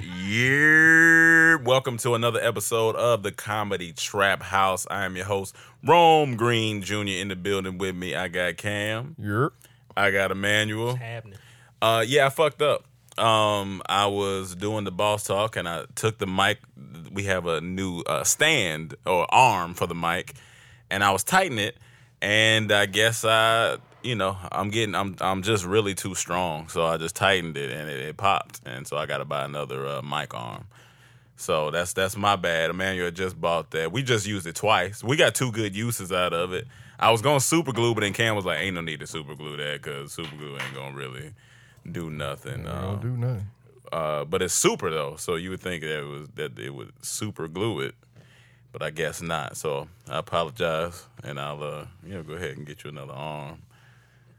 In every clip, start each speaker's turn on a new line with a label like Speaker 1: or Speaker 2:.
Speaker 1: man. Come on, man.
Speaker 2: Yeah. Welcome to another episode of the Comedy Trap House. I am your host, Rome Green Jr. in the building with me. I got Cam.
Speaker 3: Yep.
Speaker 2: I got Emmanuel.
Speaker 3: Happening.
Speaker 2: Uh yeah, I fucked up. Um I was doing the boss talk and I took the mic we have a new uh, stand or arm for the mic and I was tightening it and I guess I you know, I'm getting I'm I'm just really too strong, so I just tightened it and it, it popped and so I got to buy another uh, mic arm. So that's that's my bad. Emmanuel just bought that. We just used it twice. We got two good uses out of it. I was gonna super glue, but then Cam was like, "Ain't no need to super glue that because super glue ain't gonna really do nothing." Uh,
Speaker 3: Don't do nothing.
Speaker 2: uh, but it's super though, so you would think that it was that it would super glue it, but I guess not. So I apologize, and I'll uh, you know go ahead and get you another arm.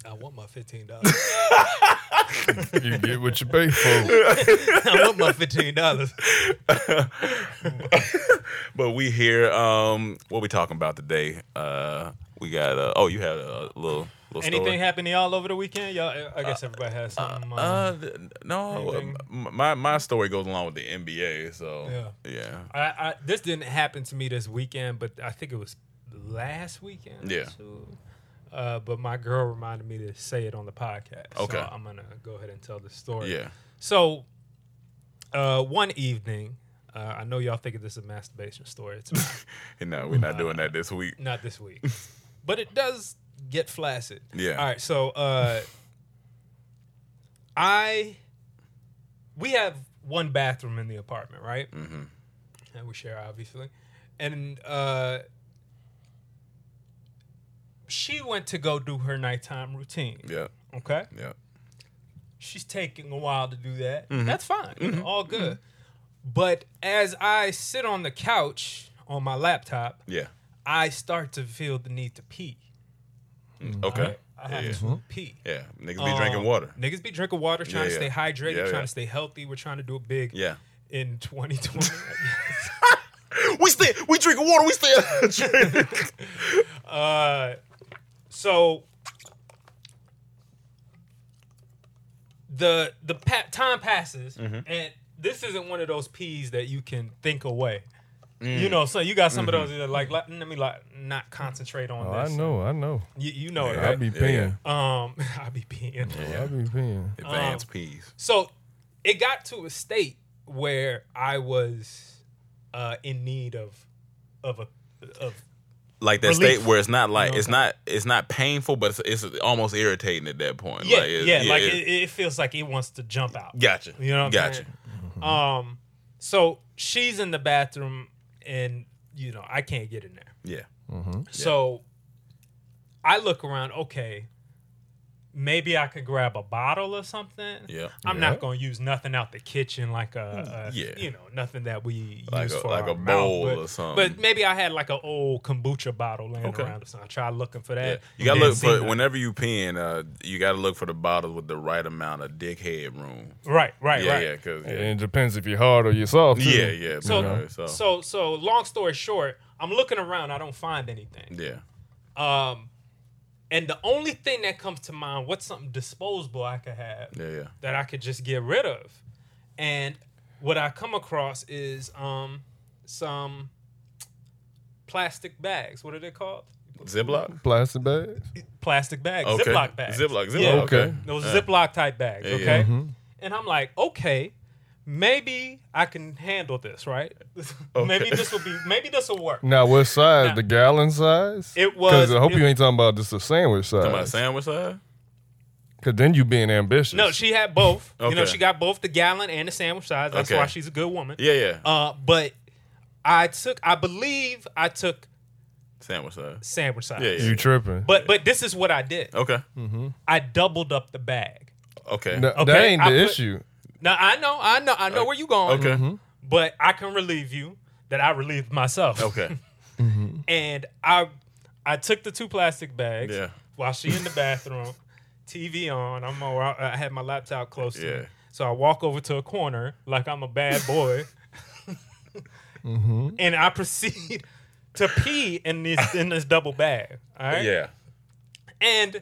Speaker 4: I want my fifteen dollars.
Speaker 3: You get what you pay for.
Speaker 4: I want my fifteen dollars.
Speaker 2: But we here. Um, what we talking about today? Uh, we got. Uh, oh, you had a little little
Speaker 4: Anything
Speaker 2: story.
Speaker 4: happen to y'all over the weekend? Y'all, I guess everybody has something. Uh,
Speaker 2: Uh, th- no, uh,
Speaker 4: Anything?
Speaker 2: m- my my story goes along with the NBA, so
Speaker 4: Yeah.
Speaker 2: yeah,
Speaker 4: I, I, this didn't happen to me this weekend, but I think it was last weekend.
Speaker 2: Yeah.
Speaker 4: So, uh, but my girl reminded me to say it on the podcast.
Speaker 2: Okay.
Speaker 4: So I'm gonna go ahead and tell the story.
Speaker 2: yeah.
Speaker 4: So, uh, one evening, uh, I know y'all thinking this is a masturbation story. It's not.
Speaker 2: And no, we're not doing that this week.
Speaker 4: not this week, but it does get flaccid.
Speaker 2: Yeah.
Speaker 4: All right. So, uh, I we have one bathroom in the apartment, right? Mm-hmm. And we share, obviously. And uh, she went to go do her nighttime routine.
Speaker 2: Yeah,
Speaker 4: Okay
Speaker 2: yeah,
Speaker 4: she's taking a while to do that.
Speaker 2: Mm-hmm.
Speaker 4: That's fine. you know, all good. But as I sit on the couch on my laptop,
Speaker 2: yeah.
Speaker 4: I start to feel the need to pee. Mm,
Speaker 2: Okay,
Speaker 4: I have
Speaker 2: Yeah.
Speaker 4: to pee.
Speaker 2: yeah. Niggas be
Speaker 4: Um,
Speaker 2: drinking water.
Speaker 4: Niggas be drinking water, trying
Speaker 2: Yeah,
Speaker 4: to stay
Speaker 2: yeah.
Speaker 4: hydrated,
Speaker 2: Yeah,
Speaker 4: trying
Speaker 2: yeah.
Speaker 4: to stay healthy. We're trying to do it big
Speaker 2: Yeah.
Speaker 4: in 2020.
Speaker 2: We stay. We drinking water. We stay.
Speaker 4: uh, so the the pa- time passes,
Speaker 2: Mm-hmm.
Speaker 4: and this isn't one of those peas that you can think away.
Speaker 2: Mm.
Speaker 4: You know, so you got some of
Speaker 2: Mm-hmm.
Speaker 4: those that are like, let, let me like not concentrate on
Speaker 3: Oh, I
Speaker 4: this.
Speaker 3: know. I know.
Speaker 4: You, you know it,
Speaker 3: I
Speaker 4: right?
Speaker 3: be
Speaker 2: Yeah,
Speaker 3: paying.
Speaker 4: um, I be peeing.
Speaker 3: I be paying.
Speaker 2: Advanced
Speaker 4: Um,
Speaker 2: peas.
Speaker 4: So it got to a state where I was uh, in need of of a of
Speaker 2: Like that
Speaker 4: Relief.
Speaker 2: state where it's not like
Speaker 4: No,
Speaker 2: it's not it's not painful, but it's, it's almost irritating at that point.
Speaker 4: yeah
Speaker 2: like, it-
Speaker 4: yeah, like
Speaker 2: it-
Speaker 4: it, it feels like it wants to jump out.
Speaker 2: Gotcha.
Speaker 4: You know what I'm
Speaker 2: gotcha.
Speaker 4: saying? Um, so she's in the bathroom, and you know I can't get in there.
Speaker 2: Yeah.
Speaker 4: So I look around. Okay, maybe I could grab a bottle or something.
Speaker 2: Yeah.
Speaker 4: I'm
Speaker 3: Yeah.
Speaker 4: not gonna use nothing out the kitchen like a, a
Speaker 2: Yeah.
Speaker 4: you know nothing that we
Speaker 2: Like
Speaker 4: use
Speaker 2: a-
Speaker 4: for
Speaker 2: like
Speaker 4: our
Speaker 2: a
Speaker 4: mouth,
Speaker 2: bowl
Speaker 4: but-
Speaker 2: or something.
Speaker 4: But maybe I had like an old kombucha bottle laying
Speaker 2: Okay.
Speaker 4: around or something. I tried looking for that.
Speaker 2: Yeah. You gotta
Speaker 4: Didn't
Speaker 2: look
Speaker 4: see
Speaker 2: for
Speaker 4: nothing.
Speaker 2: whenever you peeing. Uh, you gotta look for the bottle with the right amount of dick head room.
Speaker 4: right, right,
Speaker 2: Yeah,
Speaker 4: right.
Speaker 2: yeah, cause
Speaker 3: And
Speaker 2: yeah,
Speaker 3: it depends if you're hard or you're soft. too.
Speaker 2: yeah, yeah.
Speaker 4: So,
Speaker 2: bro, so,
Speaker 4: so, so, long story short, I'm looking around. I don't find anything.
Speaker 2: yeah,
Speaker 4: Um, and the only thing that comes to mind, what's something disposable I could have
Speaker 2: yeah, yeah.
Speaker 4: that I could just get rid of? And what I come across is um some plastic bags. What are they called?
Speaker 2: Ziploc.
Speaker 3: Plastic bags.
Speaker 4: Plastic bags,
Speaker 2: Okay.
Speaker 4: Ziploc bags.
Speaker 2: Ziploc, Ziploc.
Speaker 4: Yeah.
Speaker 2: Okay.
Speaker 3: Okay.
Speaker 4: Those Ziploc type bags,
Speaker 2: Yeah, yeah.
Speaker 4: okay? And I'm like, okay, maybe I can handle this, right? maybe this will be, maybe this will work.
Speaker 3: Now, what size?
Speaker 4: Now-
Speaker 3: the gallon size?
Speaker 4: It was-
Speaker 3: Because I hope
Speaker 4: it-
Speaker 3: you ain't talking about just a sandwich size.
Speaker 2: Am I sandwich side?
Speaker 3: Because then you being ambitious.
Speaker 4: No, she had both. You know,
Speaker 2: Okay.
Speaker 4: she got both the gallon and the sandwich size. That's
Speaker 2: Okay.
Speaker 4: why she's a good woman.
Speaker 2: Yeah, yeah.
Speaker 4: Uh, but I took, I believe I took
Speaker 2: sandwich side.
Speaker 4: sandwich size.
Speaker 2: Yeah, yeah.
Speaker 3: You tripping?
Speaker 4: But but this is what I did.
Speaker 2: Okay.
Speaker 4: Hmm. I doubled up the bag.
Speaker 2: Okay.
Speaker 3: No, that
Speaker 4: Okay,
Speaker 3: ain't the
Speaker 4: I put-
Speaker 3: issue.
Speaker 4: Now I know, I know, I know where you going.
Speaker 2: Uh,
Speaker 4: Mm-hmm.
Speaker 2: Okay.
Speaker 4: But I can relieve you that I relieved myself.
Speaker 2: Okay.
Speaker 4: and I I took the two plastic bags
Speaker 2: Yeah.
Speaker 4: while she in the bathroom, TV on. I'm over, I I had my laptop close to
Speaker 2: Yeah.
Speaker 4: me, so I walk over to a corner like I'm a bad boy, Mm-hmm. and I proceed to pee in this in this double bag. All right,
Speaker 2: Yeah.
Speaker 4: and.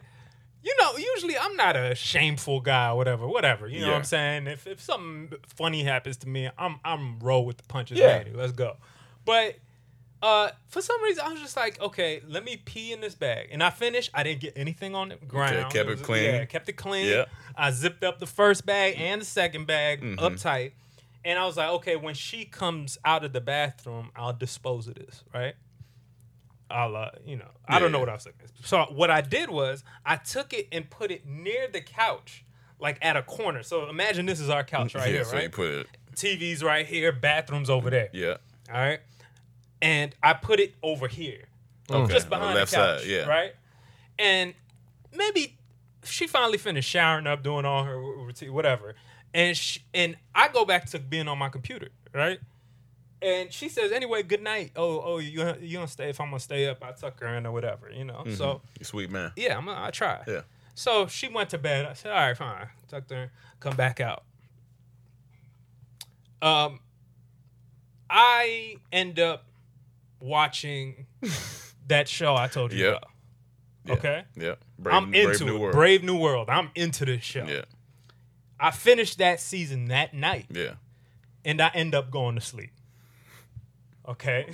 Speaker 4: You know, usually I'm not a shameful guy or whatever, whatever. You know what
Speaker 2: Yeah.
Speaker 4: I'm saying? If if something funny happens to me, I'm I'm roll with the punches,
Speaker 2: Yeah.
Speaker 4: Manny. Let's go. But uh, for some reason, I was just like, okay, let me pee in this bag. And I finished. I didn't get anything on the ground.
Speaker 2: Okay, kept it
Speaker 4: was-
Speaker 2: clean.
Speaker 4: Yeah, kept it clean.
Speaker 2: Yeah. Mm-hmm.
Speaker 4: I zipped up the first bag and the second bag up tight. And I was like, okay, when she comes out of the bathroom, I'll dispose of this, right? I'll, uh, you know, I don't know
Speaker 2: Yeah.
Speaker 4: what I was thinking. So what I did was I took it and put it near the couch, like at a corner. So imagine this is our couch right
Speaker 2: Mm, yeah.
Speaker 4: here,
Speaker 2: so you
Speaker 4: right?
Speaker 2: put it.
Speaker 4: TV's right here, bathrooms over there.
Speaker 2: Yeah.
Speaker 4: All right. And I put it over here,
Speaker 2: Okay.
Speaker 4: just
Speaker 2: on
Speaker 4: behind
Speaker 2: the left
Speaker 4: the couch,
Speaker 2: side. Yeah.
Speaker 4: right? And maybe she finally finished showering up, doing all her routine, whatever. And sh and I go back to being on my computer, right? And she says, anyway, good night. Oh, oh, you gonna- you gonna stay? If I'm gonna stay up, I tuck her in or whatever, you know. So
Speaker 2: You sweet man.
Speaker 4: yeah, I'm gonna I try.
Speaker 2: Yeah.
Speaker 4: So she went to bed. I said, all right, fine. Tucked her, in, come back out. Um, I end up watching that show I told you
Speaker 2: Yeah.
Speaker 4: about. Okay.
Speaker 2: Yeah. Brave,
Speaker 4: I'm
Speaker 2: Brave
Speaker 4: into
Speaker 2: New
Speaker 4: it.
Speaker 2: World.
Speaker 4: Brave New World. I'm into this show.
Speaker 2: Yeah.
Speaker 4: I finished that season that night
Speaker 2: Yeah.
Speaker 4: and I end up going to sleep. Okay.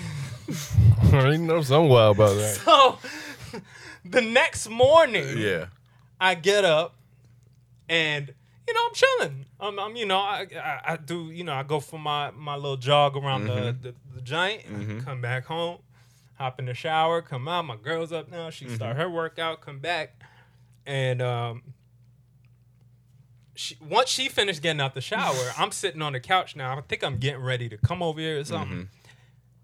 Speaker 3: I know something wild about that.
Speaker 4: so the next morning,
Speaker 2: Yeah.
Speaker 4: I get up and you know I'm chilling. I'm, I'm you know I, I I do you know I go for my my little jog around the, the the giant, come back home, hop in the shower, come out. My girl's up now. She start her workout, come back, and um. She, once she finished getting out the shower, I'm sitting on the couch now. I think I'm getting ready to come over here or something.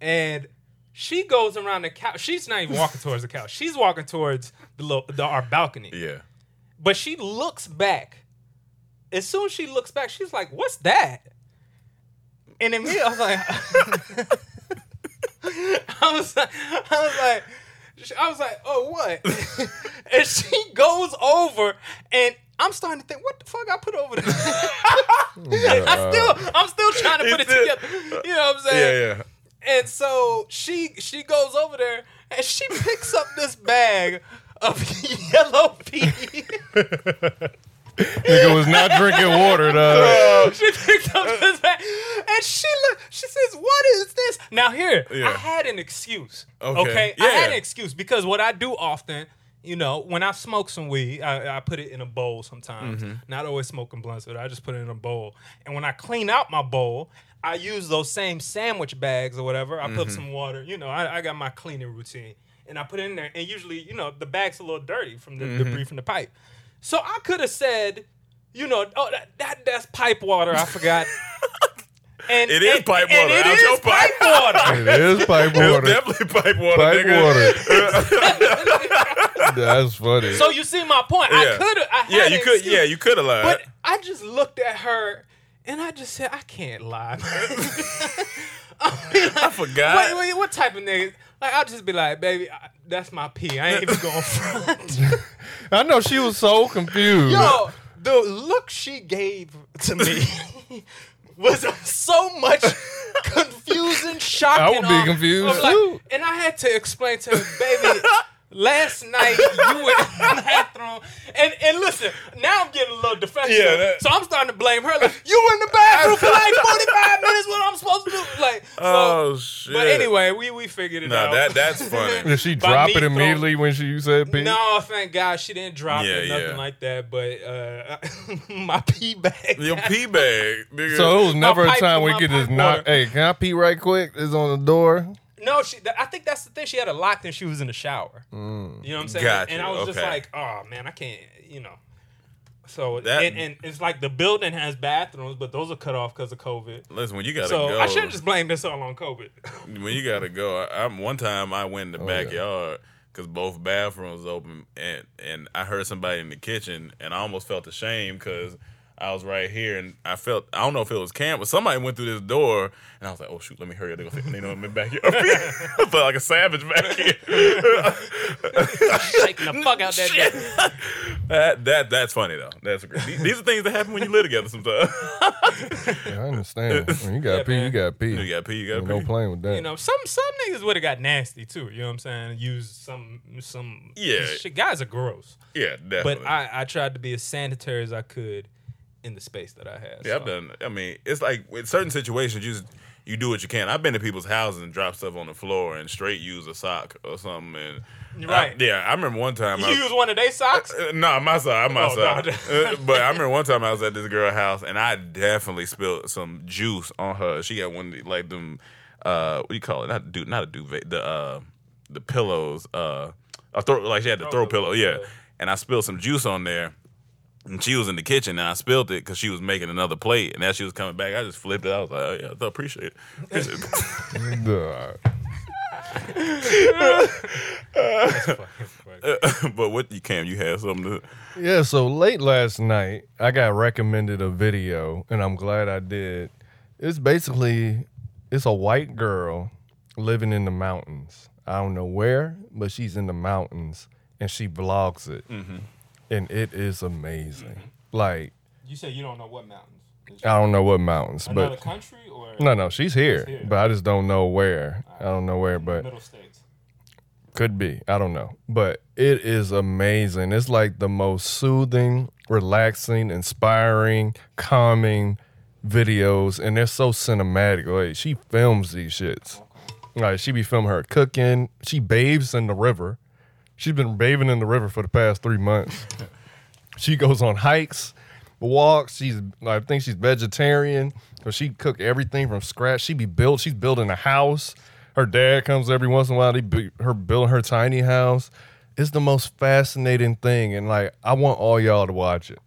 Speaker 4: And she goes around the couch. She's not even walking towards the couch. She's walking towards the, little, the our balcony.
Speaker 2: Yeah.
Speaker 4: But she looks back. As soon as she looks back, she's like, "What's that?" And then me, I was like, I was like, I was like, sh- I was like, "Oh, what?" and she goes over, and I'm starting to think, "What the fuck I put over there?" I still, I'm still trying to put it
Speaker 2: It's it.
Speaker 4: together. You know what I'm saying?
Speaker 2: Yeah. Yeah.
Speaker 4: And so she she goes over there and she picks up this bag of yellow pea.
Speaker 3: Nigga was not drinking water, though.
Speaker 4: she picked
Speaker 2: Uh,
Speaker 4: up this bag and she look, she says, "What is this?" Now here, I
Speaker 2: Yeah.
Speaker 4: had an excuse.
Speaker 2: Okay.
Speaker 4: Okay, I
Speaker 2: Yeah.
Speaker 4: had an excuse because what I do often, you know, when I smoke some weed, I, I put it in a bowl sometimes.
Speaker 2: Mm-hmm.
Speaker 4: Not always smoking blunts, but I just put it in a bowl. And when I clean out my bowl. I use those same sandwich bags or whatever. I
Speaker 2: Mm-hmm.
Speaker 4: put some water, you know, I, I got my cleaning routine and I put it in there. And usually, you know, the bag's a little dirty from the
Speaker 2: Mm-hmm.
Speaker 4: debris from the pipe. So I could have said, you know, oh, that, that that's pipe water. I forgot. And
Speaker 2: It is
Speaker 4: and-
Speaker 2: pipe
Speaker 4: and
Speaker 2: water
Speaker 4: it
Speaker 2: out
Speaker 4: is
Speaker 2: your pipe.
Speaker 4: pipe water.
Speaker 3: It is pipe
Speaker 2: It's
Speaker 3: water.
Speaker 2: definitely pipe water.
Speaker 3: Pipe
Speaker 2: nigga.
Speaker 3: water. That's funny.
Speaker 4: So you see my point. I
Speaker 2: Yeah.
Speaker 4: could have. I had
Speaker 2: yeah, you
Speaker 4: an
Speaker 2: could.
Speaker 4: excuse,
Speaker 2: Yeah, you could have lied.
Speaker 4: But I just looked at her and I just said, I can't lie. I, mean, like,
Speaker 2: I forgot.
Speaker 4: What, what- what type of nigga? Like I'll just be like, baby, I, that's my pee. I ain't even going front.
Speaker 3: I know she was so confused.
Speaker 4: Yo, the look she gave to me was so much confusing, shocking.
Speaker 3: I would be
Speaker 4: um,
Speaker 3: confused
Speaker 4: I'm like-
Speaker 3: too.
Speaker 4: and I had to explain to her, baby. Last night you were in the bathroom, and and listen, now I'm getting a little defensive.
Speaker 2: Yeah, that-
Speaker 4: so I'm starting to blame her. Like you were in the bathroom for like 45 minutes. What I'm supposed to do? Like, so,
Speaker 2: oh shit.
Speaker 4: but anyway, we we figured it
Speaker 2: no,
Speaker 4: out.
Speaker 2: that that's funny.
Speaker 3: Did she
Speaker 4: By
Speaker 3: drop
Speaker 4: me
Speaker 3: it
Speaker 4: throwing-
Speaker 3: immediately when she said pee?
Speaker 4: No, thank God she didn't drop it,
Speaker 2: Yeah,
Speaker 4: nothing
Speaker 2: yeah.
Speaker 4: like that. But uh, my pee bag.
Speaker 2: Your pee bag, nigga.
Speaker 3: So it was never a
Speaker 4: pipe
Speaker 3: time
Speaker 4: to
Speaker 3: we
Speaker 4: my
Speaker 3: could just
Speaker 4: pipe
Speaker 3: knock.
Speaker 4: water.
Speaker 3: Hey, can I pee right quick? It's on the door.
Speaker 4: No, she. th- I think that's the thing. She had a locked and she was in the shower. You know what I'm saying?
Speaker 2: Mm. Gotcha,
Speaker 4: And I was just
Speaker 2: okay.
Speaker 4: like, oh man, I can't. You know. So
Speaker 2: That-
Speaker 4: and, and it's like the building has bathrooms, but those are cut off because of COVID.
Speaker 2: listen, when you gotta
Speaker 4: So
Speaker 2: go,
Speaker 4: I should have just blamed this all on COVID.
Speaker 2: when you gotta go. I, I'm one time I went in the backyard because both bathrooms open, and and I heard somebody in the kitchen, and I almost felt ashamed because. I was right here, and I felt I don't know if it was Cam, but somebody went through this door, and I was like, "Oh shoot, let me hurry up." They gonna think- they know I'm in the backyard. I felt like a savage back here.
Speaker 4: Shaking the fuck out that.
Speaker 2: Shit. that that that's funny though. That's great. These, these are things that happen when you live together sometimes.
Speaker 3: Yeah, I understand. When you got
Speaker 4: Yeah,
Speaker 3: pee, you
Speaker 4: man.
Speaker 3: got pee.
Speaker 2: you got pee, you
Speaker 3: Ain't
Speaker 2: got
Speaker 3: no
Speaker 2: pee.
Speaker 3: playing with that.
Speaker 4: You know, some some niggas would have got nasty too. You know what I'm saying? Used some some
Speaker 2: Yeah.
Speaker 4: Shit, guys are gross.
Speaker 2: yeah, definitely.
Speaker 4: But I, I tried to be as sanitary as I could in the space that I had.
Speaker 2: yeah,
Speaker 4: so.
Speaker 2: I've done. I mean, it's like in certain situations, you just, you do what you can. I've been to people's houses and dropped stuff on the floor and straight use a sock or something. And
Speaker 4: Right.
Speaker 2: I- yeah, I remember one time. I
Speaker 4: You use one of their socks?
Speaker 2: Uh, No, my side, my
Speaker 4: Oh,
Speaker 2: side.
Speaker 4: no.
Speaker 2: Uh, but I remember one time I was at this girl's house, and I definitely spilled some juice on her. She got one of the- like them. Uh, what do you call it? Not du- not a duvet. The uh, the pillows. Uh, a throw like she had the throw,
Speaker 4: Throw
Speaker 2: pillow.
Speaker 4: pillow,
Speaker 2: Yeah,
Speaker 4: yeah.
Speaker 2: and I spilled some juice on there. And she was in the kitchen, and I spilled it because she was making another plate. And as she was coming back, I just flipped it. I was like, oh, yeah, I appreciate it. Appreciate it.
Speaker 3: Duh.
Speaker 2: but what you can, you had something to.
Speaker 3: Yeah, so late last night, I got recommended a video, and I'm glad I did. It's basically it's a white girl living in the mountains. I don't know where, but she's in the mountains, and she vlogs it, and it is amazing. Like
Speaker 4: You say you don't know what mountains. Is it
Speaker 3: I don't know what mountains,
Speaker 4: Another
Speaker 3: but
Speaker 4: country or
Speaker 3: no, no, she's here,
Speaker 4: here.
Speaker 3: but I just don't know where. I don't know where, but
Speaker 4: middle states?
Speaker 3: Could be. I don't know. But it is amazing. It's like the most soothing, relaxing, inspiring, calming videos. And they're so cinematic. Like she films these shits. Like she be filming her cooking. She bathes in the river. She's been bathing in the river for the past three months. she goes on hikes, walks. She's I think she's vegetarian. So she cook everything from scratch. She be built. She's building a house. Her dad comes every once in a while. They be, her building her tiny house. It's the most fascinating thing, and like I want all y'all to watch it.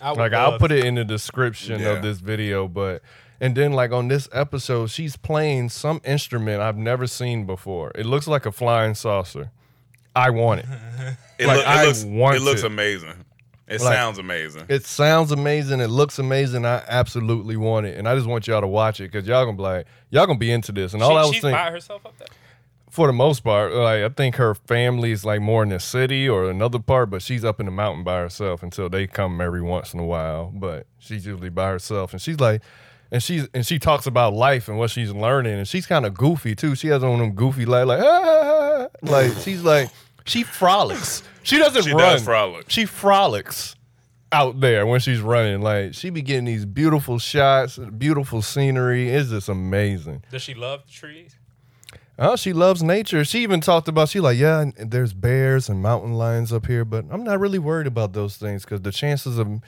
Speaker 4: I would
Speaker 3: Like I'll
Speaker 4: love-
Speaker 3: put it in the description
Speaker 2: Yeah.
Speaker 3: of this video, but and then like on this episode, she's playing some instrument I've never seen before. It looks like a flying saucer. I want it.
Speaker 2: It,
Speaker 3: Like,
Speaker 2: look- it
Speaker 3: I
Speaker 2: looks,
Speaker 3: want
Speaker 2: it looks
Speaker 3: it.
Speaker 2: amazing. It
Speaker 3: Like-
Speaker 2: sounds amazing.
Speaker 3: It sounds amazing. It looks amazing. I absolutely want it, and I just want y'all to watch it because y'all gonna be like, y'all gonna be into this. And all I
Speaker 4: she
Speaker 3: was
Speaker 4: she
Speaker 3: thinking,
Speaker 4: by herself up there.
Speaker 3: for the most part, like I think her family is like more in the city or another part, but she's up in the mountain by herself until they come every once in a while. But she's usually by herself, and she's like, and she's and she talks about life and what she's learning, and she's kind of goofy too. She has on them goofy like like ah, like she's like she frolics. She doesn't
Speaker 2: She
Speaker 3: run.
Speaker 2: does frolic.
Speaker 3: She frolics out there when she's running. Like she be getting these beautiful shots, beautiful scenery. It's just amazing.
Speaker 4: Does she love the trees?
Speaker 3: Oh, she loves nature. She even talked about she like, yeah, and there's bears and mountain lions up here, but I'm not really worried about those things because the chances of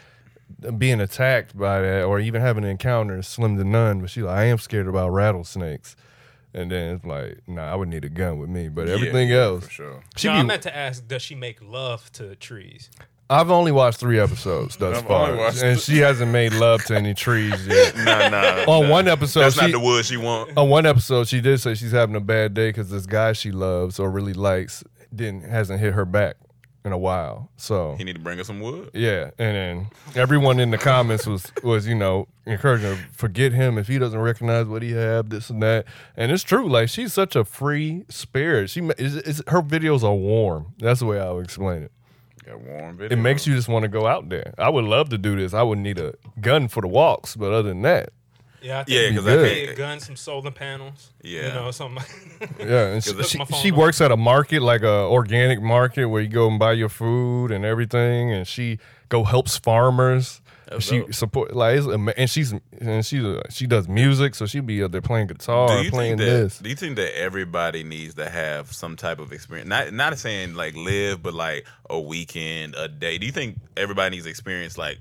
Speaker 3: being attacked by that or even having an encounter is slim to none. But she like, I am scared about rattlesnakes. And then it's like, nah, I would need a gun with me. But everything
Speaker 2: yeah,
Speaker 3: else,
Speaker 2: for sure.
Speaker 3: she
Speaker 4: no,
Speaker 3: be-
Speaker 4: I meant to ask, does she make love to trees?
Speaker 3: I've only watched three episodes thus
Speaker 2: I've
Speaker 3: far,
Speaker 2: only watched
Speaker 3: and she hasn't made love to any trees yet.
Speaker 2: Nah, nah.
Speaker 3: On one episode,
Speaker 2: That's
Speaker 3: Oh, she-
Speaker 2: not the wood she want.
Speaker 3: on one episode, she did say she's having a bad day because this guy she loves or really likes didn't hasn't hit her back, in a while. So
Speaker 2: He need to bring us some wood.
Speaker 3: yeah, and then everyone in the comments was was you know encouraging her, forget him if he doesn't recognize what he have this and that. And it's true, like she's such a free spirit. She ma- is, is her videos are warm. That's the way I would explain it.
Speaker 2: Got warm video.
Speaker 3: It makes you just want to go out there. I would love to do this. I would need a gun for the walks, but other than that,
Speaker 4: Yeah, I
Speaker 2: Yeah,
Speaker 4: think
Speaker 2: 'cause
Speaker 3: I
Speaker 4: yeah,
Speaker 2: can't-
Speaker 4: a gun, some solar panels.
Speaker 2: Yeah.
Speaker 4: you know something. like-
Speaker 3: yeah. And she
Speaker 4: Look,
Speaker 3: she,
Speaker 4: my phone
Speaker 3: she
Speaker 4: up.
Speaker 3: works at a market like a organic market where you go and buy your food and everything, and she go helps farmers. she
Speaker 2: dope.
Speaker 3: support like it's, ama- and she's and she's a, she does music, so she be up there playing guitar,
Speaker 2: do you
Speaker 3: playing
Speaker 2: think that,
Speaker 3: this.
Speaker 2: Do you think that everybody needs to have some type of experience? Not not saying like live, but like a weekend, a day. Do you think everybody needs to experience like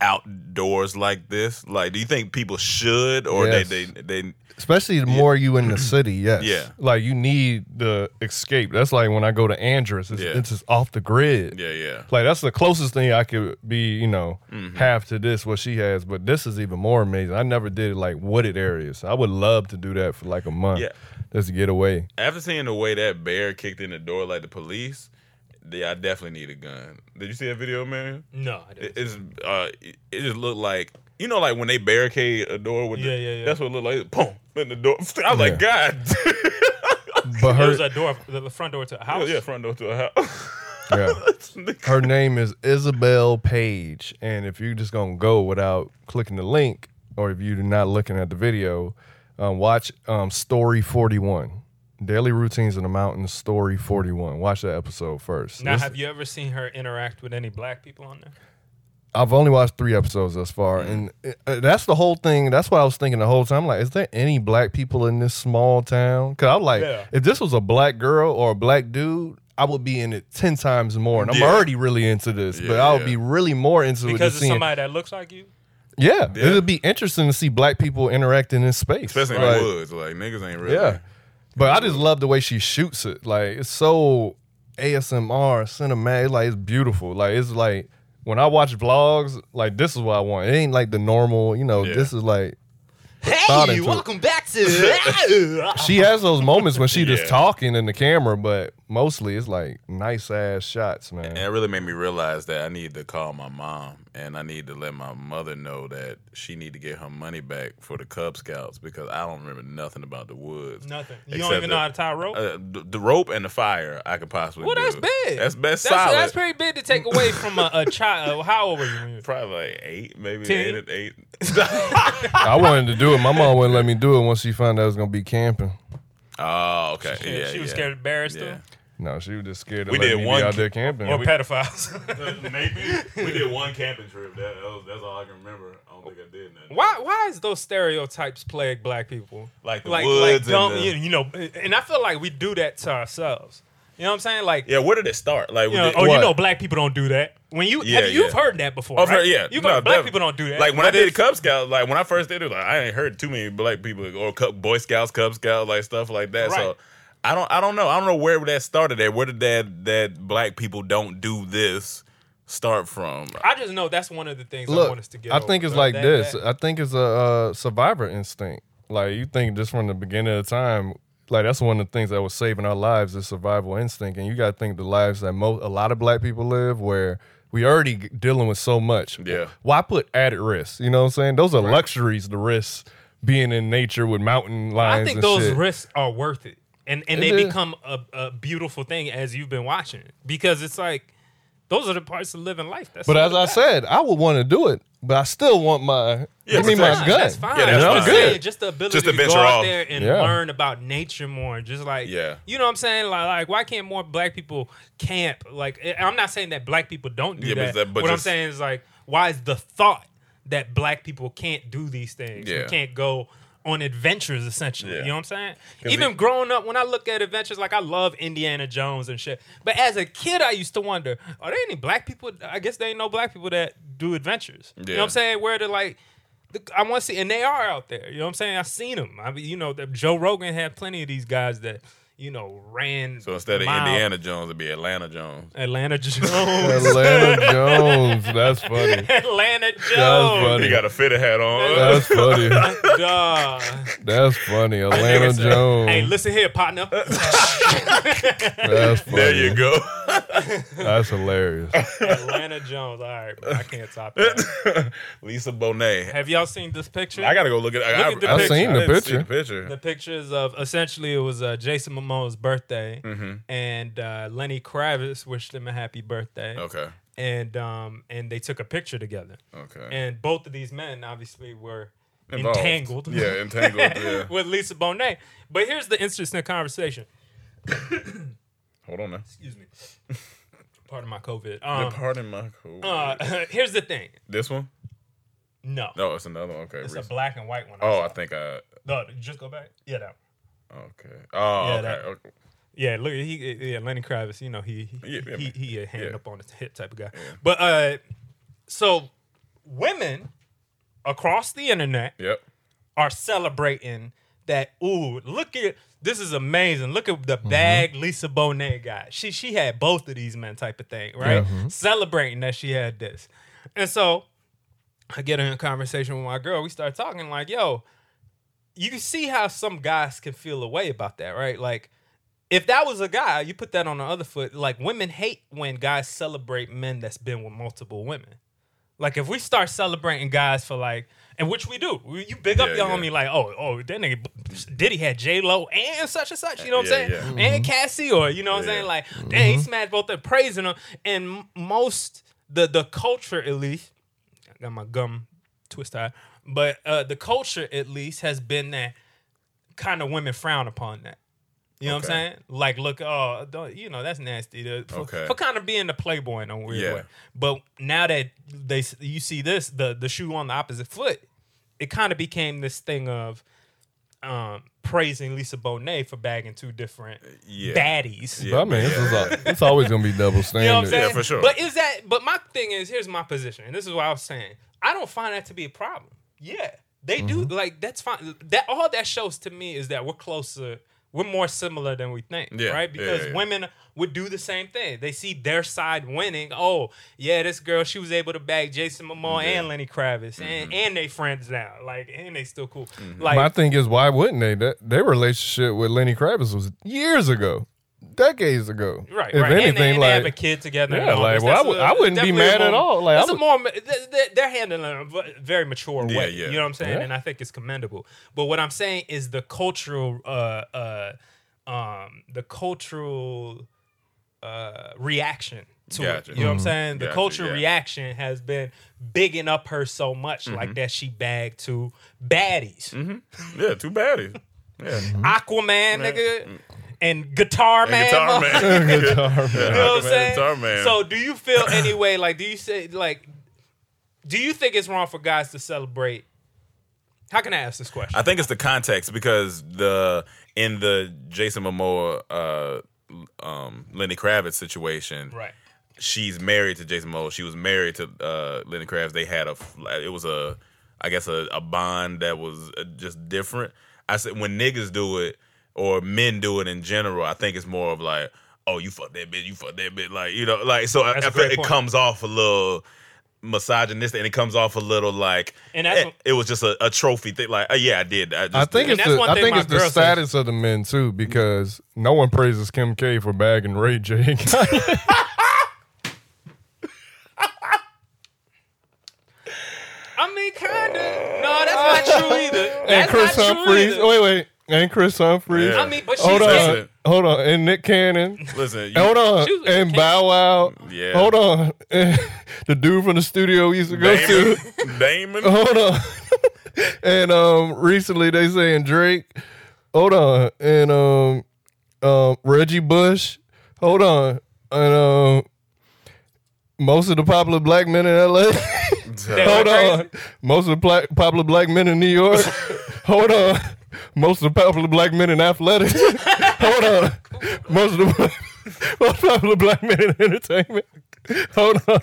Speaker 2: outdoors like this? Like, do you think people should or
Speaker 3: Yes.
Speaker 2: they they they?
Speaker 3: Especially the more you in the city, yes.
Speaker 2: Yeah.
Speaker 3: Like you need the escape. That's like when I go to Andrus, it's,
Speaker 2: Yeah.
Speaker 3: it's just off the grid.
Speaker 2: Yeah, yeah.
Speaker 3: Like that's the closest thing I could be, you know,
Speaker 4: Mm-hmm.
Speaker 3: half to this what she has. But this is even more amazing. I never did like wooded areas. I would love to do that for like a month,
Speaker 2: Yeah.
Speaker 3: just to get away.
Speaker 2: After seeing the way that bear kicked in the door like the police, yeah, I definitely need a gun. Did you see that video, man?
Speaker 4: no, I
Speaker 2: It-
Speaker 4: didn't.
Speaker 2: It's uh, it it just looked like you know, like when they barricade a door with the-
Speaker 4: Yeah, yeah, yeah.
Speaker 2: That's what it looked like. Boom, in the door. I was like, God.
Speaker 3: But
Speaker 4: It was
Speaker 3: her,
Speaker 4: that door, the the front door to a
Speaker 2: Oh,
Speaker 4: house.
Speaker 2: yeah, front door to a house.
Speaker 3: yeah. her name is Isabel Page. And if you're just gonna go without clicking the link, or if you're not looking at the video, um, watch um, Story 41, Daily Routines in the Mountains, Story 41. Watch that episode first.
Speaker 4: Now,
Speaker 3: This-
Speaker 4: have you ever seen her interact with any black people on there?
Speaker 3: I've only watched three episodes thus far,
Speaker 2: Mm.
Speaker 3: and uh, that's the whole thing. That's what I was thinking the whole time. Like, is there any black people in this small town? Because I'm like,
Speaker 4: Yeah.
Speaker 3: if this was a black girl or a black dude, I would be in it ten times more. And I'm
Speaker 2: Yeah.
Speaker 3: already really into this, but
Speaker 2: Yeah,
Speaker 3: I would
Speaker 2: yeah.
Speaker 3: be really more into it.
Speaker 4: Because
Speaker 3: just
Speaker 4: it's
Speaker 3: seeing-
Speaker 4: somebody that looks like you.
Speaker 3: Yeah,
Speaker 2: Yeah.
Speaker 3: it'd be interesting to see black people interact in this space,
Speaker 2: Especially in
Speaker 3: Like,
Speaker 2: the woods. Like, niggas ain't really.
Speaker 3: Yeah, but I just love the way she shoots it. Like it's so ASMR cinematic. Like it's beautiful. Like it's like when I watch vlogs, like this is what I want. It ain't like the normal. You know,
Speaker 2: Yeah.
Speaker 3: this is like thought
Speaker 5: Hey,
Speaker 3: into it.
Speaker 5: welcome back to.
Speaker 3: she has those moments when she just
Speaker 2: Yeah.
Speaker 3: talking in the camera, but mostly it's like nice ass shots, man.
Speaker 2: And it really made me realize that I need to call my mom and I need to let my mother know that she need to get her money back for the Cub Scouts because I don't remember nothing about the woods.
Speaker 4: Nothing. You
Speaker 2: Except
Speaker 4: don't even know
Speaker 2: that-
Speaker 4: how to tie a rope.
Speaker 2: Uh, the, the rope and the fire I could possibly
Speaker 4: well,
Speaker 2: do.
Speaker 4: that's big.
Speaker 2: That's best
Speaker 4: That's,
Speaker 2: solid.
Speaker 4: that's pretty big to take away from a, a child. How old were you? When you were-
Speaker 2: Probably like eight, maybe
Speaker 4: Ten.
Speaker 2: eight, eight.
Speaker 3: I wanted to do it. My mom wouldn't let me do it once she found out I was gonna be camping.
Speaker 2: oh, okay.
Speaker 4: She,
Speaker 2: yeah,
Speaker 4: she was
Speaker 2: yeah.
Speaker 4: scared of bears
Speaker 2: Yeah.
Speaker 4: too,
Speaker 3: No, she was just scared. To
Speaker 2: We
Speaker 3: let
Speaker 2: did
Speaker 3: me
Speaker 2: one
Speaker 3: be out
Speaker 2: ca-
Speaker 3: there camping.
Speaker 4: or pedophiles.
Speaker 2: Maybe we did one camping trip. That, that was, that's all I can remember. I don't think I did nothing.
Speaker 4: Why? Why is those stereotypes plague black people?
Speaker 2: Like the woods and the-
Speaker 4: you- you know, and I feel like we do that to ourselves. You know what I'm saying? Like,
Speaker 2: Yeah, where did it start? Like,
Speaker 4: you know,
Speaker 2: did-
Speaker 4: oh,
Speaker 3: What?
Speaker 4: you know, black people don't do that. When you
Speaker 2: Yeah,
Speaker 4: have, you've
Speaker 2: yeah.
Speaker 4: heard that before,
Speaker 2: Oh,
Speaker 4: right?
Speaker 2: yeah.
Speaker 4: you've
Speaker 2: No,
Speaker 4: heard black
Speaker 2: definitely.
Speaker 4: people don't do that.
Speaker 2: Like when I
Speaker 4: But
Speaker 2: did the
Speaker 4: if-
Speaker 2: Cub Scouts, like when I first did it, like I ain't heard too many black people or Cub, Boy Scouts, Cub Scouts, like stuff like that. So
Speaker 4: Right.
Speaker 2: I don't, I don't know, I don't know where that started. At where did that that black people don't do this start from?
Speaker 4: I just know that's one of the things I want us to get.
Speaker 3: I think
Speaker 4: over.
Speaker 3: it's like
Speaker 4: That-
Speaker 3: this.
Speaker 4: that-
Speaker 3: I think it's a, uh survivor instinct. Like you think just from the beginning of time, like that's one of the things that was saving our lives is survival instinct. And you got to think the lives that most a lot of Black people live, where we already g- dealing with so much.
Speaker 2: Yeah.
Speaker 3: Why put added risk? You know what I'm saying? Those are luxuries. The risks being in nature with mountain lions.
Speaker 4: I think
Speaker 3: and
Speaker 4: those
Speaker 3: shit.
Speaker 4: risks are worth it, and and
Speaker 3: It
Speaker 4: they
Speaker 3: is.
Speaker 4: become a, a beautiful thing as you've been watching it. because it's like those are the parts of living life. That's
Speaker 3: But as I
Speaker 4: about.
Speaker 3: said, I would want to do it, but I still want my.
Speaker 2: Yeah,
Speaker 3: give me
Speaker 2: that's
Speaker 3: my
Speaker 2: fine.
Speaker 3: gun.
Speaker 4: That's fine.
Speaker 2: Yeah, that's
Speaker 3: You know,
Speaker 4: I'm
Speaker 3: I'm
Speaker 2: fine.
Speaker 3: good.
Speaker 4: saying, Just the ability
Speaker 2: Just to
Speaker 4: to, go
Speaker 2: venture
Speaker 4: out
Speaker 2: off.
Speaker 4: there and
Speaker 3: Yeah.
Speaker 4: learn about nature more. Just like,
Speaker 2: Yeah.
Speaker 4: you know what I'm saying? Like, like, why can't more black people camp? Like, I- I'm not saying that black people don't do
Speaker 2: Yeah, but
Speaker 4: that.
Speaker 2: it's that- but
Speaker 4: what I'm
Speaker 2: just-
Speaker 4: saying is like, why is the thought that black people can't do these things? We
Speaker 2: Yeah.
Speaker 4: can't go on adventures essentially.
Speaker 2: Yeah.
Speaker 4: You know what I'm saying?
Speaker 2: 'Cause
Speaker 4: Even
Speaker 2: it-
Speaker 4: growing up, when I look at adventures, like I love Indiana Jones and shit. But as a kid, I used to wonder, are there any black people? I guess there ain't no black people that do adventures. You know what
Speaker 2: Yeah.
Speaker 4: I'm saying? Where they're like, the- I want to see, and they are out there. You know what I'm saying? I've seen them. I mean, you know, the, Joe Rogan had plenty of these guys that, you know, ran.
Speaker 2: So instead of
Speaker 4: mile-
Speaker 2: Indiana Jones, it'd be Atlanta Jones.
Speaker 4: Atlanta Jones.
Speaker 3: Atlanta Jones. That's funny.
Speaker 4: Atlanta
Speaker 3: funny.
Speaker 4: Jones.
Speaker 2: He got a fitted hat on.
Speaker 3: That's funny.
Speaker 4: Duh.
Speaker 3: That's funny. Atlanta Jones.
Speaker 4: Hey, listen here, partner.
Speaker 3: That's funny.
Speaker 2: there you go.
Speaker 3: That's hilarious.
Speaker 4: Atlanta Jones. All right, bro, I can't top that.
Speaker 2: Lisa Bonet.
Speaker 4: Have y'all seen this picture?
Speaker 2: I gotta go look at. I,
Speaker 4: Look at the
Speaker 2: I,
Speaker 4: I picture.
Speaker 3: seen the
Speaker 2: I didn't see
Speaker 3: picture.
Speaker 2: the picture.
Speaker 4: the pictures of essentially it was uh, Jason Momoa's birthday,
Speaker 2: Mm-hmm.
Speaker 4: and uh, Lenny Kravitz wished him a happy birthday,
Speaker 2: Okay.
Speaker 4: and um, and they took a picture together,
Speaker 2: Okay.
Speaker 4: and both of these men obviously were
Speaker 2: Involved.
Speaker 4: entangled,
Speaker 2: Yeah, entangled. Yeah.
Speaker 4: with Lisa Bonet. But here's the interesting conversation.
Speaker 2: Hold on now.
Speaker 4: Excuse me. Pardon my COVID. Um,
Speaker 2: Pardon my cool.
Speaker 4: uh, here's the thing.
Speaker 2: this one?
Speaker 4: No,
Speaker 2: No, it's another one. Okay.
Speaker 4: it's a
Speaker 2: recent.
Speaker 4: black and white one.
Speaker 2: oh, I think I.
Speaker 4: no, just go back. Yeah, that. one.
Speaker 2: Okay. Oh,
Speaker 4: Yeah,
Speaker 2: okay.
Speaker 4: that-
Speaker 2: okay.
Speaker 4: Yeah, look, he yeah, Lenny Kravitz, you know, he he
Speaker 2: Yeah, yeah,
Speaker 4: he,
Speaker 2: man.
Speaker 4: he a hand
Speaker 2: Yeah.
Speaker 4: up on his hip type of guy. But uh so women across the internet
Speaker 2: Yep.
Speaker 4: are celebrating that ooh, look at this is amazing. Look at the bag Lisa Bonet got. She she had both of these men type of thing, right? Celebrating that she had this. And so I get in a conversation with my girl. We start talking like, yo, you can see how some guys can feel a way about that, right? Like, if that was a guy, you put that on the other foot. Like, women hate when guys celebrate men that's been with multiple women. Like, if we start celebrating guys for like, and which we do, we, you big up
Speaker 2: Yeah,
Speaker 4: your
Speaker 2: yeah.
Speaker 4: homie like, oh, oh, that nigga Diddy had J Lo and such and such. You know what
Speaker 2: Yeah,
Speaker 4: I'm saying?
Speaker 2: yeah.
Speaker 4: And Cassie, or you know what I'm
Speaker 2: Mm-hmm. Yeah. Mm-hmm.
Speaker 4: saying? Like, dang, he smashed both the praising them. And m- most the the culture at least, I got my gum twist eye, but uh, the culture at least has been that kind of women frown upon that. You know what I'm
Speaker 2: Okay.
Speaker 4: saying? Like, look, oh, don't, you know that's nasty. To, for,
Speaker 2: Okay.
Speaker 4: for kind of being a playboy in a weird
Speaker 2: Yeah.
Speaker 4: way. But now that they s- you see this, the the shoe on the opposite foot, it kind of became this thing of um, praising Lisa Bonet for bagging two different
Speaker 2: Yeah.
Speaker 4: baddies.
Speaker 3: But I mean, this is al- it's always gonna be double standard.
Speaker 4: You know what I'm saying?
Speaker 2: Yeah, for sure.
Speaker 4: But is that? But my thing is, here's my position, and this is what I was saying. I don't find that to be a problem. Yeah, they
Speaker 2: Mm-hmm.
Speaker 4: do. Like that's fine. That all that shows to me is that we're closer. We're more similar than we think,
Speaker 2: Yeah,
Speaker 4: right?
Speaker 2: yeah,
Speaker 4: Because
Speaker 2: yeah.
Speaker 4: women would do the same thing. They see their side winning. Oh, yeah, this girl, she was able to bag Jason Momoa and Lenny Kravitz,
Speaker 2: Mm-hmm.
Speaker 4: and and they friends now. Like, and they still cool. Like,
Speaker 3: My thing is, why wouldn't they? That their relationship with Lenny Kravitz was years ago, decades ago.
Speaker 4: Right,
Speaker 3: If
Speaker 4: right.
Speaker 3: anything,
Speaker 4: and they, and they
Speaker 3: like
Speaker 4: have a kid together. and
Speaker 3: Yeah,
Speaker 4: all
Speaker 3: like,
Speaker 4: this.
Speaker 3: well, I
Speaker 4: That's
Speaker 3: would-
Speaker 4: a-
Speaker 3: I wouldn't be
Speaker 4: definitely a
Speaker 3: mad at
Speaker 4: more-
Speaker 3: all. Like, I
Speaker 4: that's a
Speaker 3: would-
Speaker 4: more. They're, they're handling it in a v- very mature way.
Speaker 2: Yeah, yeah.
Speaker 4: You know what I'm saying?
Speaker 3: Yeah.
Speaker 4: And I think it's commendable. But what I'm saying is the cultural, uh, uh, um, the cultural uh, reaction to
Speaker 2: Gotcha.
Speaker 4: it. You know what
Speaker 3: Mm-hmm.
Speaker 4: I'm saying? The
Speaker 2: Gotcha,
Speaker 4: cultural
Speaker 2: yeah.
Speaker 4: reaction has been bigging up her so much,
Speaker 2: Mm-hmm.
Speaker 4: like that she bagged two baddies,
Speaker 2: Yeah. Too baddies. Yeah.
Speaker 4: Aquaman, nigga, and Guitar Man.
Speaker 2: Mm. Guitar man.
Speaker 3: Guitar
Speaker 2: Yeah,
Speaker 3: Man.
Speaker 4: You know what I'm
Speaker 2: Aquaman,
Speaker 4: saying?
Speaker 2: Guitar man.
Speaker 4: So do you feel anyway? Like, do you say like, do you think it's wrong for guys to celebrate? How can I ask this question?
Speaker 2: I think it's the context because the in the Jason Momoa, uh, um, Lenny Kravitz situation,
Speaker 4: right.
Speaker 2: she's married to Jason Momoa. She was married to uh, Lenny Kravitz. They had a it was a I guess a, a bond that was uh, just different. I said when niggas do it or men do it in general, I think it's more of like, oh, you fuck that bitch, you fuck that bitch, like you know, like so. I,
Speaker 4: That's a
Speaker 2: I feel
Speaker 4: great
Speaker 2: it
Speaker 4: point.
Speaker 2: comes off a little misogynistic and it comes off a little like
Speaker 4: And that's
Speaker 2: eh,
Speaker 4: what-
Speaker 2: it was just a, a trophy thing. Like, uh, yeah, I did. I, just
Speaker 3: I think
Speaker 2: did.
Speaker 3: it's
Speaker 4: that's
Speaker 3: the,
Speaker 4: one
Speaker 3: I
Speaker 4: thing
Speaker 3: think
Speaker 4: my
Speaker 3: it's the
Speaker 4: girl says.
Speaker 3: status of the men too, because no one praises Kim K for bagging Ray J. and Kanye.
Speaker 4: I mean, kinda. No, that's not true either. That's
Speaker 3: and Chris
Speaker 4: not
Speaker 3: Humphries.
Speaker 4: True either.
Speaker 3: Wait, wait. And Chris Humphries.
Speaker 2: Yeah.
Speaker 4: I mean, but she's
Speaker 3: Hold
Speaker 4: getting-
Speaker 3: on. Hold on. And Nick Cannon.
Speaker 2: listen. You,
Speaker 3: Hold on.
Speaker 4: She was-
Speaker 3: And Bow Wow.
Speaker 2: Yeah.
Speaker 3: Hold on. And the dude from the studio we used to go
Speaker 2: Damon,
Speaker 3: to.
Speaker 2: Damon,
Speaker 3: Hold on. and um recently they saying Drake. Hold on. And um um Reggie Bush. Hold on. And um most of the popular black men in LA. Hold on. Most of the pla- popular black men in New York. Hold on. Most of the popular black men in athletics. Hold on. Most of the most popular black men in entertainment. Hold on.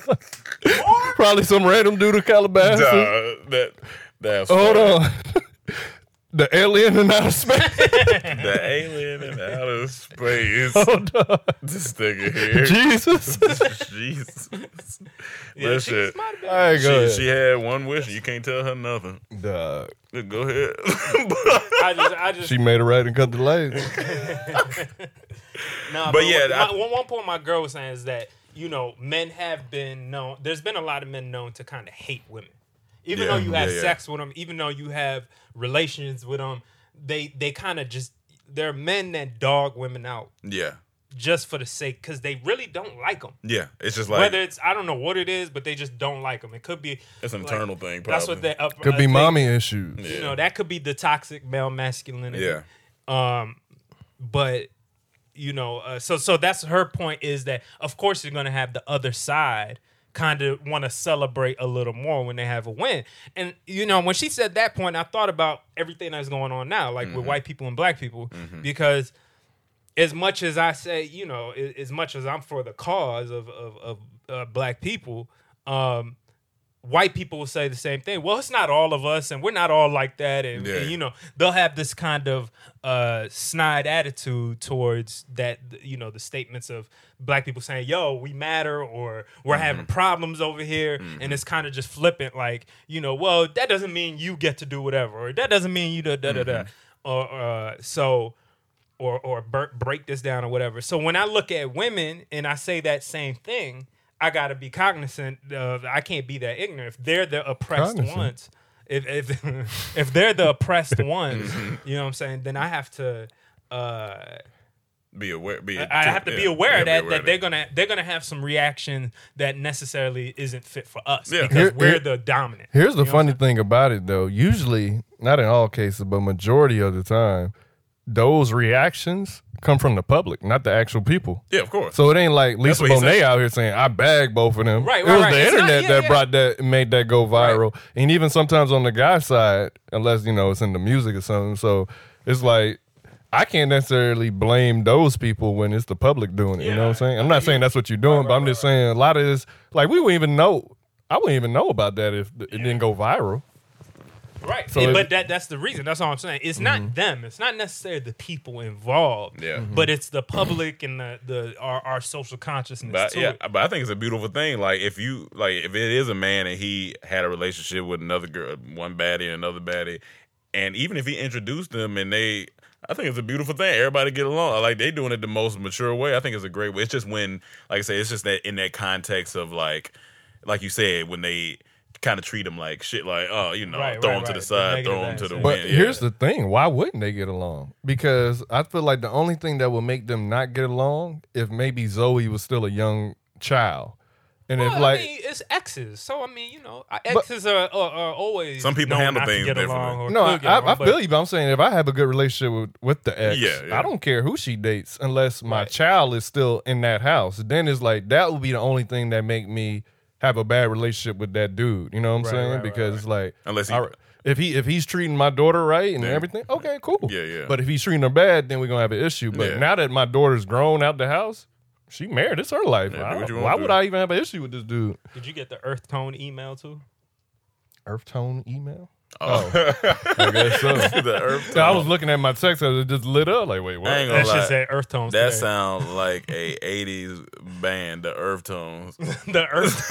Speaker 3: Probably some random dude in Calabasas.
Speaker 2: Duh, that that's
Speaker 3: Hold
Speaker 2: funny.
Speaker 3: on. The alien in outer space.
Speaker 2: The alien in outer space.
Speaker 3: Hold on.
Speaker 2: This nigga here.
Speaker 3: Jesus.
Speaker 2: Jesus. Listen,
Speaker 3: All right, go
Speaker 2: she,
Speaker 3: ahead.
Speaker 2: she had one wish. You can't tell her nothing.
Speaker 3: Dog.
Speaker 2: Go ahead.
Speaker 4: I just, I just,
Speaker 3: She made it right and cut the lights.
Speaker 4: nah,
Speaker 2: but yeah,
Speaker 4: my,
Speaker 2: I-
Speaker 4: one, one point my girl was saying is that you know men have been known. There's been a lot of men known to kind of hate women, even
Speaker 2: Yeah,
Speaker 4: though you have
Speaker 2: yeah, yeah.
Speaker 4: sex with them, even though you have relations with them. They they kind of just they're men that dog women out
Speaker 2: yeah.
Speaker 4: just for the sake because they really don't like them.
Speaker 2: Yeah. It's just like
Speaker 4: Whether it's I don't know what it is, but they just don't like them. It could be
Speaker 2: it's an
Speaker 4: like,
Speaker 2: internal thing. Probably.
Speaker 4: That's what they up,
Speaker 3: Could
Speaker 4: I
Speaker 3: be
Speaker 4: think,
Speaker 3: mommy issues.
Speaker 4: You know that could be the toxic male masculinity.
Speaker 2: Yeah.
Speaker 4: Um, but you know, uh, so so that's her point is that of course you're gonna have the other side kind of want to celebrate a little more when they have a win. And you know, when she said that point, I thought about everything that's going on now, like
Speaker 2: Mm-hmm.
Speaker 4: with white people and black people, because as much as I say, you know, a- as much as I'm for the cause of of, of uh, black people, um, white people will say the same thing. Well, it's not all of us, and we're not all like that, and,
Speaker 2: Yeah.
Speaker 4: and, you know, they'll have this kind of uh, snide attitude towards that. You know, the statements of black people saying, "Yo, we matter," or "We're having problems over here," and it's kind of just flippant, like you know, well, that doesn't mean you get to do whatever, or that doesn't mean you da da da da, or uh, so or or bur- break this down or whatever. So when I look at women and I say that same thing, I gotta be cognizant of I can't be that ignorant. If they're the oppressed
Speaker 3: Cognizant.
Speaker 4: ones, if if if they're the oppressed ones, you know what I'm saying, then I have to. Uh,
Speaker 2: Be aware. Be.
Speaker 4: I have to be
Speaker 2: yeah,
Speaker 4: aware
Speaker 2: yeah,
Speaker 4: of that
Speaker 2: aware
Speaker 4: that
Speaker 2: of
Speaker 4: they're gonna they're gonna have some reaction that necessarily isn't fit for us
Speaker 2: Yeah.
Speaker 4: because
Speaker 3: Here-
Speaker 4: we're
Speaker 3: here-
Speaker 4: the dominant.
Speaker 3: Here's the funny thing about it, though. Usually, not in all cases, but majority of the time, those reactions come from the public, not the actual people.
Speaker 2: Yeah, of course.
Speaker 3: So it ain't like Lisa
Speaker 2: what he
Speaker 3: Bonet
Speaker 2: said.
Speaker 3: out here saying I bagged both of them.
Speaker 4: Right,
Speaker 3: It
Speaker 4: right,
Speaker 3: was
Speaker 4: right.
Speaker 3: the
Speaker 4: It's not-
Speaker 3: internet
Speaker 4: yeah,
Speaker 3: that
Speaker 4: yeah.
Speaker 3: brought that made that go viral, and even sometimes on the guy side, unless you know it's in the music or something. So it's like. I can't necessarily blame those people when it's the public doing it. You know what I'm saying? I'm not saying that's what you're doing, but I'm just saying a lot of this, like we wouldn't even know. I wouldn't even know about that if it didn't go viral.
Speaker 4: Right.
Speaker 3: So
Speaker 4: Yeah,
Speaker 3: it-
Speaker 4: but that that's the reason. That's all I'm saying. It's not them. It's not necessarily the people involved.
Speaker 2: Mm-hmm. Yeah. Mhm.
Speaker 4: But it's the public and the the our, our social consciousness
Speaker 2: But
Speaker 4: to
Speaker 2: yeah, uh,
Speaker 4: it.
Speaker 2: but I think it's a beautiful thing. Like if you like, if it is a man and he had a relationship with another girl, one baddie and another baddie, and even if he introduced them and they, I think it's a beautiful thing. Everybody get along. Like they doing it the most mature way. I think it's a great way. It's just when, like I say, it's just that in that context of like, like you said, when they kind of treat them like shit, like oh, you know,
Speaker 4: Right,
Speaker 2: throw
Speaker 4: right,
Speaker 2: them to
Speaker 4: right.
Speaker 2: the
Speaker 4: The
Speaker 2: side, throw them
Speaker 4: negative
Speaker 2: to the
Speaker 4: aspect.
Speaker 2: wind.
Speaker 3: But
Speaker 2: Yeah.
Speaker 3: here's the thing: why wouldn't they get along? Because I feel like the only thing that would make them not get along if maybe Zoe was still a young child, and
Speaker 4: Well,
Speaker 3: if like
Speaker 4: I mean, it's exes. So I mean, you know, exes are, are, are always
Speaker 2: Some people
Speaker 4: known
Speaker 2: handle
Speaker 4: not to
Speaker 2: things
Speaker 4: get
Speaker 2: differently.
Speaker 4: along or
Speaker 3: no, I,
Speaker 4: could get
Speaker 3: I,
Speaker 4: along,
Speaker 3: I
Speaker 4: but-
Speaker 3: feel you. But I'm saying if I have a good relationship with, with the ex,
Speaker 2: Yeah, yeah.
Speaker 3: I don't care who she dates unless my
Speaker 2: Right.
Speaker 3: child is still in that house. Then it's like that would be the only thing that make me have a bad relationship with that dude. You know what I'm
Speaker 4: Right,
Speaker 3: saying?
Speaker 4: right, right,
Speaker 3: because it's like
Speaker 2: Unless he-
Speaker 3: all right, if he if he's treating my daughter right and everything, okay, cool.
Speaker 2: Yeah, yeah.
Speaker 3: But if he's treating her bad, then we're gonna have an issue. But
Speaker 2: Yeah.
Speaker 3: now that my daughter's grown out the house, she married. It's her life.
Speaker 2: Yeah, do
Speaker 3: I
Speaker 2: what
Speaker 3: don't-
Speaker 2: you wanna
Speaker 3: why
Speaker 2: do.
Speaker 3: would I even have an issue with this dude?
Speaker 4: Did you get the Earth Tone email too?
Speaker 3: Earth tone email.
Speaker 2: oh.
Speaker 3: I guess so.
Speaker 2: the earth.
Speaker 3: I
Speaker 2: tone.
Speaker 3: was looking at my text and it just lit up. Like, wait, what?
Speaker 2: I ain't gonna
Speaker 4: That
Speaker 2: lie.
Speaker 4: shit said Earth Tones.
Speaker 2: That
Speaker 4: today.
Speaker 2: sound like a '80s band, the Earth Tones.
Speaker 4: the Earth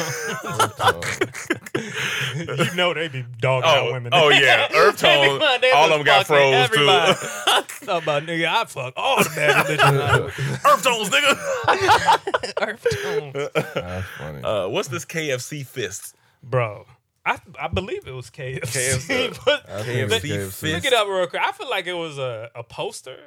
Speaker 4: Tones. you know they be dogging out women.
Speaker 2: oh yeah, Earth
Speaker 4: They be-
Speaker 2: Tones.
Speaker 4: they
Speaker 2: All of
Speaker 4: was
Speaker 2: them got
Speaker 4: fucking
Speaker 2: froze
Speaker 4: everybody.
Speaker 2: too.
Speaker 4: Talking about nigga, I fuck all the bad bitches.
Speaker 2: Earth Tones, nigga.
Speaker 4: Earth Tones.
Speaker 3: Oh. That's funny.
Speaker 2: Uh, what's this KFC fist?
Speaker 4: Bro, I I believe it was KFC.
Speaker 2: KFC.
Speaker 4: but
Speaker 3: think
Speaker 4: but
Speaker 3: it was KFC.
Speaker 4: Look it up real quick. I feel like it was a, a poster.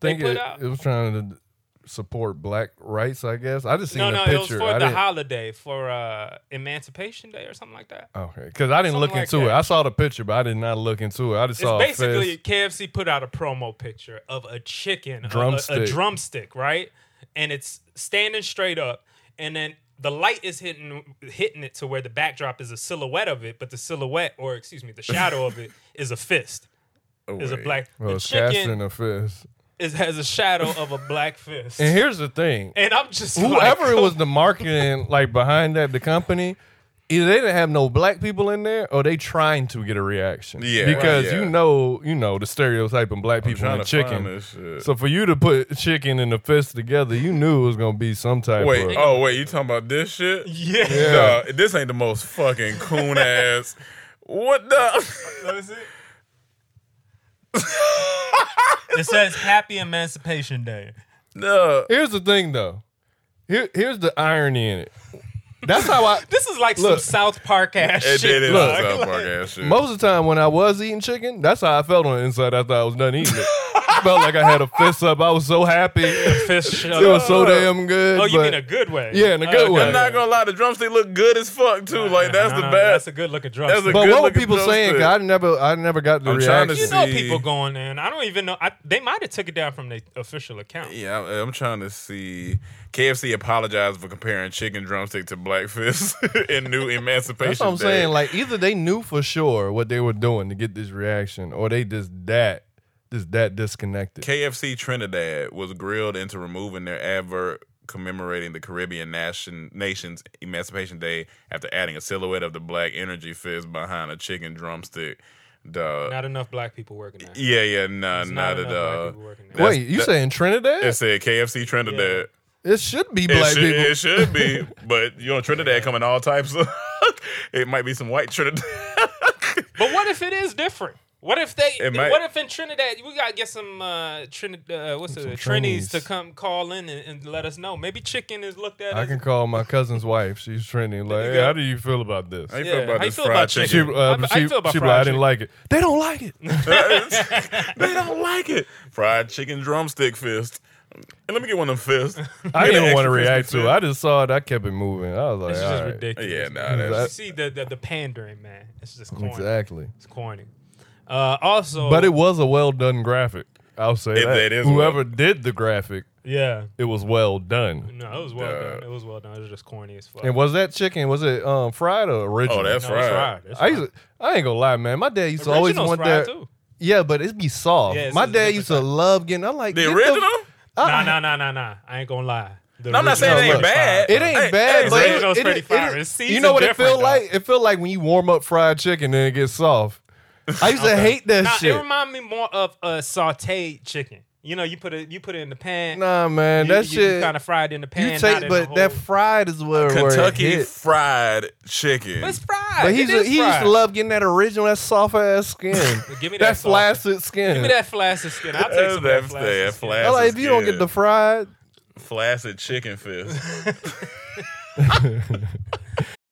Speaker 3: think
Speaker 4: they put
Speaker 3: it,
Speaker 4: out-
Speaker 3: it was trying to support black rights, I guess. I just seen
Speaker 4: No,
Speaker 3: the
Speaker 4: no, it was
Speaker 3: picture.
Speaker 4: for
Speaker 3: I
Speaker 4: the
Speaker 3: didn't,
Speaker 4: holiday for uh, Emancipation Day or something like that.
Speaker 3: okay, because I didn't
Speaker 4: Something
Speaker 3: look
Speaker 4: like
Speaker 3: into
Speaker 4: that.
Speaker 3: it. I saw the picture, but I did not look into it. I just
Speaker 4: It's
Speaker 3: saw a
Speaker 4: basically
Speaker 3: fist.
Speaker 4: KFC put out a promo picture of a chicken, a- a- A,
Speaker 3: Drumstick.
Speaker 4: drumstick, right? And it's standing straight up, and then the light is hitting hitting it to where the backdrop is a silhouette of it, but the silhouette, or excuse me, the shadow of it is a fist. Is a
Speaker 2: wait.
Speaker 4: black
Speaker 3: Oh, Well,
Speaker 4: the
Speaker 3: it's casting
Speaker 4: chicken
Speaker 3: a fist.
Speaker 4: is, has a shadow of a black fist.
Speaker 3: And here's the thing:
Speaker 4: And I'm just
Speaker 3: whoever
Speaker 4: like,
Speaker 3: was the marketing like behind that, the company, either they didn't have no black people in there or they trying to get a reaction.
Speaker 2: Yeah, right,
Speaker 3: Because
Speaker 2: yeah.
Speaker 3: you know, you know, the stereotype in black people
Speaker 2: trying
Speaker 3: and
Speaker 2: to find
Speaker 3: chicken.
Speaker 2: this shit.
Speaker 3: So for you to put chicken and the fist together, you knew it was gonna be some type
Speaker 2: Wait,
Speaker 3: of
Speaker 2: oh wait, you talking about this shit?
Speaker 4: Yeah.
Speaker 2: Nah, this ain't the most fucking coon ass. What the?
Speaker 4: Let me see. it says Happy Emancipation Day.
Speaker 2: No.
Speaker 3: Here's the thing though. Here, here's the irony in it. That's how I
Speaker 4: This is like
Speaker 3: Look.
Speaker 4: some South Park ass
Speaker 2: It
Speaker 4: shit.
Speaker 2: did it
Speaker 3: Look.
Speaker 2: on South Park ass shit.
Speaker 3: most of the time when I was eating chicken, that's how I felt on the inside after I was done eating it. felt like I had a fist up. I was so happy. It
Speaker 4: Fish-
Speaker 3: was so damn good.
Speaker 4: oh, you
Speaker 3: but-
Speaker 4: mean a good way? Uh,
Speaker 3: Yeah, in a good
Speaker 4: okay.
Speaker 3: way.
Speaker 2: I'm not gonna lie, the drumstick look good as fuck too. Like that's
Speaker 4: No,
Speaker 2: the
Speaker 4: no, no,
Speaker 2: best.
Speaker 4: That's a good looking
Speaker 2: That's a
Speaker 4: drumstick.
Speaker 3: But what were
Speaker 2: good-looking
Speaker 3: people saying? 'Cause
Speaker 2: drumstick.
Speaker 3: I never, I never got the
Speaker 2: I'm trying to
Speaker 3: reaction.
Speaker 4: You know
Speaker 2: See.
Speaker 4: people going in. I don't even know. I, they might have took it down from their official account.
Speaker 2: Yeah, I'm, I'm trying to see. KFC apologized for comparing chicken drumstick to black fist in new Emancipation
Speaker 3: That's what I'm
Speaker 2: Day.
Speaker 3: saying. Like either they knew for sure what they were doing to get this reaction, or they just that, just that disconnected.
Speaker 2: KFC Trinidad was grilled into removing their advert commemorating the Caribbean nation, nation's Emancipation Day after adding a silhouette of the black energy fist behind a chicken drumstick. Duh.
Speaker 4: Not enough black people working there.
Speaker 2: yeah, yeah, nah,
Speaker 4: There's
Speaker 2: not,
Speaker 4: enough
Speaker 2: at
Speaker 4: black
Speaker 2: all.
Speaker 4: people working there.
Speaker 2: That's-
Speaker 3: Wait, you
Speaker 2: that-
Speaker 3: saying Trinidad?
Speaker 2: It said KFC Trinidad.
Speaker 3: it should be
Speaker 2: It
Speaker 3: black
Speaker 2: should,
Speaker 3: people.
Speaker 2: it should be, but you know Trinidad come in all types. of It might be some white Trinidad.
Speaker 4: But what if it is different? What if they?
Speaker 2: It might-
Speaker 4: what if in Trinidad we gotta get some uh, Trinidad? Uh, what's it? Trinities
Speaker 3: Trinis.
Speaker 4: to come call in and, and let us know. Maybe chicken is looked at.
Speaker 3: I
Speaker 4: as
Speaker 3: can call my cousin's wife. She's trending. Like, hey, how do you feel about this?
Speaker 2: How you
Speaker 4: Yeah,
Speaker 2: feel about
Speaker 4: how you
Speaker 2: this
Speaker 4: feel
Speaker 2: fried
Speaker 4: about
Speaker 2: chicken?
Speaker 3: She,
Speaker 4: chicken?
Speaker 3: uh,
Speaker 4: I- I
Speaker 3: she,
Speaker 4: feel about
Speaker 3: she
Speaker 4: fried
Speaker 3: like, I didn't
Speaker 4: chicken."
Speaker 3: like it. They don't like it.
Speaker 2: they don't like it. Fried chicken drumstick fist. And let me get one of them fists.
Speaker 3: I
Speaker 2: Get an
Speaker 3: didn't want to
Speaker 2: extra
Speaker 3: react
Speaker 2: crispy
Speaker 3: to it. I just saw it. I kept it moving. I was like,
Speaker 4: It's just
Speaker 3: all right.
Speaker 2: fist.
Speaker 4: ridiculous.
Speaker 2: Yeah, nah,
Speaker 4: You
Speaker 2: that's
Speaker 4: see the, the the pandering, man. It's just corny.
Speaker 3: Exactly.
Speaker 4: It's corny. Uh, also,
Speaker 3: But it was a well done graphic. I'll say
Speaker 2: It-
Speaker 3: that.
Speaker 2: it is
Speaker 3: Whoever
Speaker 2: well-
Speaker 3: did the graphic,
Speaker 4: yeah,
Speaker 3: it was well done.
Speaker 4: no, it was well done. It was well done. It was just corny as fuck.
Speaker 3: And was that chicken? Was it um, fried or original?
Speaker 2: Oh, that's
Speaker 4: no,
Speaker 2: fried.
Speaker 4: it's fried. It's
Speaker 3: I
Speaker 4: fried.
Speaker 3: used to, I ain't gonna lie, man. My dad used to always
Speaker 4: Original's
Speaker 3: want
Speaker 4: fried
Speaker 3: that.
Speaker 4: too.
Speaker 3: Yeah, but it'd be soft.
Speaker 4: Yeah, it's
Speaker 3: My
Speaker 4: a
Speaker 3: dad
Speaker 4: different
Speaker 3: used to love getting. I'm like
Speaker 2: The
Speaker 3: get
Speaker 2: original?
Speaker 3: uh-uh.
Speaker 4: Nah, nah, nah, nah, nah. I ain't gonna lie. The
Speaker 2: I'm not saying it ain't
Speaker 4: original's
Speaker 3: look,
Speaker 4: pretty
Speaker 2: bad.
Speaker 4: fire.
Speaker 3: It ain't
Speaker 2: Hey,
Speaker 3: bad,
Speaker 2: hey,
Speaker 3: but
Speaker 2: Zay's
Speaker 3: it-
Speaker 4: was
Speaker 3: it-
Speaker 4: pretty
Speaker 3: it-
Speaker 4: fire.
Speaker 3: it-
Speaker 4: It's
Speaker 3: you know what it
Speaker 4: seasoned
Speaker 3: feel
Speaker 4: different,
Speaker 3: like? It feel like when you warm up fried chicken and it gets soft. I used to hate that
Speaker 4: Nah, it
Speaker 3: shit.
Speaker 4: remind me more of a sautéed chicken. You know, you put it you put it in the pan.
Speaker 3: Nah, man,
Speaker 4: you,
Speaker 3: that
Speaker 4: you,
Speaker 3: shit.
Speaker 4: kind of fried in the pan.
Speaker 3: you
Speaker 4: not
Speaker 3: take,
Speaker 4: in
Speaker 3: but
Speaker 4: the
Speaker 3: that
Speaker 4: whole-
Speaker 3: fried is where
Speaker 2: Kentucky
Speaker 3: Where it hit.
Speaker 2: fried chicken.
Speaker 4: But it's fried.
Speaker 3: But he's
Speaker 4: It is
Speaker 3: he used
Speaker 4: fried.
Speaker 3: to love getting that original, that soft ass skin,
Speaker 4: Give me that
Speaker 3: that
Speaker 4: soft-
Speaker 3: flaccid skin.
Speaker 4: Give me that flaccid skin. I'll take
Speaker 2: That's
Speaker 4: some of
Speaker 2: that-
Speaker 4: that
Speaker 2: that
Speaker 4: flaccid skin.
Speaker 2: flaccid
Speaker 3: I'm like, if you don't
Speaker 2: skin.
Speaker 3: get the fried,
Speaker 2: flaccid chicken fist.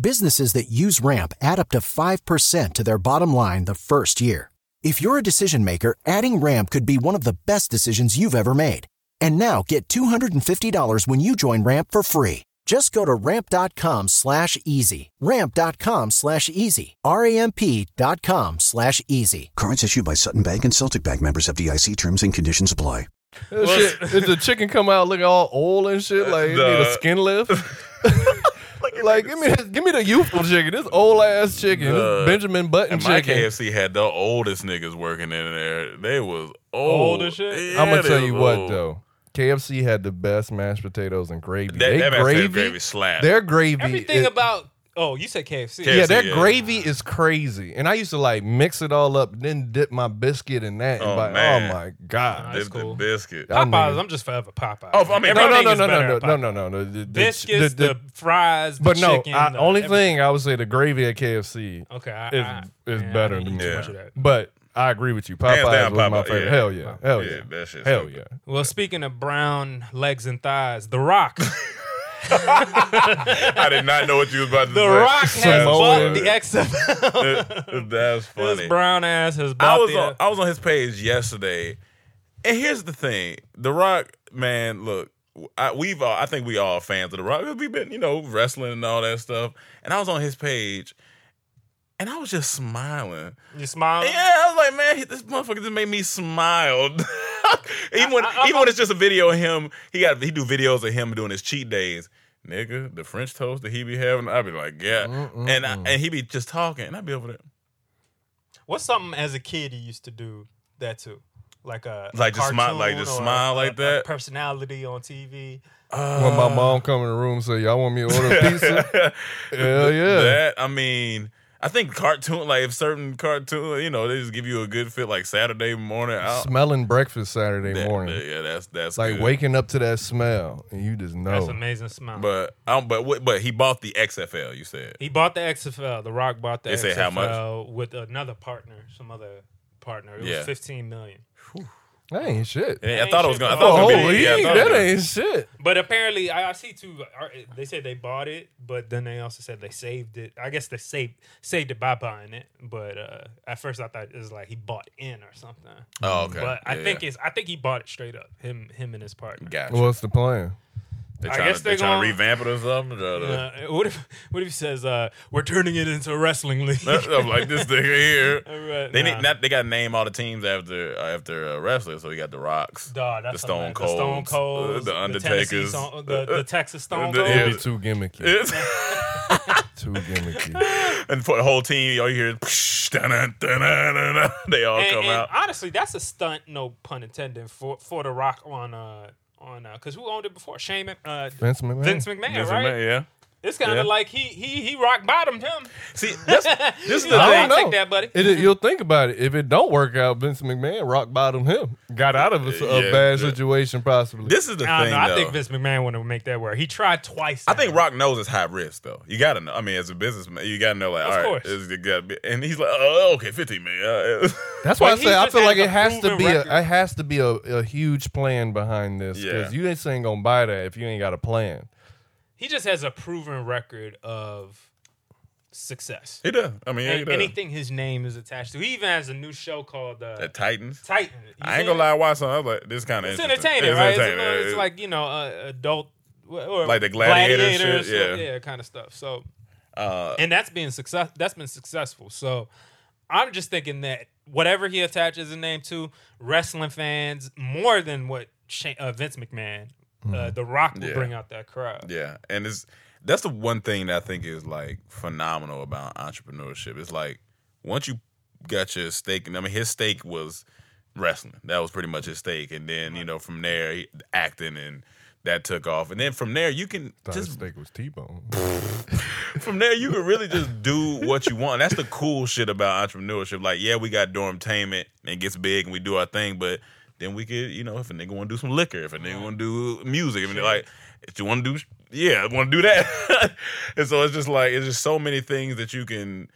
Speaker 6: Businesses that use Ramp add up to 5% to their bottom line the first year. If you're a decision maker, adding Ramp could be one of the best decisions you've ever made. And now get $250 when you join Ramp for free. Just go to ramp.com slash easy. Ramp.com slash easy. R-A-M-P dot com slash easy.
Speaker 7: Cards issued by Sutton Bank and Celtic Bank members of DIC terms and conditions apply.
Speaker 3: That shit- If the chicken come out looking all old and shit, like it need a
Speaker 2: Uh, Nah.
Speaker 3: skin lift. like give me give me the youthful chicken. This old ass chicken,
Speaker 2: Nah.
Speaker 3: this Benjamin Button
Speaker 2: And my
Speaker 3: chicken.
Speaker 2: KFC had the oldest niggas working in there. They was old.
Speaker 4: Old as shit?
Speaker 2: Yeah,
Speaker 3: I'm gonna
Speaker 2: they
Speaker 3: tell
Speaker 2: was
Speaker 3: you what
Speaker 2: old.
Speaker 3: though. KFC had the best mashed potatoes and gravy.
Speaker 2: That,
Speaker 3: they
Speaker 2: that mashed potato
Speaker 3: gravy,
Speaker 2: gravy slap.
Speaker 3: their gravy.
Speaker 4: Everything
Speaker 3: is-
Speaker 4: about oh, you said KFC.
Speaker 2: Yeah,
Speaker 3: yeah,
Speaker 2: KFC,
Speaker 3: their
Speaker 2: yeah.
Speaker 3: gravy is crazy. And I used to like mix it all up, then dip my biscuit in that. And
Speaker 2: Oh,
Speaker 3: like,
Speaker 2: man.
Speaker 3: oh my god.
Speaker 2: Dip
Speaker 4: That's
Speaker 2: the
Speaker 4: cool.
Speaker 2: biscuit.
Speaker 3: I'm
Speaker 4: Popeyes.
Speaker 3: nigga.
Speaker 4: I'm just forever Popeyes.
Speaker 2: Oh, I mean,
Speaker 3: no, no,
Speaker 2: everything
Speaker 3: no,
Speaker 2: is
Speaker 3: no,
Speaker 2: better
Speaker 3: no,
Speaker 2: at
Speaker 3: no, no, no, no. The- the-
Speaker 4: biscuits,
Speaker 3: the-
Speaker 4: the, fries, the
Speaker 3: but no,
Speaker 4: chicken,
Speaker 3: I,
Speaker 4: the
Speaker 3: only
Speaker 4: everything.
Speaker 3: thing I would say the gravy at KFC
Speaker 4: Okay, I,
Speaker 3: is
Speaker 4: I,
Speaker 3: is
Speaker 4: man, I
Speaker 3: better
Speaker 4: eat
Speaker 3: than
Speaker 4: too
Speaker 2: Yeah.
Speaker 3: me.
Speaker 4: much of that.
Speaker 3: But I agree with you. Popeyes
Speaker 2: Hands down,
Speaker 3: was my
Speaker 2: Popeye,
Speaker 3: favorite.
Speaker 2: yeah.
Speaker 3: Hell yeah, hell yeah,
Speaker 2: Yeah, that shit's
Speaker 3: hell
Speaker 2: stupid.
Speaker 3: yeah.
Speaker 4: Well, speaking of brown legs and thighs, The Rock.
Speaker 2: I did not know what you was about to
Speaker 4: The
Speaker 2: say.
Speaker 4: Rock has
Speaker 3: Samoan.
Speaker 4: bought the XFL.
Speaker 2: That's
Speaker 4: His
Speaker 2: funny.
Speaker 4: brown ass has
Speaker 2: I
Speaker 4: bought
Speaker 2: was
Speaker 4: the.
Speaker 2: on, I was on his page yesterday, and here's the thing: The Rock, man, look, I, we've all, I think we all fans of The Rock. 'cause We've been, you know, wrestling and all that stuff. And I was on his page, and I was just smiling.
Speaker 4: you smiling?
Speaker 2: Yeah, I was like, man, this motherfucker just made me smile. even when, even when it's just a video of him, he got he do videos of him doing his cheat days. Nigga, the French toast that he be having, I'd be like, yeah, and I, and he be just talking, and I'd be over there,
Speaker 4: What's something as a kid you used to do that too? Like a
Speaker 2: Like
Speaker 4: a
Speaker 2: just smile- like
Speaker 4: cartoon
Speaker 2: just
Speaker 4: or a-
Speaker 2: smile like
Speaker 4: a- a
Speaker 2: that?
Speaker 4: personality on TV.
Speaker 3: when my mom come in the room and say, "Y'all want me to order pizza?" Hell yeah.
Speaker 2: That I mean, I think cartoon like if certain cartoon, you know, they just give you a good fit like Saturday morning out.
Speaker 3: Smelling breakfast Saturday
Speaker 2: Uh, That-
Speaker 3: morning.
Speaker 2: Yeah, that's that's
Speaker 3: It's like
Speaker 2: good.
Speaker 3: waking up to that smell, and you just know.
Speaker 4: That's amazing smile.
Speaker 2: But um, but what- but he bought the XFL. You said
Speaker 4: He bought the XFL. The Rock bought the
Speaker 2: They say
Speaker 4: XFL
Speaker 2: how much?
Speaker 4: with another partner, some other partner. It
Speaker 2: Yeah.
Speaker 4: was fifteen million.
Speaker 3: That ain't shit.
Speaker 2: And I thought it was gonna. I thought it was
Speaker 3: Oh,
Speaker 2: gonna be,
Speaker 3: league?
Speaker 2: yeah, I thought it was
Speaker 3: that
Speaker 2: gonna-
Speaker 3: ain't shit.
Speaker 4: But apparently, I, I see two. are- They said they bought it, but then they also said they saved it. I guess they saved saved it by buying it. But uh, at first, I thought it was like he bought in or something.
Speaker 2: Oh, okay.
Speaker 4: But I
Speaker 2: Yeah,
Speaker 4: think
Speaker 2: yeah.
Speaker 4: it's I think he bought it straight up. Him him and his partner.
Speaker 2: Gotcha.
Speaker 3: What's the plan?
Speaker 2: they
Speaker 4: I
Speaker 2: trying,
Speaker 4: guess
Speaker 2: to, they
Speaker 4: they're
Speaker 2: trying to
Speaker 4: gonna-
Speaker 2: revamp it or something. Or the-
Speaker 4: Uh, what if what if he says uh, we're turning it into a wrestling league?
Speaker 2: I'm like this nigga here.
Speaker 4: Right,
Speaker 2: Uh, they
Speaker 4: nah.
Speaker 2: need, not, they got to name all the teams after after uh, wrestlers. So you got the Rocks,
Speaker 4: Duh, that's
Speaker 2: the Stone
Speaker 4: hilarious. the Stone
Speaker 2: Colds,
Speaker 4: Colds,
Speaker 2: the
Speaker 4: Tennessee
Speaker 2: Undertakers. uh,
Speaker 4: Stone- the, the Texas Stone
Speaker 2: the-
Speaker 4: Cold.
Speaker 3: It'd
Speaker 2: yeah.
Speaker 3: be too gimmicky.
Speaker 2: It's-
Speaker 3: Too gimmicky.
Speaker 2: and for the whole team, all you hear is psh, dun-dun, dun-dun, dun-dun. they all
Speaker 4: and, oh,
Speaker 2: come
Speaker 4: and
Speaker 2: out.
Speaker 4: honestly, that's a stunt, no pun intended, for for The Rock on uh on uh, because who owned it before? Shane uh,
Speaker 3: Vince McMahon.
Speaker 4: Vince McMahon,
Speaker 2: Vince
Speaker 4: right?
Speaker 2: McMahon, yeah.
Speaker 4: It's kind of
Speaker 2: Yeah.
Speaker 4: like he he he rock bottomed him.
Speaker 2: See, that's, this is the
Speaker 4: I
Speaker 3: I don't
Speaker 2: thing.
Speaker 3: know.
Speaker 4: Take that, buddy.
Speaker 3: It- it- you'll think about it. If it don't work out, Vince McMahon rock bottom him. Got out of a, s- a
Speaker 2: Yeah,
Speaker 3: bad
Speaker 2: yeah.
Speaker 3: situation possibly.
Speaker 2: This is the
Speaker 4: I
Speaker 2: thing.
Speaker 4: don't know. I
Speaker 2: though.
Speaker 4: think Vince McMahon wanted to make that work. He tried twice.
Speaker 2: I
Speaker 4: now.
Speaker 2: think Rock knows it's high risk though. You gotta know. I mean, as a businessman, you gotta know like,
Speaker 4: Of
Speaker 2: all right,
Speaker 4: course.
Speaker 2: it's- it gotta be- and he's like, oh, okay, fifteen million. Uh,
Speaker 3: That's why
Speaker 4: But
Speaker 3: I
Speaker 4: he
Speaker 3: say I
Speaker 4: just
Speaker 3: feel like
Speaker 4: has
Speaker 3: it
Speaker 4: a
Speaker 3: has to
Speaker 4: proven
Speaker 3: be a,
Speaker 4: record.
Speaker 3: it has to be a, a huge plan behind this because
Speaker 2: Yeah.
Speaker 3: you just ain't gonna buy that if you ain't got a plan.
Speaker 4: he just has a proven record of success.
Speaker 2: he does. I mean, yeah, he
Speaker 4: And
Speaker 2: does.
Speaker 4: anything his name is attached to. He even has a new show called uh,
Speaker 2: the Titans.
Speaker 4: Titan. You
Speaker 2: I ain't
Speaker 4: seen
Speaker 2: gonna
Speaker 4: it?
Speaker 2: lie, I watched something. I was like, this kind of
Speaker 4: It's entertaining, right? It's, a- it's like you know, uh, adult or
Speaker 2: Like the gladiator shit,
Speaker 4: gladiators,
Speaker 2: yeah.
Speaker 4: kind of stuff. So,
Speaker 2: uh,
Speaker 4: and that's being success. That's been successful. So, I'm just thinking that whatever he attaches a name to, wrestling fans more than what Shane, uh, Vince McMahon, uh, The Rock will
Speaker 2: Mm-hmm. Yeah.
Speaker 4: bring out that crowd.
Speaker 2: yeah, and it's that's the one thing that I think is like phenomenal about entrepreneurship. It's like once you got your stake, and I mean, his stake was wrestling. That was pretty much his stake, and then you know from there he- acting and. That took off, and then from there you can
Speaker 3: Thought his
Speaker 2: just
Speaker 3: steak was T Bone.
Speaker 2: from there you can really just do what you want. That's the cool shit about entrepreneurship. Like, yeah, we got dormtainment and it gets big and we do our thing, but then we could, you know, if a nigga want to do some liquor, if a nigga want to do music, if a nigga like, if you want to do, yeah, want to do that. and so it's just like it's just so many things that you can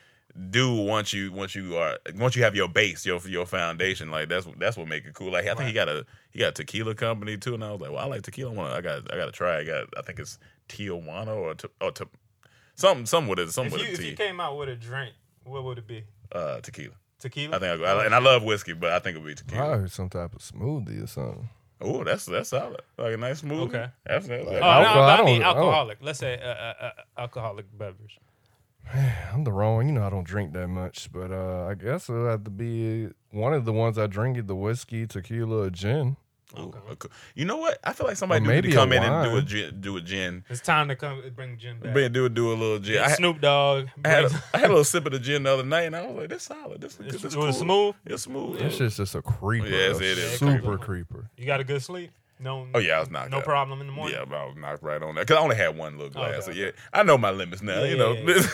Speaker 2: do once you once you are once you have your base your your foundation like that's that's what make it cool like I think he got a he got a tequila company too and I was like well I like tequila I want to I got I got to try I got I think it's Tijuana or T- or T- something some with it some
Speaker 4: If
Speaker 2: with
Speaker 4: you,
Speaker 2: a
Speaker 4: if you
Speaker 2: T
Speaker 4: came out with a drink, what would it be?
Speaker 2: uh, tequila
Speaker 4: Tequila.
Speaker 2: I think I, I and I love whiskey but I think it would be
Speaker 3: I
Speaker 2: tequila
Speaker 3: heard some type of smoothie or something.
Speaker 2: Oh, that's that's solid. Like a nice smooth.
Speaker 4: Okay.
Speaker 2: That's, that's,
Speaker 4: Oh,
Speaker 2: that's-
Speaker 4: no, but I
Speaker 3: I
Speaker 4: mean
Speaker 3: don't- I don't-
Speaker 4: alcoholic. Let's say uh, uh, uh, alcoholic beverage.
Speaker 3: I'm the wrong. You know, I don't drink that much, but uh, I guess it'll have to be one of the ones I drink either whiskey, tequila, or gin.
Speaker 2: ooh, okay. You know what? I feel like somebody
Speaker 3: Or
Speaker 2: needs
Speaker 3: maybe
Speaker 2: to
Speaker 3: a
Speaker 2: come in and do a
Speaker 3: wine.
Speaker 2: gin, do a gin.
Speaker 4: It's time to come bring Jim back.
Speaker 2: Bring- Do a do a little gin. I,
Speaker 4: Snoop Dogg.
Speaker 2: I had,
Speaker 4: brings-
Speaker 2: a, I had a little sip of the gin the other night, and I was like, "This solid. This is
Speaker 4: It's-
Speaker 2: this
Speaker 4: it was
Speaker 2: cool.
Speaker 4: smooth?
Speaker 2: It's smooth.
Speaker 3: This shit's just a creeper.
Speaker 2: Yes,
Speaker 3: a
Speaker 2: it is.
Speaker 3: Super creeper.
Speaker 4: you got a good sleep? No.
Speaker 2: oh yeah, I was knocked.
Speaker 4: No
Speaker 2: out.
Speaker 4: problem in the morning.
Speaker 2: Yeah, but I was knocked right on that because I only had one little glass.
Speaker 4: Okay.
Speaker 2: So yeah, I know my limits now.
Speaker 4: Yeah,
Speaker 2: you
Speaker 4: yeah,
Speaker 2: know.
Speaker 4: yeah, yeah.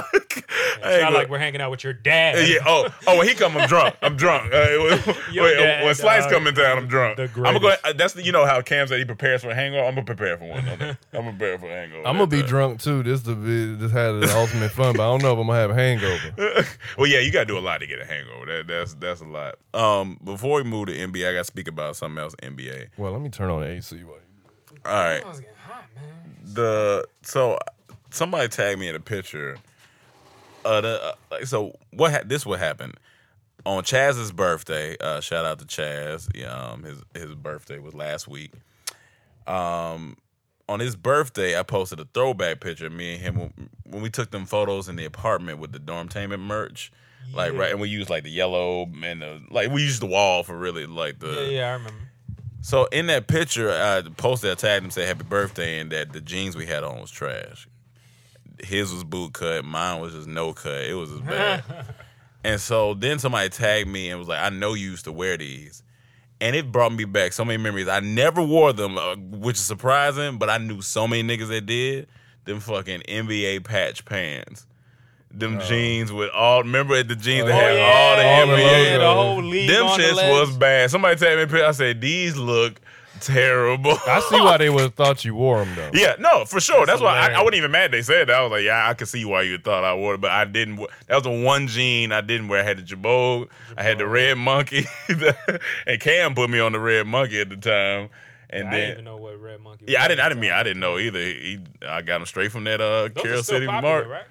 Speaker 2: I
Speaker 4: It's
Speaker 2: ain't
Speaker 4: not
Speaker 2: gonna-
Speaker 4: like we're hanging out with your dad.
Speaker 2: yeah. Oh, oh. When he come, I'm drunk. I'm drunk. Uh, when,
Speaker 4: Your
Speaker 2: when-
Speaker 4: dad,
Speaker 2: when Slice
Speaker 4: dog,
Speaker 2: come in town, I'm drunk.
Speaker 4: the
Speaker 2: I'm gonna go.
Speaker 4: greatest.
Speaker 2: uh, That's the, you know how Cam said he prepares for a hangover. I'm gonna prepare for one. on that. I'm gonna prepare for a hangover.
Speaker 3: I'm gonna be
Speaker 2: Uh,
Speaker 3: drunk too. This to be this had the ultimate fun, but I don't know if I'm gonna have a hangover.
Speaker 2: well, yeah, you gotta do a lot to get a hangover. That, that's that's a lot. Um, before we move to NBA, I gotta speak about something else. NBA.
Speaker 3: Well, let me turn on the AC. while you-
Speaker 2: All right. The so somebody tagged me in a picture. Uh, the, uh like, so what? Ha- this what happened on Chaz's birthday. Uh, shout out to Chaz. Yeah, Um, his his birthday was last week. Um, on his birthday, I posted a throwback picture of me and him when- when we took them photos in the apartment with the dormtainment merch. Like right, and we used like the yellow and the like. We used the wall for really like the
Speaker 4: Yeah, yeah, I remember.
Speaker 2: so in that picture, uh, the poster I tagged him said "Happy Birthday" and that the jeans we had on was trash. His was boot cut, mine was just no cut. It was as bad. and so then somebody tagged me and was like, "I know you used to wear these," and it brought me back so many memories. I never wore them, uh, which is surprising, but I knew so many niggas that did. Them fucking NBA patch pants. Them jeans with all remember the jeans that
Speaker 3: Oh,
Speaker 2: had
Speaker 3: yeah.
Speaker 2: all the
Speaker 3: All the
Speaker 2: NBA
Speaker 3: logos.
Speaker 4: the whole league.
Speaker 2: them
Speaker 4: on the
Speaker 2: shits
Speaker 4: legs.
Speaker 2: was bad. Somebody tagged me. a picture. I said these look terrible.
Speaker 3: I see why they would have thought you wore them though.
Speaker 2: yeah, no, for sure. That's, why I, I
Speaker 4: hilarious.
Speaker 2: wasn't even mad. They said that. I was like, yeah, I could see why you thought I wore it, but I didn't. wear- That was the one jean I didn't wear. I had the Jabot. I had the Red Monkey, and Cam put me on the Red Monkey at the time. And
Speaker 4: I
Speaker 2: then
Speaker 4: didn't even know what Red Monkey.
Speaker 2: yeah, I didn't. I didn't mean I didn't know either. He, I got him straight from that uh,
Speaker 4: Those are
Speaker 2: Carol
Speaker 4: still
Speaker 2: City
Speaker 4: popular,
Speaker 2: Mark
Speaker 4: right?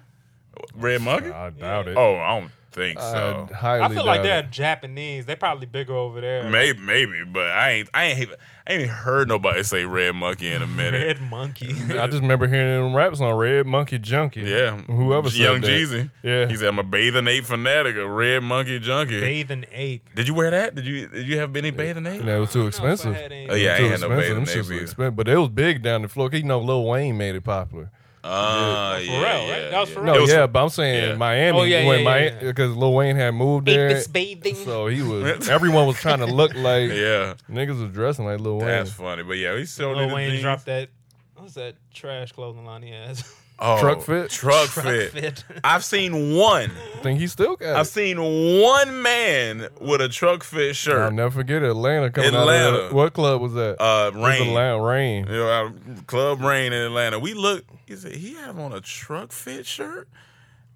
Speaker 2: Red Monkey.
Speaker 3: I doubt it.
Speaker 2: Oh, I don't
Speaker 4: Uh,
Speaker 2: think so.
Speaker 3: I highly
Speaker 4: I feel like
Speaker 3: doubt
Speaker 4: they're
Speaker 3: it.
Speaker 4: Japanese. They probably bigger over there.
Speaker 2: Maybe, maybe, but I ain't, I ain't, even- I ain't even heard nobody say Red Monkey in a minute.
Speaker 4: Red Monkey.
Speaker 3: I just remember hearing them raps on Red Monkey Junkie.
Speaker 2: Yeah,
Speaker 3: Whoever said
Speaker 2: Young
Speaker 3: that.
Speaker 2: Jeezy.
Speaker 3: Yeah.
Speaker 2: he said I'm a bathing ape fanatic, a red monkey junkie.
Speaker 4: Bathing ape.
Speaker 2: did you wear that? Did you did you have any bathing ape?
Speaker 3: And that was too expensive.
Speaker 4: had any-
Speaker 2: Oh yeah, I
Speaker 3: Too
Speaker 2: ain't had no
Speaker 3: expensive.
Speaker 2: bathing
Speaker 3: Them
Speaker 2: ape
Speaker 3: shits were
Speaker 2: either.
Speaker 3: expensive. But it was big down the floor. 'cause You know, Lil Wayne made it popular.
Speaker 2: Ah, yeah,
Speaker 4: Pharrell, Oh, right?
Speaker 2: yeah,
Speaker 4: That was
Speaker 2: yeah.
Speaker 4: Pharrell.
Speaker 3: No,
Speaker 2: It was-
Speaker 3: yeah, but I'm saying
Speaker 2: yeah.
Speaker 3: Miami.
Speaker 4: Oh, yeah,
Speaker 3: when
Speaker 4: yeah, yeah,
Speaker 3: Miami,
Speaker 4: yeah.
Speaker 3: because Lil Wayne had moved there.
Speaker 4: Apis bathing.
Speaker 3: So he was. Everyone was trying to look like.
Speaker 2: yeah.
Speaker 3: Niggas was dressing like Lil Wayne.
Speaker 2: That's funny, but yeah, we still
Speaker 4: Lil
Speaker 2: need
Speaker 4: Wayne
Speaker 2: jeans.
Speaker 4: dropped that. What's that trash clothing line he has?
Speaker 2: Oh,
Speaker 3: Truck fit?
Speaker 2: Truck,
Speaker 4: Truck
Speaker 2: fit.
Speaker 4: fit.
Speaker 2: I've seen one.
Speaker 3: I think he still got
Speaker 2: I've
Speaker 3: it.
Speaker 2: seen one man with a truck fit
Speaker 3: I'll
Speaker 2: shirt.
Speaker 3: never forget Atlanta coming out of
Speaker 2: Atlanta.
Speaker 3: the, What club was that?
Speaker 2: Uh,
Speaker 3: It was
Speaker 2: rain.
Speaker 3: Atlanta, rain.
Speaker 2: You know, our Club Rain in Atlanta. We looked. He said he have on a truck fit shirt.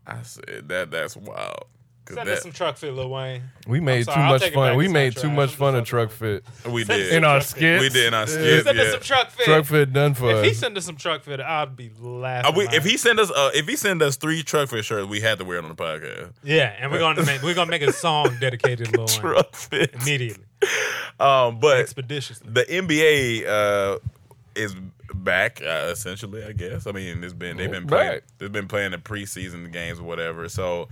Speaker 2: I said that. That's wild. 'Cause
Speaker 4: Send us some truck fit, Lil Wayne.
Speaker 3: We made
Speaker 4: sorry,
Speaker 3: too
Speaker 4: I'll
Speaker 3: much
Speaker 4: take it
Speaker 3: fun.
Speaker 4: back.
Speaker 3: We
Speaker 4: It's
Speaker 3: made
Speaker 4: not
Speaker 3: too
Speaker 4: trash.
Speaker 3: much
Speaker 4: It's
Speaker 3: fun
Speaker 4: not
Speaker 3: at Truck Fit.
Speaker 2: we
Speaker 4: Send us
Speaker 2: did
Speaker 4: some
Speaker 3: In our
Speaker 4: Truck Fit.
Speaker 3: skits.
Speaker 2: We did in our skits.
Speaker 4: Send us
Speaker 2: yeah.
Speaker 4: some truck fit.
Speaker 3: Truck Fit done for
Speaker 4: If he
Speaker 3: us.
Speaker 4: send us some truck fit, I'd be laughing.
Speaker 2: Uh, we,
Speaker 4: my
Speaker 2: if he send us, uh, if he send us three truck fit shirts, we had to wear it on the podcast.
Speaker 4: Yeah, and we're gonna make we're gonna make a song dedicated to Lil Wayne
Speaker 2: Truck fit.
Speaker 4: immediately,
Speaker 2: Um, but
Speaker 4: expeditiously.
Speaker 2: the NBA uh, is back uh, essentially. I guess. I mean, it's been they've been
Speaker 3: Back.
Speaker 2: playing. They've been playing the preseason games or whatever. So.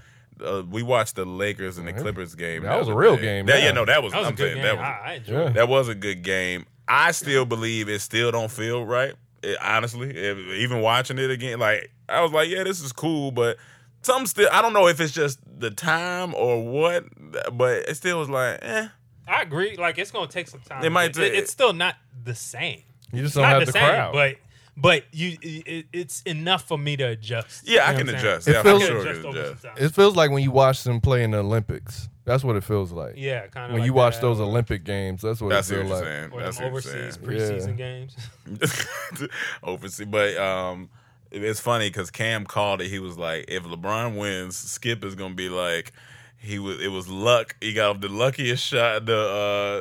Speaker 2: Uh, we watched the Lakers and the Clippers game.
Speaker 3: Mm-hmm. That
Speaker 2: the
Speaker 3: was a
Speaker 2: other
Speaker 3: real
Speaker 2: day.
Speaker 3: game,
Speaker 2: That, yeah.
Speaker 3: yeah.
Speaker 2: no, that was.
Speaker 4: That was
Speaker 2: I'm
Speaker 4: a good
Speaker 2: saying
Speaker 4: game.
Speaker 2: that was.
Speaker 4: I, I enjoyed
Speaker 3: Yeah.
Speaker 4: it.
Speaker 2: That was a good game. I still believe it still don't feel right. It- honestly, if, even watching it again, like I was like, yeah, this is cool, but some still. I don't know if it's just the time or what, but it still was like, eh.
Speaker 4: I agree. Like it's gonna take some time.
Speaker 2: It might
Speaker 4: It-
Speaker 2: ta-
Speaker 4: it's still not the same.
Speaker 3: You just
Speaker 4: It's
Speaker 3: don't
Speaker 4: not
Speaker 3: have
Speaker 4: the,
Speaker 3: the,
Speaker 4: same,
Speaker 3: crowd.
Speaker 4: but but you it, it's enough for me to adjust.
Speaker 2: Yeah, I
Speaker 4: You
Speaker 2: can
Speaker 4: know what I'm saying?
Speaker 2: adjust.
Speaker 3: It
Speaker 2: Yeah,
Speaker 3: feels-
Speaker 2: I'm
Speaker 4: I can
Speaker 2: sure I
Speaker 4: adjust
Speaker 2: can
Speaker 4: over
Speaker 2: adjust.
Speaker 4: some time.
Speaker 3: it feels like when you watch them play in the Olympics. That's what it feels like.
Speaker 4: yeah, kind of.
Speaker 3: When
Speaker 4: like
Speaker 3: you watch
Speaker 4: that.
Speaker 3: those Olympic games, that's what
Speaker 2: That's
Speaker 3: it feels
Speaker 2: what you're
Speaker 3: like.
Speaker 2: saying.
Speaker 4: or
Speaker 2: That's
Speaker 4: them
Speaker 2: what you're
Speaker 4: overseas
Speaker 2: saying.
Speaker 4: preseason
Speaker 3: Yeah.
Speaker 4: games.
Speaker 2: overseas. But um, it's funny because Cam called it. He was like, if LeBron wins, Skip is gonna be like, he was. It was luck. He got the luckiest shot, the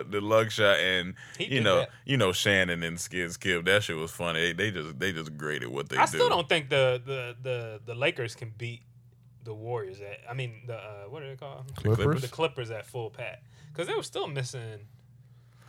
Speaker 2: uh, the luck shot, and
Speaker 4: He
Speaker 2: you
Speaker 4: did
Speaker 2: know,
Speaker 4: that.
Speaker 2: you know, Shannon and Skip, Skip. That shit was funny. They, they just, they just graded what they
Speaker 4: I
Speaker 2: do.
Speaker 4: still don't think the the the the Lakers can beat the Warriors at. I mean the uh, what are they called?
Speaker 3: Clippers?
Speaker 4: The Clippers at full pat because they were still missing.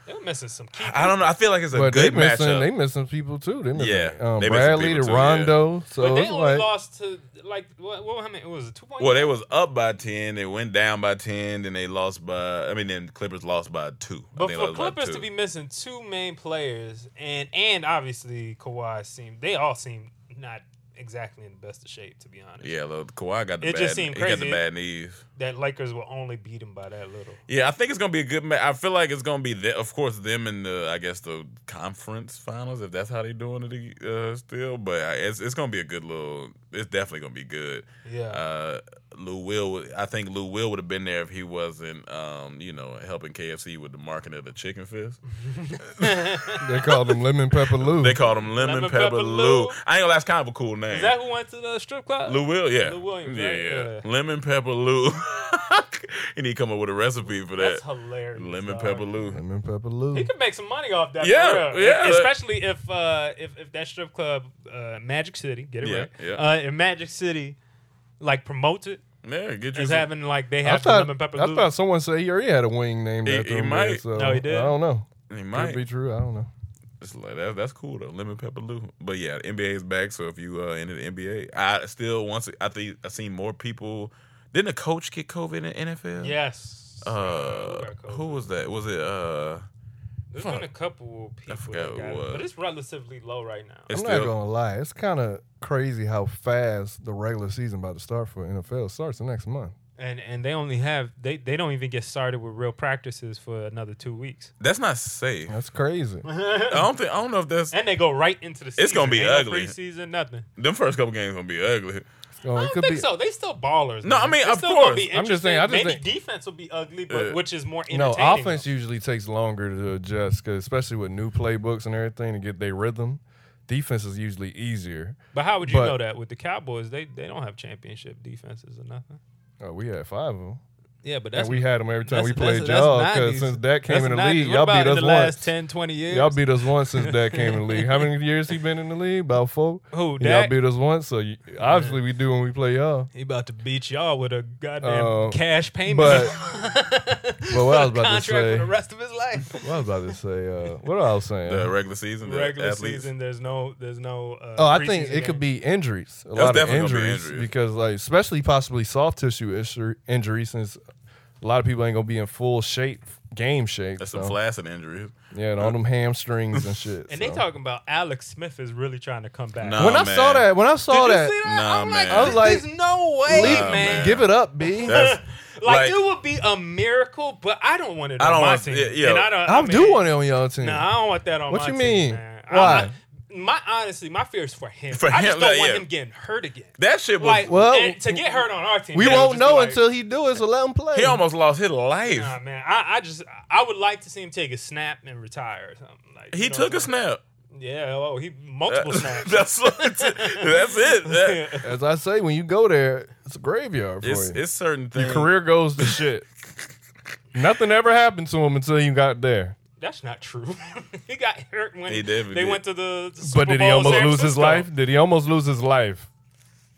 Speaker 4: They're missing some key.
Speaker 2: I don't know. I feel like it's a
Speaker 3: But they
Speaker 2: good
Speaker 3: missing,
Speaker 2: matchup.
Speaker 3: they missing people too. They missing,
Speaker 2: Yeah,
Speaker 3: um,
Speaker 2: they missing
Speaker 3: Bradley to
Speaker 2: people too, yeah.
Speaker 3: Rondo. So
Speaker 4: but they
Speaker 3: it's
Speaker 4: only
Speaker 3: like,
Speaker 4: lost to like what? what how many? It was a two point.
Speaker 2: well, they was up by ten. They went down by ten. Then they lost by. I mean, then Clippers lost by two. I
Speaker 4: But
Speaker 2: think they
Speaker 4: for
Speaker 2: lost by
Speaker 4: Clippers to
Speaker 2: two.
Speaker 4: be missing two main players and and obviously Kawhi seemed they all seem not exactly in the best of shape to be honest.
Speaker 2: yeah, look, Kawhi got the
Speaker 4: It
Speaker 2: bad.
Speaker 4: just seemed
Speaker 2: he got the
Speaker 4: crazy.
Speaker 2: bad knees.
Speaker 4: That Lakers will only beat them by that little.
Speaker 2: Yeah, I think it's gonna be a good match. I feel like it's gonna be, the, of course, them in the, I guess, the conference finals if that's how they're doing it uh, still. But I, it's it's gonna be a good little. It's definitely gonna be good.
Speaker 4: Yeah.
Speaker 2: Uh, Lou Will, would- I think Lou Will would have been there if he wasn't, um, you know, helping KFC with the marketing of the chicken fist.
Speaker 3: they called him Lemon Pepper Lou.
Speaker 2: They called him Lemon,
Speaker 4: Lemon
Speaker 2: Pepper,
Speaker 4: Pepper
Speaker 2: Lou.
Speaker 4: Lou.
Speaker 2: I ain't gonna. That's kind of a cool name.
Speaker 4: Is that who went to the strip club?
Speaker 2: Lou Will, yeah.
Speaker 4: Lou Williams,
Speaker 2: yeah,
Speaker 4: right?
Speaker 2: yeah.
Speaker 4: Yeah.
Speaker 2: Lemon pepper Lou. and he come up with a recipe for that.
Speaker 4: That's hilarious.
Speaker 2: Lemon
Speaker 4: dog.
Speaker 2: pepper Lou.
Speaker 3: Lemon Pepper Lou.
Speaker 4: He could make some money off that.
Speaker 2: Yeah,
Speaker 4: for real. E-,
Speaker 2: yeah.
Speaker 4: Especially if uh, if if that strip club, uh, Magic City, get it
Speaker 2: Yeah,
Speaker 4: right.
Speaker 2: yeah.
Speaker 4: Uh, if Magic City, like promotes it
Speaker 2: Yeah, get you.
Speaker 4: as
Speaker 2: some-
Speaker 4: having like they
Speaker 3: I
Speaker 4: have the
Speaker 3: thought,
Speaker 4: lemon pepper.
Speaker 3: I
Speaker 4: Lou.
Speaker 3: thought someone said he already had a wing named
Speaker 2: He-
Speaker 3: after
Speaker 2: he
Speaker 3: him.
Speaker 2: might.
Speaker 3: man, So
Speaker 4: No, he did.
Speaker 3: I don't know.
Speaker 2: he
Speaker 3: Might.
Speaker 2: might.
Speaker 3: Could be true. I don't know.
Speaker 2: It's like that, that's cool though. Lemon pepper Lou. But yeah, the NBA is back. So if you uh into the NBA, I still once I think I seen more people. Didn't a coach get COVID in the NFL?
Speaker 4: Yes.
Speaker 2: Uh,
Speaker 4: Who got COVID?
Speaker 2: who was that? Was it uh?
Speaker 4: There's been a couple people,
Speaker 2: forgot
Speaker 4: that
Speaker 2: who
Speaker 4: got
Speaker 2: it
Speaker 4: it,
Speaker 2: was.
Speaker 4: but it's relatively low right now.
Speaker 2: It's
Speaker 3: I'm
Speaker 2: still
Speaker 3: not gonna lie. It's kind of crazy how fast the regular season about to start for NFL starts the next month.
Speaker 4: And and they only have they they don't even get started with real practices for another two weeks,
Speaker 2: that's not safe.
Speaker 3: That's crazy.
Speaker 2: I don't think I don't know if that's
Speaker 4: and they go right into the. season.
Speaker 2: gonna be
Speaker 4: Ain't no
Speaker 2: ugly.
Speaker 4: Preseason, nothing.
Speaker 2: them first couple games gonna be ugly.
Speaker 3: So it
Speaker 4: I don't
Speaker 3: could
Speaker 4: think
Speaker 3: be.
Speaker 4: so. They still ballers.
Speaker 2: No,
Speaker 4: man.
Speaker 2: I mean,
Speaker 4: It's
Speaker 2: of
Speaker 4: still gonna
Speaker 2: course.
Speaker 4: be
Speaker 3: I'm just saying,
Speaker 4: interesting.
Speaker 3: I just think-
Speaker 4: Maybe defense will be ugly, but
Speaker 2: Uh,
Speaker 4: which is more
Speaker 3: No,
Speaker 4: entertaining.
Speaker 3: offense
Speaker 4: though.
Speaker 3: usually takes longer to adjust, 'cause especially with new playbooks and everything to get their rhythm. Defense is usually easier.
Speaker 4: But how would you
Speaker 3: but-
Speaker 4: know that with the Cowboys? They they don't have championship defenses or nothing.
Speaker 3: Uh, we had five of them.
Speaker 4: Yeah, but
Speaker 3: And
Speaker 4: that's
Speaker 3: we had them every time we
Speaker 4: that's-
Speaker 3: played
Speaker 4: that's-
Speaker 3: y'all.
Speaker 4: that's
Speaker 3: 'cause
Speaker 4: 90s.
Speaker 3: since Dak came
Speaker 4: That's
Speaker 3: in the
Speaker 4: 90s.
Speaker 3: league,
Speaker 4: What
Speaker 3: y'all
Speaker 4: about
Speaker 3: beat
Speaker 4: in
Speaker 3: us
Speaker 4: the
Speaker 3: once.
Speaker 4: last 10, 20 years.
Speaker 3: Y'all beat us once since Dak came in the league. How many years he been in the league? About four.
Speaker 4: Who,
Speaker 3: Y'all
Speaker 4: Dak?
Speaker 3: beat us once, so you, obviously we do when we play y'all.
Speaker 4: He about to beat y'all with a goddamn
Speaker 3: Uh,
Speaker 4: cash payment.
Speaker 3: But but what I was about to
Speaker 4: contract for
Speaker 3: say,
Speaker 4: the
Speaker 3: what
Speaker 4: rest of his life.
Speaker 3: I was about to say, uh, what I was saying.
Speaker 2: The regular season, the
Speaker 4: Regular
Speaker 2: athletes.
Speaker 4: season, there's no, there's no. Uh,
Speaker 3: Oh, I think
Speaker 4: preseason
Speaker 3: it could
Speaker 4: game.
Speaker 3: be injuries. A lot of
Speaker 2: definitely gonna be
Speaker 3: injuries,
Speaker 2: injuries.
Speaker 3: because like especially possibly soft tissue issue, injuries since a lot of people ain't gonna be in full shape, game shape.
Speaker 2: That's
Speaker 3: so.
Speaker 2: some flaccid injuries.
Speaker 3: Yeah, and all them hamstrings and shit. so.
Speaker 4: And they talking about Alex Smith is really trying to come back.
Speaker 2: No,
Speaker 3: when I
Speaker 2: Oh, man.
Speaker 3: saw that, when I
Speaker 4: Did
Speaker 3: saw
Speaker 4: you
Speaker 3: Oh, that,
Speaker 4: see that?
Speaker 2: Nah,
Speaker 4: I'm
Speaker 2: man. I was
Speaker 4: like, there's
Speaker 3: like,
Speaker 4: no way,
Speaker 2: Nah, Oh,
Speaker 4: man.
Speaker 2: man.
Speaker 3: give it up, B.
Speaker 2: That's
Speaker 4: Like,
Speaker 2: like,
Speaker 4: it would be a miracle, but I don't want it
Speaker 2: I
Speaker 4: on
Speaker 2: don't
Speaker 4: my
Speaker 2: want-
Speaker 4: team.
Speaker 2: yeah, yeah.
Speaker 4: And I don't.
Speaker 3: I
Speaker 4: mean,
Speaker 3: do want it on y'all team.
Speaker 4: No, I don't want that on
Speaker 3: What
Speaker 4: my
Speaker 3: you
Speaker 4: team.
Speaker 3: mean?
Speaker 4: man. I-
Speaker 3: Why?
Speaker 4: I- my honestly, my fear is for him.
Speaker 2: For
Speaker 4: I just
Speaker 2: him,
Speaker 4: don't
Speaker 2: like,
Speaker 4: want
Speaker 2: yeah.
Speaker 4: him getting hurt again.
Speaker 2: that shit was.
Speaker 4: like,
Speaker 3: Well,
Speaker 4: and to get hurt on our team,
Speaker 3: we
Speaker 4: then it'll
Speaker 3: won't
Speaker 4: just be
Speaker 3: know
Speaker 4: like,
Speaker 3: until he do it. So let him play.
Speaker 2: he almost lost his life.
Speaker 4: Nah, man, I, I just I would like to see him take a snap and retire or something. Like
Speaker 2: he
Speaker 4: you know
Speaker 2: took a
Speaker 4: what I'm
Speaker 2: snap. Uh,
Speaker 4: saying? Yeah, oh, he multiple snaps.
Speaker 2: that's that's it. That-
Speaker 3: As I say, when you go there, it's a graveyard for
Speaker 2: it's,
Speaker 3: you.
Speaker 2: it's certain
Speaker 3: Your
Speaker 2: things.
Speaker 3: career goes to shit. Nothing ever happened to him until you got there.
Speaker 4: That's not true. he got hurt when
Speaker 2: He did, he
Speaker 4: they
Speaker 2: did.
Speaker 4: went to the. the Super
Speaker 3: But did he
Speaker 4: Bowl in
Speaker 3: almost
Speaker 4: San
Speaker 3: lose his
Speaker 4: Francisco.
Speaker 3: life? Did he almost lose his life?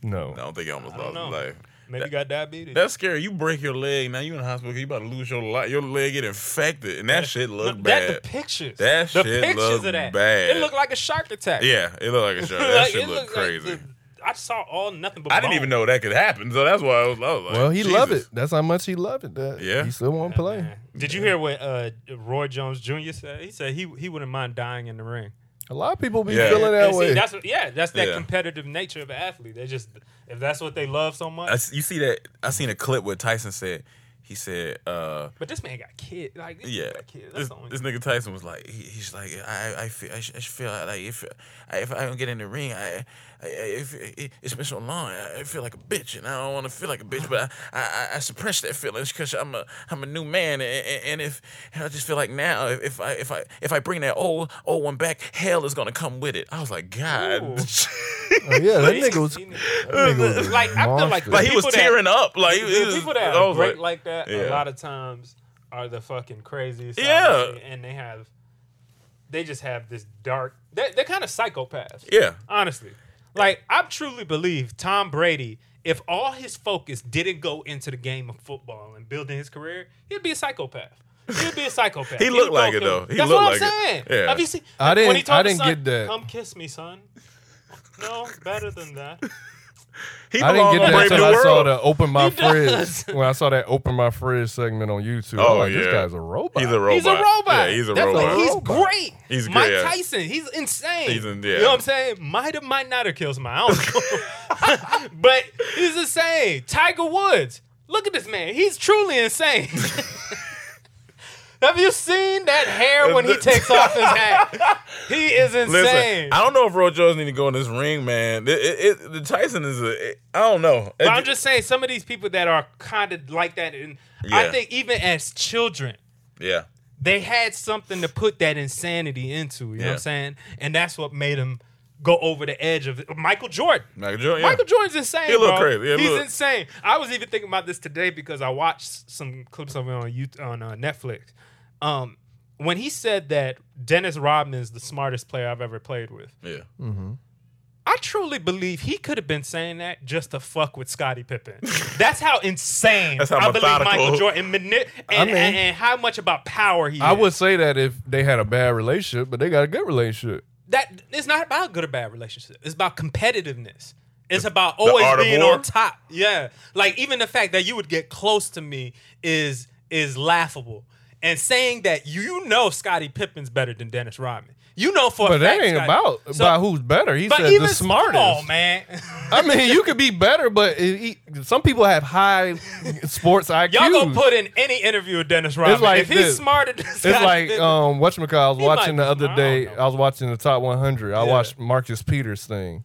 Speaker 3: No.
Speaker 2: I don't think he almost
Speaker 4: I don't
Speaker 2: lost his
Speaker 4: know.
Speaker 2: life.
Speaker 4: Maybe he got diabetes.
Speaker 2: That's scary. You break your leg, now you in the hospital. You about to lose your life. Your leg get infected, and that shit look
Speaker 4: Look, that
Speaker 2: bad.
Speaker 4: the pictures.
Speaker 2: That
Speaker 4: the
Speaker 2: shit
Speaker 4: pictures
Speaker 2: look
Speaker 4: of that.
Speaker 2: bad.
Speaker 4: It looked like a shark attack.
Speaker 2: yeah, it looked like a shark. That
Speaker 4: Like,
Speaker 2: shit
Speaker 4: it
Speaker 2: looked
Speaker 4: looked
Speaker 2: crazy.
Speaker 4: Like the, I saw all nothing but.
Speaker 2: I didn't even
Speaker 4: bones.
Speaker 2: know that could happen, so that's why I was, I was like,
Speaker 3: Well, he
Speaker 2: Jesus.
Speaker 3: loved it. That's how much he loved it. That
Speaker 2: Yeah.
Speaker 3: he still
Speaker 4: Oh,
Speaker 3: won't play.
Speaker 4: Did you hear what uh, Roy Jones Jr. said? He said he he wouldn't mind dying in the ring.
Speaker 3: A lot of people be
Speaker 2: Yeah.
Speaker 3: feeling that
Speaker 4: And see,
Speaker 3: way.
Speaker 4: that's what- yeah, that's that
Speaker 2: Yeah.
Speaker 4: competitive nature of an athlete. They just if that's what they love so much.
Speaker 2: I s- you see that? I seen a clip where Tyson said. He said, uh,
Speaker 4: but this man got kids. Like this
Speaker 2: "Yeah,
Speaker 4: man got kids. That's
Speaker 2: this,
Speaker 4: the only
Speaker 2: this nigga Tyson was like, he, he's like, I, I feel, I, sh- I sh- feel like if, I, if I don't get in the ring, I, I I- if it, it's been so long, I I feel like a bitch, and I don't want to feel like a bitch, but I, I, I suppress that feelings because I'm a, I'm a new man, and, and- and if and I just feel like now, if, if I, if I, if I bring that old, old one back, hell is gonna come with it. I was like, God,
Speaker 3: Oh, yeah, that nigga was.
Speaker 4: He-
Speaker 3: That nigga was a
Speaker 4: Like, I feel like-
Speaker 3: monster.
Speaker 2: like he was
Speaker 4: People that-
Speaker 2: tearing up, like
Speaker 4: the
Speaker 2: he was-
Speaker 4: people that
Speaker 2: I
Speaker 4: are
Speaker 2: was
Speaker 4: great like, that
Speaker 2: yeah.
Speaker 4: a lot of times are the fucking craziest.
Speaker 2: Yeah.
Speaker 4: obviously, and they have they just have this dark. They're, they're kind of psychopaths.
Speaker 2: yeah,
Speaker 4: honestly. Like I truly believe Tom Brady, if all his focus didn't go into the game of football and building his career, he'd be a psychopath. He'd be a psychopath.
Speaker 2: He
Speaker 4: He'd
Speaker 2: looked like
Speaker 4: go
Speaker 2: it,
Speaker 4: kill him.
Speaker 2: though. He
Speaker 4: That's
Speaker 2: looked
Speaker 4: what I'm
Speaker 2: like
Speaker 4: saying.
Speaker 2: it. Yeah.
Speaker 4: Have you seen?
Speaker 3: I
Speaker 4: when
Speaker 3: didn't-
Speaker 4: he told
Speaker 3: I
Speaker 4: his
Speaker 3: didn't
Speaker 4: son,
Speaker 3: get that.
Speaker 4: Come kiss me, son. No, better than that.
Speaker 2: He
Speaker 3: I didn't
Speaker 2: belonged
Speaker 3: get
Speaker 2: on
Speaker 3: that
Speaker 2: Brave New
Speaker 3: until I saw
Speaker 2: World.
Speaker 3: the open my
Speaker 4: He does.
Speaker 3: fridge. When I saw that open my fridge segment on YouTube,
Speaker 2: Oh,
Speaker 3: I'm like, this
Speaker 2: yeah.
Speaker 3: guy's a robot.
Speaker 2: He's a robot.
Speaker 4: He's a robot.
Speaker 2: Yeah, he's a
Speaker 4: That's
Speaker 2: robot.
Speaker 4: Like, he's
Speaker 3: Robot.
Speaker 4: great.
Speaker 2: He's
Speaker 4: Mike
Speaker 2: great.
Speaker 4: Tyson. He's insane.
Speaker 2: He's in- yeah.
Speaker 4: You know what I'm saying? Might have, might not have killed somebody. I don't know. but he's insane. Tiger Woods. Look at this man. He's truly insane. have you seen that hair when he takes off his hat? He is insane.
Speaker 2: Listen, I don't know if Roy Jones need to go in this ring, man. It, it, it, the Tyson is a. I don't know.
Speaker 4: But I'm just saying, some of these people that are kind of like that, and I
Speaker 2: Yeah.
Speaker 4: think even as children,
Speaker 2: yeah.
Speaker 4: they had something to put that insanity into. You know what
Speaker 2: Yeah.
Speaker 4: I'm saying? And that's what made him go over the edge of Michael Jordan.
Speaker 2: Michael Jordan. yeah.
Speaker 4: Michael Jordan's insane.
Speaker 2: He a little
Speaker 4: bro.
Speaker 2: crazy. Yeah,
Speaker 4: He's
Speaker 2: look.
Speaker 4: insane. I was even thinking about this today because I watched some clips of him on YouTube, on uh, Netflix. Um, when he said that Dennis Rodman is the smartest player I've ever played with,
Speaker 2: Yeah.
Speaker 4: I truly believe he could have been saying that just to fuck with Scottie Pippen. That's how insane
Speaker 2: That's how
Speaker 4: I believe
Speaker 2: methodical.
Speaker 4: Michael Jordan and, mani- and,
Speaker 3: mean-
Speaker 4: and, and how much about power he
Speaker 3: I
Speaker 4: is.
Speaker 3: would say that if they had a bad relationship, but they got a good relationship.
Speaker 4: that it's not about good or bad relationship. It's about competitiveness. It's about always
Speaker 2: art of
Speaker 4: being
Speaker 2: war?
Speaker 4: on top. Yeah. Like even the fact that you would get close to me is is laughable. And saying that you know Scottie Pippen's better than Dennis Rodman. You know for a
Speaker 3: But that
Speaker 4: fact
Speaker 3: ain't
Speaker 4: Scottie-
Speaker 3: about
Speaker 4: So-
Speaker 3: about who's better. He
Speaker 4: but
Speaker 3: said
Speaker 4: even
Speaker 3: the smartest.
Speaker 4: Come on, man.
Speaker 3: I mean, you could be better, but it, it- some people have high sports IQs.
Speaker 4: Y'all gonna put in any interview with Dennis Rodman.
Speaker 3: like
Speaker 4: if he's
Speaker 3: this.
Speaker 4: smarter than
Speaker 3: it's
Speaker 4: Scottie
Speaker 3: like
Speaker 4: Pippen,
Speaker 3: um, whatchamacallit, I was
Speaker 4: He might
Speaker 3: watching
Speaker 4: be
Speaker 3: the other
Speaker 4: smart, I don't
Speaker 3: day.
Speaker 4: know.
Speaker 3: I was watching the top 100. I
Speaker 4: Yeah.
Speaker 3: watched Marcus Peters thing,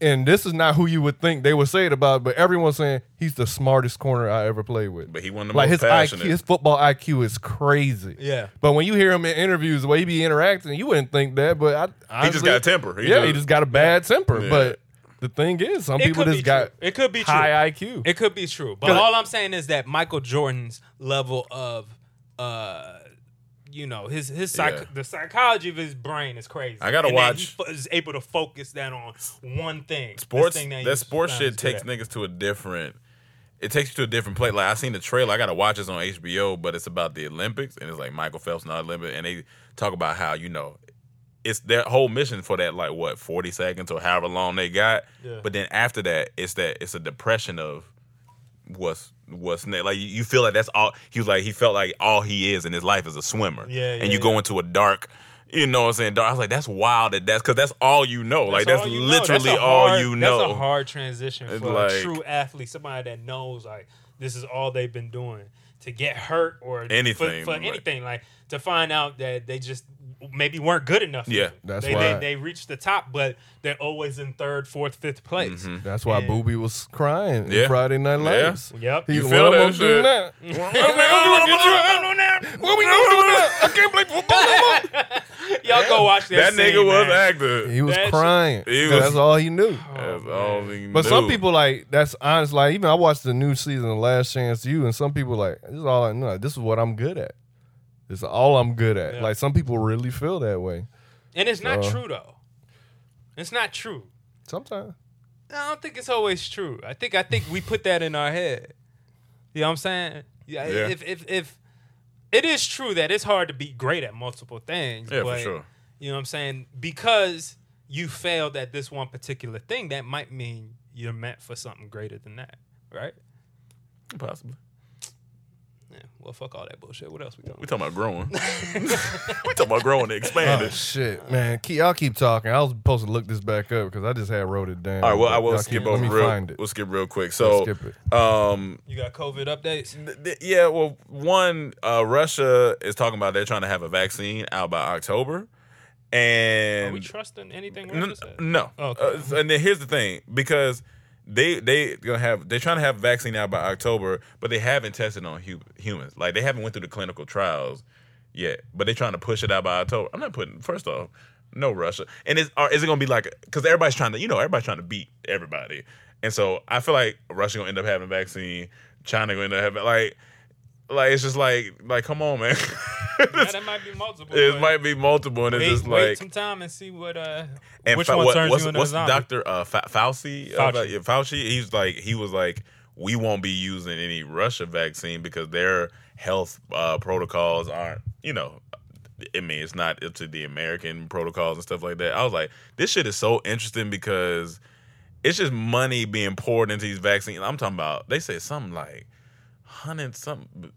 Speaker 3: and this is not who you would think they would say it about. But everyone's saying he's the smartest corner I ever played with.
Speaker 2: But he wasn't the
Speaker 3: like
Speaker 2: most
Speaker 3: his IQ,
Speaker 2: passionate.
Speaker 3: his football IQ is crazy.
Speaker 4: Yeah.
Speaker 3: But when you hear him in interviews, the way he be interacting, you wouldn't think that. But I,
Speaker 2: He just
Speaker 3: honestly-
Speaker 2: got a temper. He
Speaker 3: yeah,
Speaker 2: just-
Speaker 3: he just got a bad temper.
Speaker 2: Yeah.
Speaker 3: But the thing is, some
Speaker 4: It
Speaker 3: people
Speaker 4: could be
Speaker 3: just got
Speaker 4: true. It could be true.
Speaker 3: high IQ.
Speaker 4: It could be true, but all I'm saying is that Michael Jordan's level of, uh, you know, his his psych-
Speaker 2: Yeah.
Speaker 4: the psychology of his brain is crazy.
Speaker 2: I gotta
Speaker 4: And that
Speaker 2: watch-
Speaker 4: He f- is able to focus that on one thing. this
Speaker 2: sports
Speaker 4: thing
Speaker 2: that,
Speaker 4: he's
Speaker 2: sports
Speaker 4: trying
Speaker 2: shit
Speaker 4: to
Speaker 2: takes
Speaker 4: do.
Speaker 2: niggas to a different it takes you to a different place. Like I seen the trailer, I gotta watch this on HBO, but it's about the Olympics and it's like Michael Phelps not Olympic and they talk about how, you know, it's their whole mission for that like what, forty seconds or however long they got.
Speaker 4: Yeah.
Speaker 2: But then after that, it's that it's a depression of what's what's next. Like you, you feel like that's all he was like he felt like all he is in his life is a swimmer.
Speaker 4: Yeah,
Speaker 2: and
Speaker 4: yeah,
Speaker 2: you go into a dark you know what I'm saying? Dark. I was like, that's wild that that's because that's all you know. like, that's
Speaker 4: all you know.
Speaker 2: literally
Speaker 4: That's a
Speaker 2: all
Speaker 4: hard-
Speaker 2: you know.
Speaker 4: That's a hard transition for
Speaker 2: It's
Speaker 4: a
Speaker 2: like-
Speaker 4: true athlete, somebody that knows like this is all they've been doing to get hurt or for-
Speaker 2: Anything,
Speaker 4: for,
Speaker 2: like-
Speaker 4: anything like to find out that they just maybe weren't good enough.
Speaker 2: Yeah.
Speaker 4: even.
Speaker 3: That's
Speaker 4: they,
Speaker 3: why-
Speaker 4: they they reached the top, but they're always in third, fourth, fifth place.
Speaker 2: Mm-hmm.
Speaker 3: That's why
Speaker 4: Yeah.
Speaker 3: Booby was crying in
Speaker 2: Yeah.
Speaker 3: Friday Night
Speaker 2: Yeah.
Speaker 3: Lights.
Speaker 4: Yep.
Speaker 3: He
Speaker 4: You
Speaker 3: was
Speaker 2: feel
Speaker 3: "Well,
Speaker 2: that
Speaker 3: I'm gonna do
Speaker 2: shit.
Speaker 3: that."
Speaker 2: What we gonna do now? I can't play football
Speaker 4: Y'all go watch that.
Speaker 2: That
Speaker 4: scene,
Speaker 2: nigga was
Speaker 4: man.
Speaker 2: active.
Speaker 3: He was
Speaker 4: That shit-
Speaker 3: crying.
Speaker 2: He
Speaker 3: 'cause
Speaker 2: was- Oh,
Speaker 3: that's all he knew.
Speaker 2: That's all he
Speaker 3: But some
Speaker 2: knew.
Speaker 3: people like that's honest. Like even I watched the new season of Last Chance You, and some people like this is all I know. This is what I'm good at. This is all I'm good at.
Speaker 4: Yeah.
Speaker 3: Like some people really feel that way.
Speaker 4: and it's not true though. It's not true.
Speaker 3: Sometimes
Speaker 4: I don't think it's always true. I think I think we put that in our head. You know what I'm saying? Yeah.
Speaker 2: Yeah.
Speaker 4: If if if it is true that it's hard to be great at multiple things.
Speaker 2: Yeah, for
Speaker 4: but,
Speaker 2: sure.
Speaker 4: You know what I'm saying? Because you failed at this one particular thing, that might mean you're meant for something greater than that, right?
Speaker 2: Possibly.
Speaker 4: Yeah, well, fuck all that bullshit. What else we got?
Speaker 2: We talking about growing. we talking about growing and expanding.
Speaker 3: Oh, shit, man. Keep, y'all keep talking. I was supposed to look this back up because I just had wrote it down.
Speaker 2: all right, well, I
Speaker 3: But
Speaker 2: will
Speaker 3: y'all
Speaker 2: skip
Speaker 3: keep- let
Speaker 2: over
Speaker 3: me
Speaker 2: real.
Speaker 3: find it.
Speaker 2: We'll skip real quick. So,
Speaker 3: Let's skip
Speaker 2: um,
Speaker 4: You got COVID updates?
Speaker 2: th- th- yeah, well, one, uh, Russia is talking about they're trying to have a vaccine out by October,
Speaker 4: Are
Speaker 2: and
Speaker 4: we trusting anything
Speaker 2: N-
Speaker 4: Russia said?
Speaker 2: No.
Speaker 4: Oh, Okay.
Speaker 2: Uh, so- and then here's the thing, because they they gonna have they're trying to have a vaccine out by October, but they haven't tested on hu- humans. Like they haven't went through the clinical trials yet, but they're trying to push it out by October. I'm not putting first off, no Russia. And is are, is it gonna be like because everybody's trying to you know everybody's trying to beat everybody, and so I feel like Russia gonna end up having a vaccine, China gonna end up having like. Like it's just like like come on man,
Speaker 4: Yeah, that might be multiple.
Speaker 2: it
Speaker 4: but
Speaker 2: might be multiple and it's
Speaker 4: wait,
Speaker 2: just
Speaker 4: wait
Speaker 2: like
Speaker 4: some time and see what uh
Speaker 2: and
Speaker 4: which
Speaker 2: Fa-
Speaker 4: one
Speaker 2: what-
Speaker 4: turns
Speaker 2: what's,
Speaker 4: you into
Speaker 2: what's
Speaker 4: a zombie.
Speaker 2: Doctor uh, Fa- Fauci?
Speaker 4: Fauci.
Speaker 2: Fauci. Fauci. He's like he was like we won't be using any Russia vaccine because their health uh, protocols aren't, you know, I mean, it's not up to the American protocols and stuff like that. I was like, this shit is so interesting because it's just money being poured into these vaccines. I'm talking about, they said something like hundred something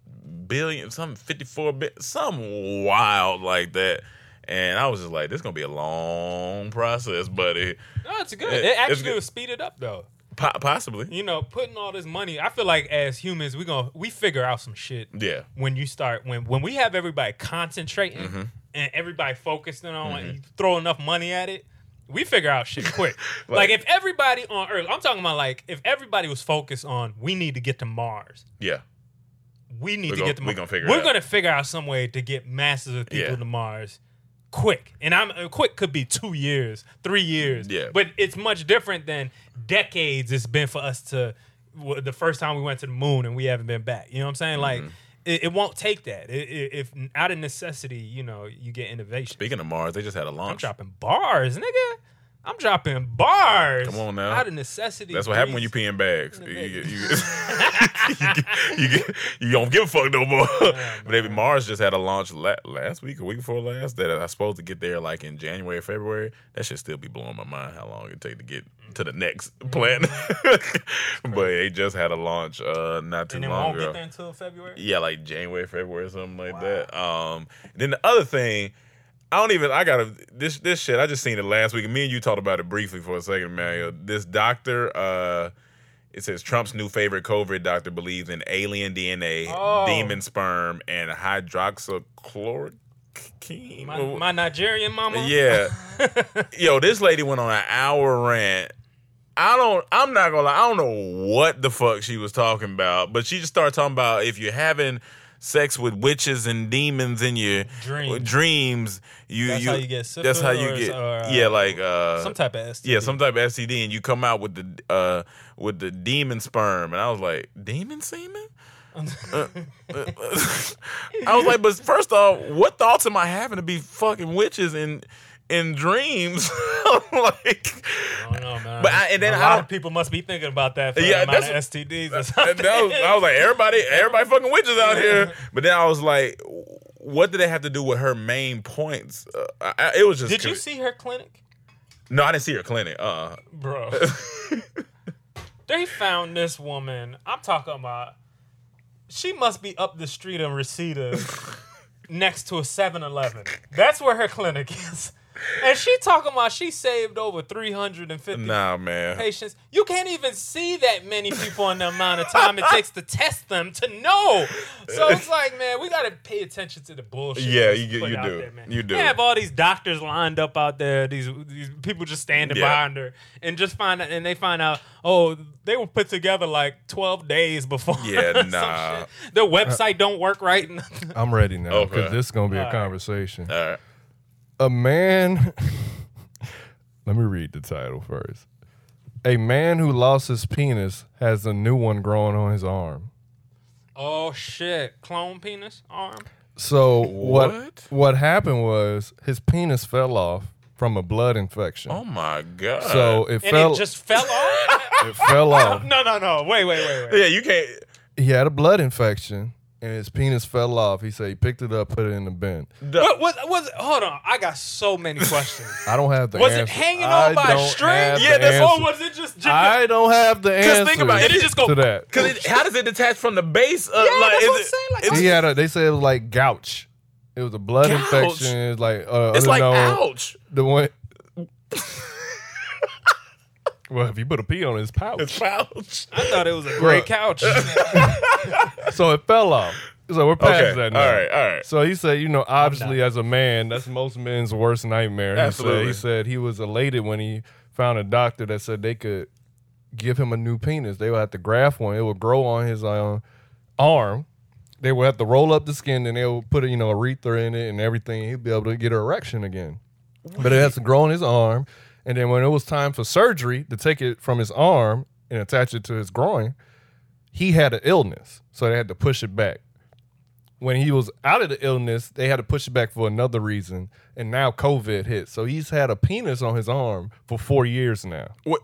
Speaker 2: billion, something 54 bit, something wild like that. And I was just like, this is going to be a long process, buddy.
Speaker 4: No, it's good.
Speaker 2: It-
Speaker 4: It,
Speaker 2: it's
Speaker 4: actually
Speaker 2: good.
Speaker 4: would speed it up though.
Speaker 2: Po- possibly.
Speaker 4: You know, putting all this money, I feel like as humans, we gonna we figure out some shit.
Speaker 2: Yeah.
Speaker 4: When you start when when we have everybody concentrating and everybody focusing on it, you throw enough money at it, we figure out shit quick.
Speaker 2: Like-
Speaker 4: like, if everybody on Earth, I'm talking about like if everybody was focused on we need to get to Mars.
Speaker 2: Yeah.
Speaker 4: We need
Speaker 2: We
Speaker 4: to
Speaker 2: gon-
Speaker 4: get to
Speaker 2: we
Speaker 4: Mars.
Speaker 2: gonna figure it
Speaker 4: We're
Speaker 2: out.
Speaker 4: gonna figure out some way to get masses of people
Speaker 2: Yeah.
Speaker 4: to Mars quick. And I'm uh, quick could be two years, three years.
Speaker 2: Yeah.
Speaker 4: But it's much different than decades it's been for us to w- the first time we went to the moon and we haven't been back. You know what I'm saying? Like
Speaker 2: Mm-hmm.
Speaker 4: it, it won't take that. It, it, if out of necessity, you know, you get innovation.
Speaker 2: Speaking of Mars, they just had a
Speaker 4: I'm
Speaker 2: launch.
Speaker 4: dropping bars, nigga. I'm dropping bars.
Speaker 2: Come on now.
Speaker 4: Out of necessity.
Speaker 2: That's what happened when you pee in bags. You, you, you, you, get- you don't give a fuck no more.
Speaker 4: Oh,
Speaker 2: but they- Mars just had a launch la- last week, a week before last, that I was supposed to get there like in January, February. That should still be blowing my mind how long it take to get to the next
Speaker 4: Mm-hmm.
Speaker 2: planet. but they just had a launch uh, not too
Speaker 4: and it
Speaker 2: long
Speaker 4: won't
Speaker 2: ago.
Speaker 4: get there until February.
Speaker 2: Yeah, like January, February, or something like that. Um, then the other thing, I don't even. I gotta this this shit. I just seen it last week. Me and you talked about it briefly for a second, Mario.
Speaker 4: Mm-hmm.
Speaker 2: This doctor, uh, it says Trump's new favorite COVID doctor believes in alien DNA,
Speaker 4: Oh.
Speaker 2: demon sperm, and hydroxychloroquine.
Speaker 4: My, my Nigerian mama.
Speaker 2: Yeah. Yo, this lady went on an hour rant. I don't I'm not gonna lie, I don't know what the fuck she was talking about, but she just started talking about if you're having sex with witches and demons in your
Speaker 4: Dreams.
Speaker 2: dreams, you
Speaker 4: That's
Speaker 2: you,
Speaker 4: how you get
Speaker 2: that's how you
Speaker 4: syphilis
Speaker 2: get
Speaker 4: or, uh,
Speaker 2: yeah like uh
Speaker 4: Some type of STD.
Speaker 2: yeah some type of STD and you come out with the uh with the demon sperm and I was like demon semen Uh, I was like, but first off, what thoughts am I having to be fucking witches in in dreams? like,
Speaker 4: I don't know, man.
Speaker 2: But I- and then
Speaker 4: a
Speaker 2: I
Speaker 4: lot
Speaker 2: don't-
Speaker 4: of people must be thinking about that for
Speaker 2: Yeah,
Speaker 4: yeah, the amount
Speaker 2: that's-
Speaker 4: of STDs or
Speaker 2: and
Speaker 4: something.
Speaker 2: that was- I was like, everybody, everybody fucking witches out here. But then I was like, what do they have to do with her main points? Uh, I, I- it was just.
Speaker 4: Did you
Speaker 2: con-
Speaker 4: see her clinic,
Speaker 2: No, I didn't see her clinic. Uh,
Speaker 4: bro? they found this woman. I'm talking about. She must be up the street in Reseda, next to a 7-Eleven. That's where her clinic is. And she talking about she saved over 350
Speaker 2: nah, man.
Speaker 4: patients. You can't even see that many people in the amount of time it takes to test them to know. So it's like, man, we gotta pay attention to the bullshit.
Speaker 2: Yeah,
Speaker 4: that's
Speaker 2: you get-
Speaker 4: put
Speaker 2: you
Speaker 4: out
Speaker 2: do.
Speaker 4: there, man.
Speaker 2: You do.
Speaker 4: They have all these doctors lined up out there. These these people just standing
Speaker 2: Yeah.
Speaker 4: behind her, and just find out, and they find out, oh, they were put together like twelve days before.
Speaker 2: Yeah,
Speaker 4: some
Speaker 2: nah.
Speaker 4: shit. Their website don't work right. nothing.
Speaker 3: I'm ready now because
Speaker 2: Okay.
Speaker 3: this is gonna be a conversation.
Speaker 2: All right.
Speaker 3: A man. let me read the title first. A man who lost his penis has a new one growing on his arm.
Speaker 4: oh shit! Clone penis arm.
Speaker 3: So what?
Speaker 2: What?
Speaker 3: What, happened was his penis fell off from a blood infection.
Speaker 2: Oh my god.
Speaker 3: so it
Speaker 4: And
Speaker 3: fell. Oh.
Speaker 4: it just fell off.
Speaker 3: it fell off.
Speaker 4: no, no, no! Wait, wait, wait, wait.
Speaker 2: yeah, you can't.
Speaker 3: He had a blood infection and his penis fell off. He said he picked it up, put it in the bin.
Speaker 4: What was was hold on? I got so many questions.
Speaker 3: I don't have the
Speaker 4: was
Speaker 3: answer.
Speaker 4: it hanging
Speaker 3: I
Speaker 4: on by a
Speaker 3: don't
Speaker 4: string?
Speaker 3: have
Speaker 2: Yeah,
Speaker 3: the
Speaker 2: that's-
Speaker 4: or
Speaker 3: answer.
Speaker 4: was it just? just
Speaker 3: I don't have the answer.
Speaker 2: Because think about it, it just go
Speaker 3: to that.
Speaker 2: Because it, how does it detach from the base? Of,
Speaker 4: Yeah,
Speaker 2: like,
Speaker 4: that's
Speaker 2: is
Speaker 4: what I'm
Speaker 2: it-
Speaker 4: saying, like,
Speaker 2: it's,
Speaker 3: He had a. They said it was like gouch. It was a blood
Speaker 2: Gouch?
Speaker 3: infection. It's like uh,
Speaker 2: it's
Speaker 3: other
Speaker 2: like
Speaker 3: known-
Speaker 2: ouch.
Speaker 3: The one. well, if you put a pee on his
Speaker 2: It's
Speaker 3: pouch,
Speaker 2: ouch.
Speaker 4: I thought it was a gray
Speaker 3: Look.
Speaker 4: couch.
Speaker 3: so it fell off. So we're past
Speaker 2: Okay,
Speaker 3: that now.
Speaker 2: all right, all right.
Speaker 3: So he said, you know, obviously as a man, that's most men's worst nightmare. He said-
Speaker 2: Absolutely.
Speaker 3: He said he was elated when he found a doctor that said they could give him a new penis. They would have to graft one. It would grow on his um, arm. They would have to roll up the skin and they would put a, you know, urethra in it and everything. He'd be able to get an erection again. But it has to grow on his arm. And then when it was time for surgery to take it from his arm and attach it to his groin, he had an illness. So they had to push it back. When he was out of the illness, they had to push it back for another reason. And now COVID hit. So he's had a penis on his arm for four years now.
Speaker 2: What?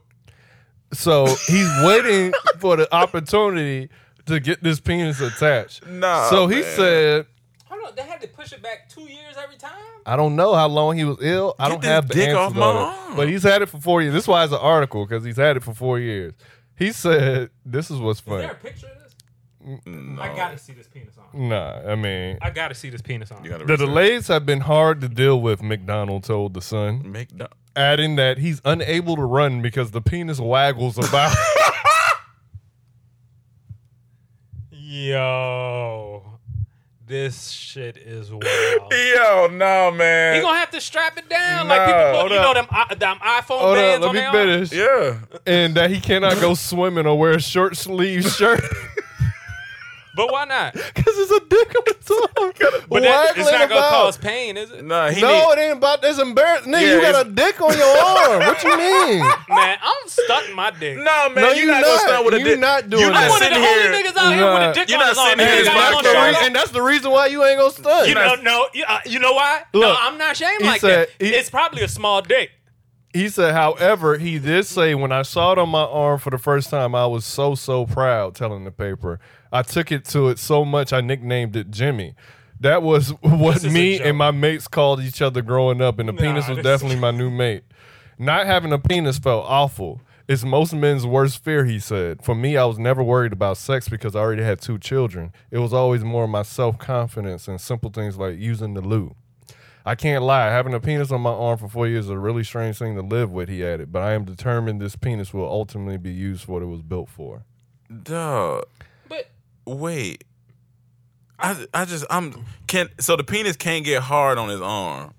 Speaker 3: So he's waiting for the opportunity to get this penis attached.
Speaker 2: Nah,
Speaker 3: So he
Speaker 2: man.
Speaker 3: said,
Speaker 4: Hold on, they had to push it back two years every time.
Speaker 3: I don't know how long he was ill. I
Speaker 2: Get
Speaker 3: don't
Speaker 2: this
Speaker 3: have the
Speaker 2: dick
Speaker 3: answer
Speaker 2: off
Speaker 3: to
Speaker 2: my
Speaker 3: that.
Speaker 2: arm.
Speaker 3: But he's had it for four years. This is why it's an article because he's had it for four years. He said, "This is what's
Speaker 4: Is
Speaker 3: funny."
Speaker 4: there a picture of this? I gotta see this penis on.
Speaker 3: Nah, I mean,
Speaker 4: I gotta see this penis on.
Speaker 2: You gotta
Speaker 3: the
Speaker 2: research.
Speaker 3: delays have been hard to deal with. McDonald told the Sun,
Speaker 2: Make no-
Speaker 3: adding that he's unable to run because the penis waggles about.
Speaker 4: Yo, this shit is wild.
Speaker 2: Yo, no, man.
Speaker 4: You gonna have to strap it down
Speaker 2: Nah,
Speaker 4: like people
Speaker 2: hold
Speaker 4: put, you know
Speaker 2: up.
Speaker 4: them, i- them iPhone
Speaker 3: Hold on,
Speaker 4: bands
Speaker 3: let
Speaker 4: on
Speaker 3: me
Speaker 4: their arm?
Speaker 3: finish.
Speaker 2: yeah.
Speaker 3: And that he cannot go swimming or wear a short sleeve shirt
Speaker 4: But why not?
Speaker 3: because it's a dick on his arm.
Speaker 4: But that, it's
Speaker 3: waggling
Speaker 4: not gonna
Speaker 3: about.
Speaker 4: cause pain, is it?
Speaker 2: Nah, he
Speaker 3: no,
Speaker 2: need-
Speaker 3: it ain't about this embarrassing. Nigga,
Speaker 2: Yeah,
Speaker 3: you got
Speaker 2: it's-
Speaker 3: a dick on your arm. What you mean?
Speaker 4: Man, I'm stuck my dick.
Speaker 2: No, man,
Speaker 3: No,
Speaker 2: you
Speaker 3: you
Speaker 2: not gonna
Speaker 3: not.
Speaker 2: start with a
Speaker 3: You
Speaker 2: dick.
Speaker 3: not doing
Speaker 2: you
Speaker 3: that.
Speaker 4: I'm
Speaker 2: not
Speaker 4: one of the
Speaker 2: sitting
Speaker 4: only
Speaker 2: here.
Speaker 4: niggas out here with
Speaker 3: Nah.
Speaker 4: a dick
Speaker 2: You're
Speaker 4: on
Speaker 2: not
Speaker 4: his arm.
Speaker 2: sitting here
Speaker 4: Niggas
Speaker 2: as
Speaker 4: got
Speaker 2: my
Speaker 4: it on
Speaker 2: story.
Speaker 4: their arm.
Speaker 2: Right.
Speaker 3: And that's the reason why you ain't gonna stunt.
Speaker 4: You
Speaker 2: You're
Speaker 4: know,
Speaker 2: not-
Speaker 4: no, you, uh, you know why? no,
Speaker 3: Look,
Speaker 4: I'm not ashamed
Speaker 3: he
Speaker 4: like
Speaker 3: said-
Speaker 4: that.
Speaker 3: he-
Speaker 4: it's probably a small dick.
Speaker 3: He said, however, he did say, when I saw it on my arm for the first time, I was so, so proud telling the paper. I took it to it so much, I nicknamed it Jimmy. That was what
Speaker 4: is a
Speaker 3: me
Speaker 4: joke.
Speaker 3: and my mates called each other growing up, and the penis was
Speaker 4: this-
Speaker 3: definitely my new mate. Not having a penis felt awful. It's most men's worst fear, he said. For me, I was never worried about sex because I already had two children. It was always more my self confidence and simple things like using the loo. I can't lie. Having a penis on my arm for four years is a really strange thing to live with, he added. But I am determined this penis will ultimately be used for what it was built for.
Speaker 2: Dog,
Speaker 4: But
Speaker 2: wait. I I just I'm can so the penis can't get hard on his arm.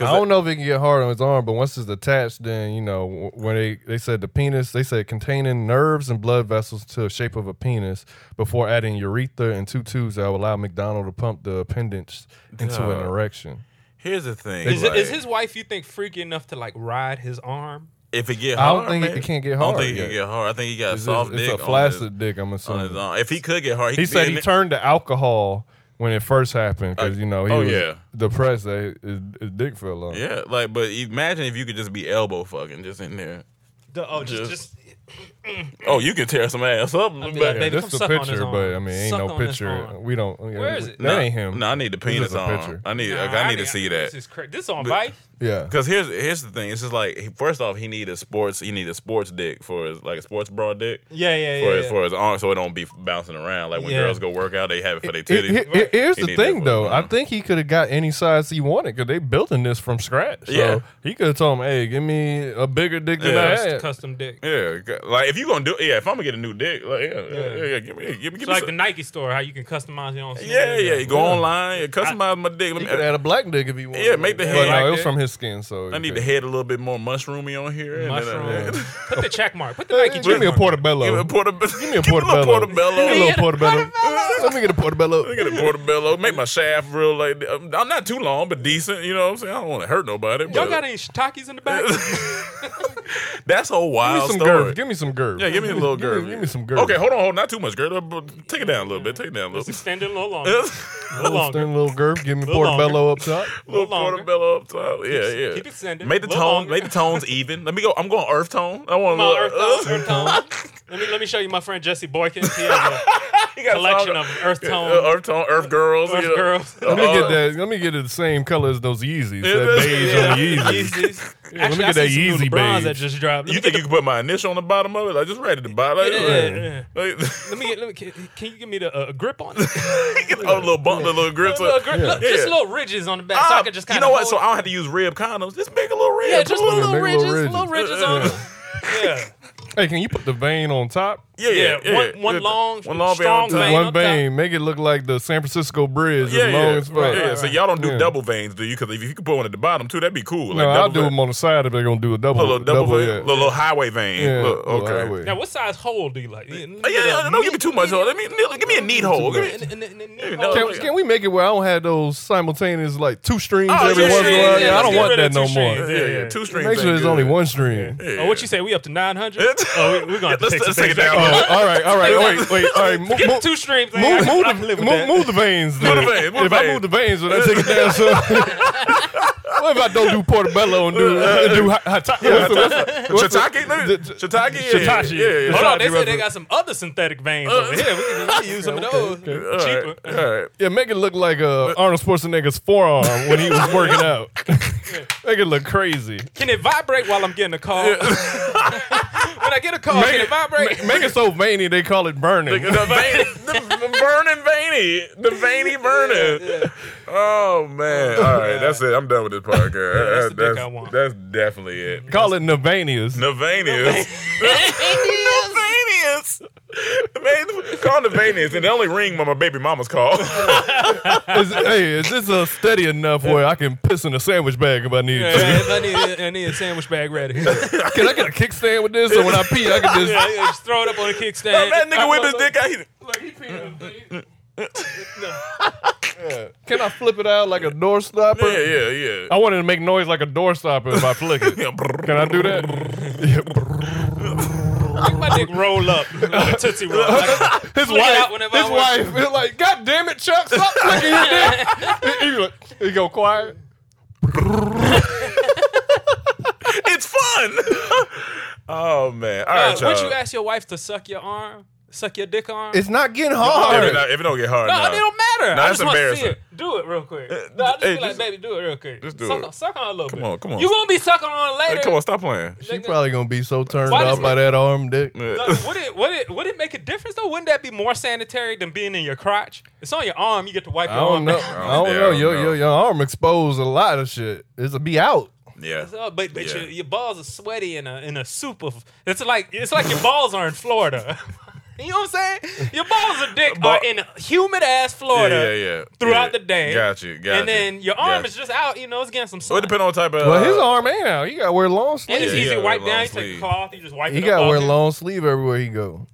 Speaker 3: I don't know if it can get hard on his arm, but once it's detached, then, you know, w- when they, they said the penis, they said containing nerves and blood vessels to the shape of a penis before adding urethra and two tubes that will allow McDonald to pump the appendage into an
Speaker 2: Duh.
Speaker 3: erection.
Speaker 2: Here's the thing.
Speaker 4: is, it- is
Speaker 2: like,
Speaker 4: his wife you think freaky enough to like ride his arm?
Speaker 2: if it get
Speaker 3: I
Speaker 2: hard,
Speaker 3: don't think it
Speaker 2: maybe.
Speaker 3: can't get
Speaker 2: I
Speaker 3: hard
Speaker 2: don't think it can
Speaker 3: yet.
Speaker 2: get hard. I think he got a
Speaker 3: It's,
Speaker 2: soft
Speaker 3: it's
Speaker 2: dick.
Speaker 3: a
Speaker 2: on his,
Speaker 3: flaccid dick, I'm assuming.
Speaker 2: on his arm. If he could get hard, he,
Speaker 3: He
Speaker 2: could be
Speaker 3: said
Speaker 2: in
Speaker 3: he
Speaker 2: it.
Speaker 3: turned to alcohol when it first happened because you know he
Speaker 2: oh,
Speaker 3: was
Speaker 2: yeah.
Speaker 3: depressed that his, his dick fell off.
Speaker 2: Yeah, like, but e, imagine if you could just be elbow fucking just in there.
Speaker 4: The- oh,
Speaker 2: Just-
Speaker 4: just, just,
Speaker 2: Oh, you could tear some ass up.
Speaker 4: I'd be
Speaker 2: but-
Speaker 4: like, baby,
Speaker 3: this
Speaker 4: come
Speaker 3: is a
Speaker 4: suck on his
Speaker 3: picture,
Speaker 4: arm.
Speaker 3: but I mean, ain't
Speaker 4: Suck
Speaker 3: no
Speaker 4: on his
Speaker 3: picture.
Speaker 4: arm.
Speaker 3: We don't.
Speaker 4: Where is it?
Speaker 3: That
Speaker 2: Nah,
Speaker 3: ain't him.
Speaker 2: No, I need the
Speaker 3: This is
Speaker 2: penis
Speaker 3: a
Speaker 2: on.
Speaker 3: picture.
Speaker 2: I need. like,
Speaker 4: Nah,
Speaker 2: I need to
Speaker 4: think-
Speaker 2: see
Speaker 4: this
Speaker 2: that.
Speaker 4: is cra- This on
Speaker 2: But-
Speaker 4: Vice.
Speaker 3: Yeah.
Speaker 2: Cause here's here's the thing. It's just like he- first off, he need a sports. He need a sports dick for his like a sports bra dick.
Speaker 4: Yeah, yeah,
Speaker 2: For
Speaker 4: yeah,
Speaker 2: his
Speaker 4: yeah.
Speaker 2: for his arm, so it don't be bouncing around. Like when
Speaker 4: Yeah.
Speaker 2: girls go work out, they have it for their
Speaker 3: Here-
Speaker 2: titties.
Speaker 3: here- here- here's
Speaker 2: He
Speaker 3: the
Speaker 2: need that
Speaker 3: thing,
Speaker 2: for-
Speaker 3: though. I
Speaker 2: Mhm.
Speaker 3: think he could have got any size he wanted because they building this from scratch. So
Speaker 2: Yeah.
Speaker 3: he could have told him, "Hey, give me a bigger dick than
Speaker 2: Yeah.
Speaker 3: I
Speaker 2: That's
Speaker 3: had."
Speaker 4: Custom dick.
Speaker 2: Yeah, g- like if you gonna do, yeah. If I'm gonna get a new dick, like yeah, yeah, yeah, yeah give me, give me, give
Speaker 4: It's
Speaker 2: me
Speaker 4: like
Speaker 2: some-
Speaker 4: the Nike store, how you can customize your own. shit.
Speaker 2: yeah, yeah, You Go online, yeah, customize my
Speaker 3: He
Speaker 2: dick. Let me,
Speaker 3: could have had a black dick if he wanted.
Speaker 2: Yeah, make the
Speaker 3: But
Speaker 2: head
Speaker 3: no,
Speaker 2: like
Speaker 3: it was
Speaker 2: that.
Speaker 3: from his skin, so
Speaker 2: I need the head a little bit more mushroomy on here. and then, uh,
Speaker 4: Mushroom.
Speaker 2: yeah.
Speaker 4: Put the check mark. Put the Nike
Speaker 3: Give
Speaker 4: check
Speaker 3: me a
Speaker 4: mark.
Speaker 3: portobello.
Speaker 2: Give me
Speaker 3: Oh. Give me a
Speaker 2: a portobello.
Speaker 3: portobello. Give me a little portobello. Let me get a portobello.
Speaker 2: Look at the portobello. Make my shaft real like I'm I'm not too long, but decent. You know what I'm saying? I don't want to hurt nobody.
Speaker 4: Y'all
Speaker 2: but-
Speaker 4: got any shiitakes in the back?
Speaker 2: That's a
Speaker 3: Give me
Speaker 2: wild
Speaker 3: some
Speaker 2: story.
Speaker 3: girth. Give me some girth.
Speaker 2: yeah, give me a little girl.
Speaker 3: Give me, give me some girth.
Speaker 2: Okay, hold on, hold on. Not too much girl. But take it down a little bit. Take it down a
Speaker 4: Let's
Speaker 2: little.
Speaker 4: extend it a little longer. A little
Speaker 3: Little
Speaker 4: longer.
Speaker 3: thin little girth. Give me
Speaker 4: Little
Speaker 3: portobello up top.
Speaker 2: little
Speaker 4: longer.
Speaker 2: portobello up top. Yeah, yeah.
Speaker 4: keep it sending.
Speaker 2: Make the
Speaker 4: Little
Speaker 2: tone.
Speaker 4: longer.
Speaker 2: Make the tones even. Let me go. I'm going earth tone. I want
Speaker 4: Come
Speaker 2: a little
Speaker 4: on,
Speaker 2: uh,
Speaker 4: Earth Tone. Earth Tone. Let me let me show you my friend Jesse Boykin. He has
Speaker 2: You
Speaker 4: a
Speaker 2: got
Speaker 4: collection
Speaker 2: some-
Speaker 4: of Earth
Speaker 2: Uh,
Speaker 4: Tone.
Speaker 2: earth tone. Earth girls.
Speaker 4: Earth
Speaker 2: yeah.
Speaker 4: girls.
Speaker 2: Uh,
Speaker 3: Let me get that. Let me get it the same color as those Yeezys. That
Speaker 2: that's-
Speaker 3: beige
Speaker 2: yeah.
Speaker 3: on the Yeezys.
Speaker 4: Yeezys. Actually,
Speaker 3: let me
Speaker 4: I
Speaker 3: get that
Speaker 4: see some new
Speaker 3: Yeezy
Speaker 4: LeBrons
Speaker 3: beige.
Speaker 4: that just dropped. Let
Speaker 2: You
Speaker 4: me get
Speaker 2: think you can put my initial on the bottom of it? I just right at the bottom. Like,
Speaker 4: Yeah,
Speaker 2: like-
Speaker 4: Let me, let me can, can you give me the uh, a grip on it?
Speaker 2: oh, little bump, the little grip.
Speaker 4: Little grip- look, Just
Speaker 2: Yeah.
Speaker 4: little ridges on the back, so I can just
Speaker 2: you
Speaker 4: kind of.
Speaker 2: know what? So I don't have to use rib condoms. Just make a little rib.
Speaker 4: yeah, just
Speaker 2: Put a
Speaker 4: little,
Speaker 3: Yeah, make
Speaker 4: ridges,
Speaker 3: little
Speaker 4: little ridges on. it. Yeah,
Speaker 3: Hey, can you put the vein on top?
Speaker 2: Yeah, yeah,
Speaker 4: Yeah, one- one
Speaker 2: Yeah.
Speaker 4: long,
Speaker 2: vein
Speaker 4: strong
Speaker 2: on top.
Speaker 4: vein.
Speaker 3: One
Speaker 4: up top.
Speaker 3: vein. Make it look like the San Francisco Bridge.
Speaker 2: Yeah,
Speaker 3: as
Speaker 2: yeah.
Speaker 3: long as fuck.
Speaker 2: Right, yeah. So y'all don't do
Speaker 3: Yeah.
Speaker 2: double veins, do you? Because if you could put one at the bottom too, that'd be cool.
Speaker 3: No, I'll do
Speaker 2: double
Speaker 3: them on the side if they're gonna do a double.
Speaker 2: vein. little double, vein,
Speaker 3: yeah.
Speaker 2: little, little highway vein.
Speaker 3: Yeah,
Speaker 2: Look,
Speaker 3: little
Speaker 2: okay.
Speaker 3: highway.
Speaker 4: Now, what size hole do you like? Yeah,
Speaker 2: Oh, yeah, yeah, don't give me too much. hole. Let me give me a neat hole. Give me-
Speaker 3: Can, can we make it where I don't have those simultaneous like two streams
Speaker 2: Oh,
Speaker 3: every
Speaker 2: yeah,
Speaker 3: once in
Speaker 2: yeah,
Speaker 3: a while?
Speaker 2: yeah,
Speaker 3: Yeah, I
Speaker 2: let's
Speaker 3: don't
Speaker 2: get
Speaker 3: want
Speaker 4: rid of
Speaker 3: that no
Speaker 4: two
Speaker 3: more.
Speaker 4: strings.
Speaker 2: Yeah,
Speaker 4: Yeah,
Speaker 2: yeah,
Speaker 4: yeah.
Speaker 2: two strings.
Speaker 3: Make sure there's only one string.
Speaker 4: Oh, what you say? We up to nine hundred? Oh, we, we're gonna have to
Speaker 2: Let's-
Speaker 4: take
Speaker 2: let's
Speaker 4: some
Speaker 2: take it
Speaker 4: things out.
Speaker 2: down.
Speaker 3: Oh, all right, all right, wait, wait, all right. Mo-
Speaker 4: Get
Speaker 3: mo-
Speaker 4: the two streams. thing. I
Speaker 3: Move,
Speaker 4: can- I
Speaker 3: move,
Speaker 4: can
Speaker 3: the,
Speaker 4: live with
Speaker 3: move,
Speaker 4: that.
Speaker 3: move the veins. Then.
Speaker 2: Move the veins, move
Speaker 3: if
Speaker 2: the
Speaker 3: I
Speaker 2: veins.
Speaker 3: move the veins, then I take it down. So What if I don't do portobello and do and do hot- hot- what's the- what's the- what's the-
Speaker 2: Shiitake? Let me-
Speaker 3: the-
Speaker 2: shiitake, yeah,
Speaker 3: shiitake.
Speaker 2: yeah, yeah.
Speaker 4: Hold
Speaker 3: Shiitake
Speaker 4: on, they said they
Speaker 3: reference.
Speaker 4: got some other synthetic veins over here. We can, we can use some of those. Cheaper.
Speaker 2: All right. All right.
Speaker 3: Yeah, make it look like uh, Arnold Schwarzenegger's forearm when he was working out. make it look crazy.
Speaker 4: Can it vibrate while I'm getting a call? when I get a call,
Speaker 3: Make
Speaker 4: can it
Speaker 3: it,
Speaker 4: vibrate?
Speaker 3: ma- make it so veiny they call it burning.
Speaker 2: the, vein, the, the burning veiny, the veiny burning. Oh man! All right, that's it. I'm done with this podcast.
Speaker 4: that's
Speaker 2: That-
Speaker 4: the dick
Speaker 2: that's,
Speaker 4: I want.
Speaker 2: that's definitely it.
Speaker 3: call it Nevanius.
Speaker 2: Nevanius. Nevanius. Man, Call Nevanius, and they only ring when my baby mama's call.
Speaker 3: Is, hey, is this uh, steady enough where I can piss in a sandwich bag if I need
Speaker 4: Yeah,
Speaker 3: to?
Speaker 4: if I, need, I need a sandwich bag right here. yeah,
Speaker 3: Can I get a kickstand with this? So when I pee, I can just.
Speaker 4: yeah, just throw it up on a kickstand.
Speaker 2: that nigga whip his dick out. He,
Speaker 3: Can I flip it out like a door stopper?
Speaker 2: yeah, yeah, yeah.
Speaker 3: I wanted to make noise like a door stopper if I flick it. Can I do that?
Speaker 4: Make my dick roll up like a tootsie roll. Like,
Speaker 3: His
Speaker 4: Flick it
Speaker 3: wife,
Speaker 4: out whenever I
Speaker 3: his wife,
Speaker 4: want.
Speaker 3: is like, God damn it, Chuck, stop flicking your dick. He- he, like, he go quiet.
Speaker 2: It's fun. oh man! All right,
Speaker 4: uh, would
Speaker 2: y'all.
Speaker 4: you ask your wife to suck your arm, suck your dick arm?
Speaker 3: It's not getting
Speaker 2: if, it
Speaker 3: hard.
Speaker 2: not, if it don't get hard,
Speaker 4: no,
Speaker 2: nah.
Speaker 4: it don't matter.
Speaker 2: Nah,
Speaker 4: I
Speaker 2: that's
Speaker 4: just want to see
Speaker 2: embarrassing. Uh,
Speaker 4: it. Do it real quick. No, I just
Speaker 2: hey,
Speaker 4: be like,
Speaker 2: just-
Speaker 4: baby, do it real quick.
Speaker 2: just do
Speaker 4: suck
Speaker 2: it.
Speaker 4: On, suck on a little
Speaker 2: Come
Speaker 4: bit.
Speaker 2: on, come on.
Speaker 4: You won't be sucking on later.
Speaker 2: Hey, come on, stop playing.
Speaker 3: She probably gonna be so turned
Speaker 4: Why
Speaker 3: off
Speaker 4: does-
Speaker 3: by that arm dick.
Speaker 4: Uh, would it would it would it make a difference though? Wouldn't that be more sanitary than being in your crotch? It's on your arm. You get to wipe
Speaker 3: I
Speaker 4: your arm.
Speaker 3: don't know.
Speaker 4: down.
Speaker 3: I don't
Speaker 2: Yeah,
Speaker 3: know.
Speaker 2: I
Speaker 3: Your,
Speaker 2: don't
Speaker 3: your, your arm exposed a lot of shit. It's a be out.
Speaker 2: Yeah.
Speaker 4: So, but but
Speaker 2: Yeah.
Speaker 4: your, your balls are sweaty in a in a soup of. It's like it's like your balls are in Florida. you know what I'm saying? Your balls are dick
Speaker 2: Ball-
Speaker 4: are in humid ass Florida.
Speaker 2: Yeah, yeah, yeah.
Speaker 4: Throughout
Speaker 2: Yeah.
Speaker 4: the day.
Speaker 2: Got you, got you,
Speaker 4: And then your arm
Speaker 2: got
Speaker 4: is just out. You know, it's getting some sun.
Speaker 2: Well, it depends on what type of.
Speaker 3: Well, his
Speaker 2: uh,
Speaker 3: arm ain't out. You gotta wear long
Speaker 4: and it's
Speaker 3: sleeves.
Speaker 2: Yeah,
Speaker 4: easy to
Speaker 2: yeah,
Speaker 4: wipe
Speaker 2: long
Speaker 4: down. You take
Speaker 2: sleeve.
Speaker 4: a cloth. You just wipe
Speaker 3: He
Speaker 4: it.
Speaker 3: gotta
Speaker 4: up
Speaker 3: wear
Speaker 4: off.
Speaker 3: long sleeve everywhere he go.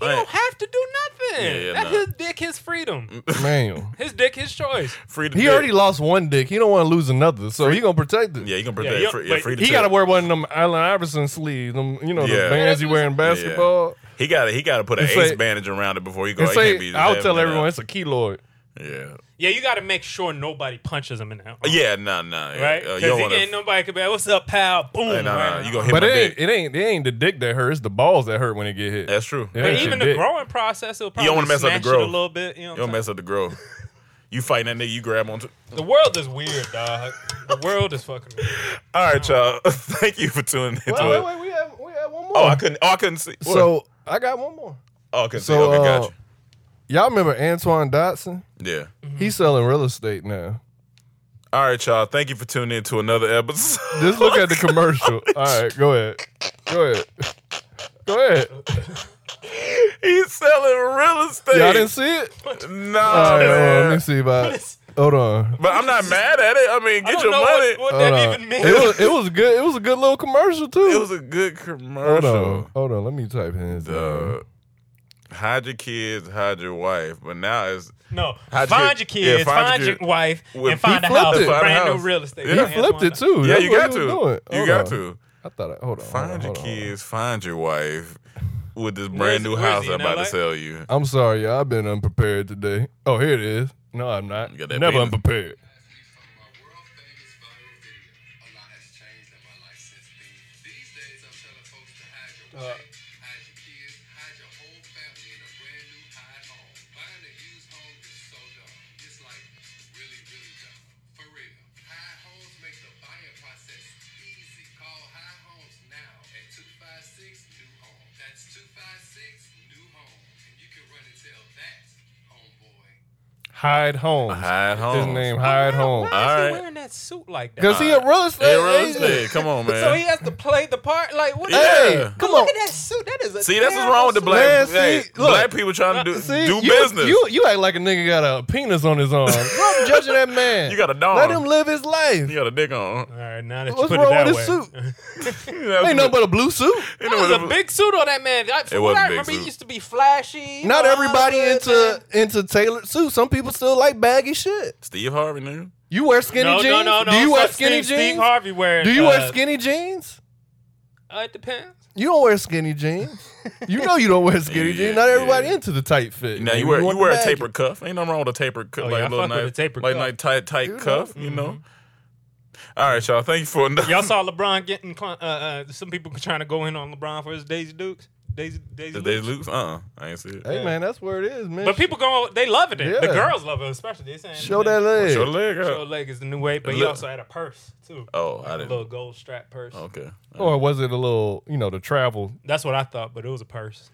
Speaker 4: He don't have to do nothing.
Speaker 2: Yeah, yeah,
Speaker 4: That's
Speaker 2: nah.
Speaker 4: his dick. His freedom.
Speaker 3: Man,
Speaker 4: His dick. His choice.
Speaker 2: free to
Speaker 3: he
Speaker 2: dip.
Speaker 3: already lost one dick. He don't want to lose another, so he gonna protect it.
Speaker 2: Yeah, you can
Speaker 4: Yeah,
Speaker 2: protect.
Speaker 4: yo-
Speaker 2: Yeah, free, yeah,
Speaker 4: wait,
Speaker 2: free to
Speaker 3: He
Speaker 2: dip.
Speaker 3: gotta wear one of them Allen Iverson sleeves. Them, you know, the
Speaker 2: Yeah.
Speaker 3: bands you wear in
Speaker 2: Yeah.
Speaker 3: basketball.
Speaker 2: He got to. He got to put an
Speaker 3: And say-
Speaker 2: ace bandage around it before you go.
Speaker 3: And
Speaker 2: He can't
Speaker 3: say,
Speaker 2: be
Speaker 3: I'll tell
Speaker 2: having
Speaker 3: everyone it's
Speaker 2: that.
Speaker 3: a keloid.
Speaker 2: Yeah.
Speaker 4: Yeah, you got to make sure nobody punches him in the arm.
Speaker 2: Yeah. No. No. yeah.
Speaker 4: right?
Speaker 2: Uh,
Speaker 4: Because
Speaker 2: you don't
Speaker 4: he
Speaker 2: want
Speaker 4: ain't
Speaker 2: to.
Speaker 4: nobody could be like, "What's up, pal?" Boom.
Speaker 2: No. No.
Speaker 4: right
Speaker 2: You gonna
Speaker 4: now.
Speaker 2: hit my
Speaker 3: But it ain't,
Speaker 2: dick.
Speaker 3: it ain't it ain't the dick that hurt. It's the balls that hurt when it get hit.
Speaker 2: That's true.
Speaker 3: Yeah.
Speaker 2: You
Speaker 4: But
Speaker 3: That's
Speaker 4: even the
Speaker 3: your dick.
Speaker 4: growing process, it'll probably
Speaker 2: don't wanna mess up the
Speaker 4: smash it a
Speaker 2: growth.
Speaker 4: little bit. You know, what
Speaker 2: don't
Speaker 4: I'm
Speaker 2: mess up the growth. You fighting that nigga? You grab onto.
Speaker 4: saying? the world is weird, dog. the world is fucking weird.
Speaker 2: All right, y'all. Thank you for tuning into
Speaker 3: Wait, wait,
Speaker 2: it.
Speaker 3: wait, we have we have one more.
Speaker 2: Oh, I couldn't. Oh, I couldn't see. What?
Speaker 3: so I got one more.
Speaker 2: oh, I couldn't see.
Speaker 3: So
Speaker 2: Okay,
Speaker 3: uh,
Speaker 2: got
Speaker 3: y'all remember Antoine Dotson?
Speaker 2: you. Yeah.
Speaker 3: He's selling real estate now.
Speaker 2: All right, y'all. Thank you for tuning in to another episode.
Speaker 3: Just look at the commercial. All right, go ahead. Go ahead. Go ahead.
Speaker 2: He's selling real estate.
Speaker 3: Y'all didn't see it?
Speaker 2: No,
Speaker 3: All right, hold on,
Speaker 2: man.
Speaker 3: let me see about. Hold on.
Speaker 2: But I'm not mad at it. I mean, get
Speaker 4: I don't
Speaker 2: your
Speaker 4: know
Speaker 2: money.
Speaker 4: what, what
Speaker 3: Hold
Speaker 4: that
Speaker 3: on.
Speaker 4: even means.
Speaker 3: It was it was a good it was a good little commercial too.
Speaker 2: It was a good
Speaker 3: hold
Speaker 2: commercial.
Speaker 3: on, hold on. Let me type in his name.
Speaker 2: uh, hide your kids, hide your wife. But now it's
Speaker 4: no,
Speaker 2: How'd
Speaker 4: find
Speaker 2: you-
Speaker 4: your kids,
Speaker 2: yeah,
Speaker 4: find,
Speaker 2: find
Speaker 4: your
Speaker 2: your kid.
Speaker 4: wife,
Speaker 2: With-
Speaker 4: and find
Speaker 3: He
Speaker 4: a house,
Speaker 3: flipped it.
Speaker 4: brand
Speaker 2: Find a
Speaker 4: new real estate.
Speaker 2: house.
Speaker 3: He
Speaker 2: Yeah.
Speaker 3: flipped it too.
Speaker 2: yeah,
Speaker 3: That's
Speaker 2: you
Speaker 3: what
Speaker 2: got
Speaker 3: he was
Speaker 2: to,
Speaker 3: doing.
Speaker 2: you
Speaker 3: Hold
Speaker 2: got
Speaker 3: on.
Speaker 2: to
Speaker 3: I thought. I, hold on.
Speaker 2: find
Speaker 3: hold on,
Speaker 2: your
Speaker 3: hold on.
Speaker 2: kids, find your wife with this brand
Speaker 4: Where's-
Speaker 2: new
Speaker 4: where's
Speaker 2: house
Speaker 4: he,
Speaker 2: I'm
Speaker 4: in
Speaker 2: about
Speaker 4: LA?
Speaker 2: to sell you.
Speaker 3: I'm sorry, y'all. I've been unprepared today. Oh, here it is. No, I'm not.
Speaker 2: got that
Speaker 3: Never
Speaker 2: penis.
Speaker 3: unprepared.
Speaker 8: That's 256 New Home. And you can run and tell that, homeboy.
Speaker 3: Hyde Holmes.
Speaker 2: Hyde
Speaker 3: His
Speaker 2: Holmes.
Speaker 3: name Hyde Holmes.
Speaker 4: Why is he
Speaker 2: Alright.
Speaker 4: wearing that suit like that?
Speaker 3: Cause he a real estate.
Speaker 2: Hey, real
Speaker 3: agent.
Speaker 2: estate. Come on, man.
Speaker 4: so he has to play the part. Like what?
Speaker 2: Yeah.
Speaker 3: Hey, come
Speaker 4: Look
Speaker 3: on.
Speaker 4: at that suit. That is a
Speaker 2: See, that's what's
Speaker 4: terrible
Speaker 2: wrong with the
Speaker 4: suit.
Speaker 3: Man,
Speaker 2: black.
Speaker 3: see,
Speaker 2: hey,
Speaker 3: look.
Speaker 2: black people trying to do,
Speaker 3: See,
Speaker 2: do
Speaker 3: you,
Speaker 2: business.
Speaker 3: You you act like a nigga got a penis on his arm. I'm judging that man.
Speaker 2: You got a dong.
Speaker 3: Let him live his life.
Speaker 2: You got a dick on.
Speaker 4: All right, now that you
Speaker 3: What's
Speaker 4: put
Speaker 3: wrong
Speaker 4: it that
Speaker 3: with
Speaker 4: way.
Speaker 3: his suit? Ain't nothing but a blue suit.
Speaker 2: You know
Speaker 4: That was
Speaker 2: what
Speaker 4: a
Speaker 2: it-
Speaker 4: big suit on that man. I, from
Speaker 2: was
Speaker 4: what
Speaker 2: a
Speaker 4: I
Speaker 2: big
Speaker 4: remember, he
Speaker 2: suit.
Speaker 4: used to be flashy.
Speaker 3: Not
Speaker 4: all
Speaker 3: everybody
Speaker 4: good,
Speaker 3: into
Speaker 4: man.
Speaker 3: into tailored suits. Some people still like baggy shit.
Speaker 2: Steve Harvey, nigga.
Speaker 3: You wear skinny
Speaker 4: No,
Speaker 3: jeans?
Speaker 4: no, no, no.
Speaker 3: Do you wear
Speaker 4: So
Speaker 3: skinny
Speaker 4: Steve,
Speaker 3: jeans?
Speaker 4: Steve Harvey wearing.
Speaker 3: Do you wear
Speaker 4: uh,
Speaker 3: skinny jeans?
Speaker 2: Oh,
Speaker 4: Uh, it depends.
Speaker 3: You don't wear skinny jeans. You know you don't wear skinny
Speaker 2: Yeah,
Speaker 3: jeans. Not everybody
Speaker 2: yeah.
Speaker 3: into the tight fit.
Speaker 2: Now
Speaker 3: man.
Speaker 2: you wear you
Speaker 3: want
Speaker 2: wear
Speaker 3: the
Speaker 2: a
Speaker 3: baggy.
Speaker 2: taper cuff. Ain't nothing wrong with a taper cuff,
Speaker 4: Oh,
Speaker 2: like
Speaker 4: yeah, I
Speaker 2: a little
Speaker 4: fuck with
Speaker 2: nice,
Speaker 4: a taper
Speaker 2: like
Speaker 4: cuff.
Speaker 2: nice tight tight cuff. You know, All right, y'all. Thank you for another.
Speaker 4: Y'all saw LeBron getting cl- uh, uh, some people trying to go in on LeBron for his Daisy Dukes. Daisy, Daisy
Speaker 2: Did
Speaker 4: Dukes.
Speaker 2: they lose? Uh, uh I ain't see it.
Speaker 3: Hey man, that's where it is, man.
Speaker 4: But people go, they love it.
Speaker 3: Yeah.
Speaker 4: The girls love it, especially. They saying
Speaker 3: show that leg.
Speaker 2: Show the leg
Speaker 4: Show
Speaker 2: up.
Speaker 4: leg is the new way, but he
Speaker 2: Look.
Speaker 4: also had a purse too.
Speaker 2: Oh, I
Speaker 4: a
Speaker 2: didn't. Oh.
Speaker 4: little gold strap purse.
Speaker 2: Okay.
Speaker 3: Or was it a little, you know, the travel?
Speaker 4: That's what I thought, but it was a purse.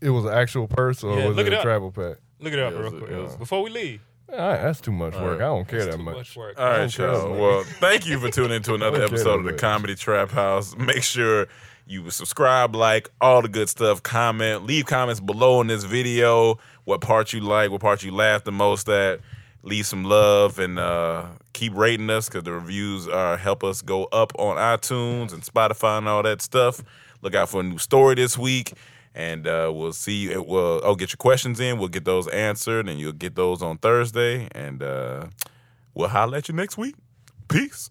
Speaker 3: It was an actual purse, or
Speaker 4: Yeah,
Speaker 3: was
Speaker 4: look
Speaker 3: it
Speaker 4: it
Speaker 3: a
Speaker 4: up.
Speaker 3: travel pack?
Speaker 4: Look it up
Speaker 2: it
Speaker 4: real
Speaker 2: was a-
Speaker 4: quick
Speaker 2: it was-
Speaker 4: before we leave.
Speaker 3: All right, that's too much work. I don't care
Speaker 4: It's
Speaker 3: that
Speaker 4: too
Speaker 3: much.
Speaker 4: work.
Speaker 2: All right,
Speaker 3: care
Speaker 2: y'all.
Speaker 3: about
Speaker 2: Well, thank you for tuning into another
Speaker 3: Don't care
Speaker 2: episode of the
Speaker 3: about it.
Speaker 2: Comedy Trap House. Make sure you subscribe, like all the good stuff, comment, leave comments below in this video. What part you like, what part you laughed the most at. Leave some love and uh, keep rating us because the reviews are help us go up on iTunes and Spotify and all that stuff. Look out for a new story this week, and uh, we'll see. It will. Oh, get your questions in. We'll get those answered, and you'll get those on Thursday. And uh, we'll holler at you next week. Peace.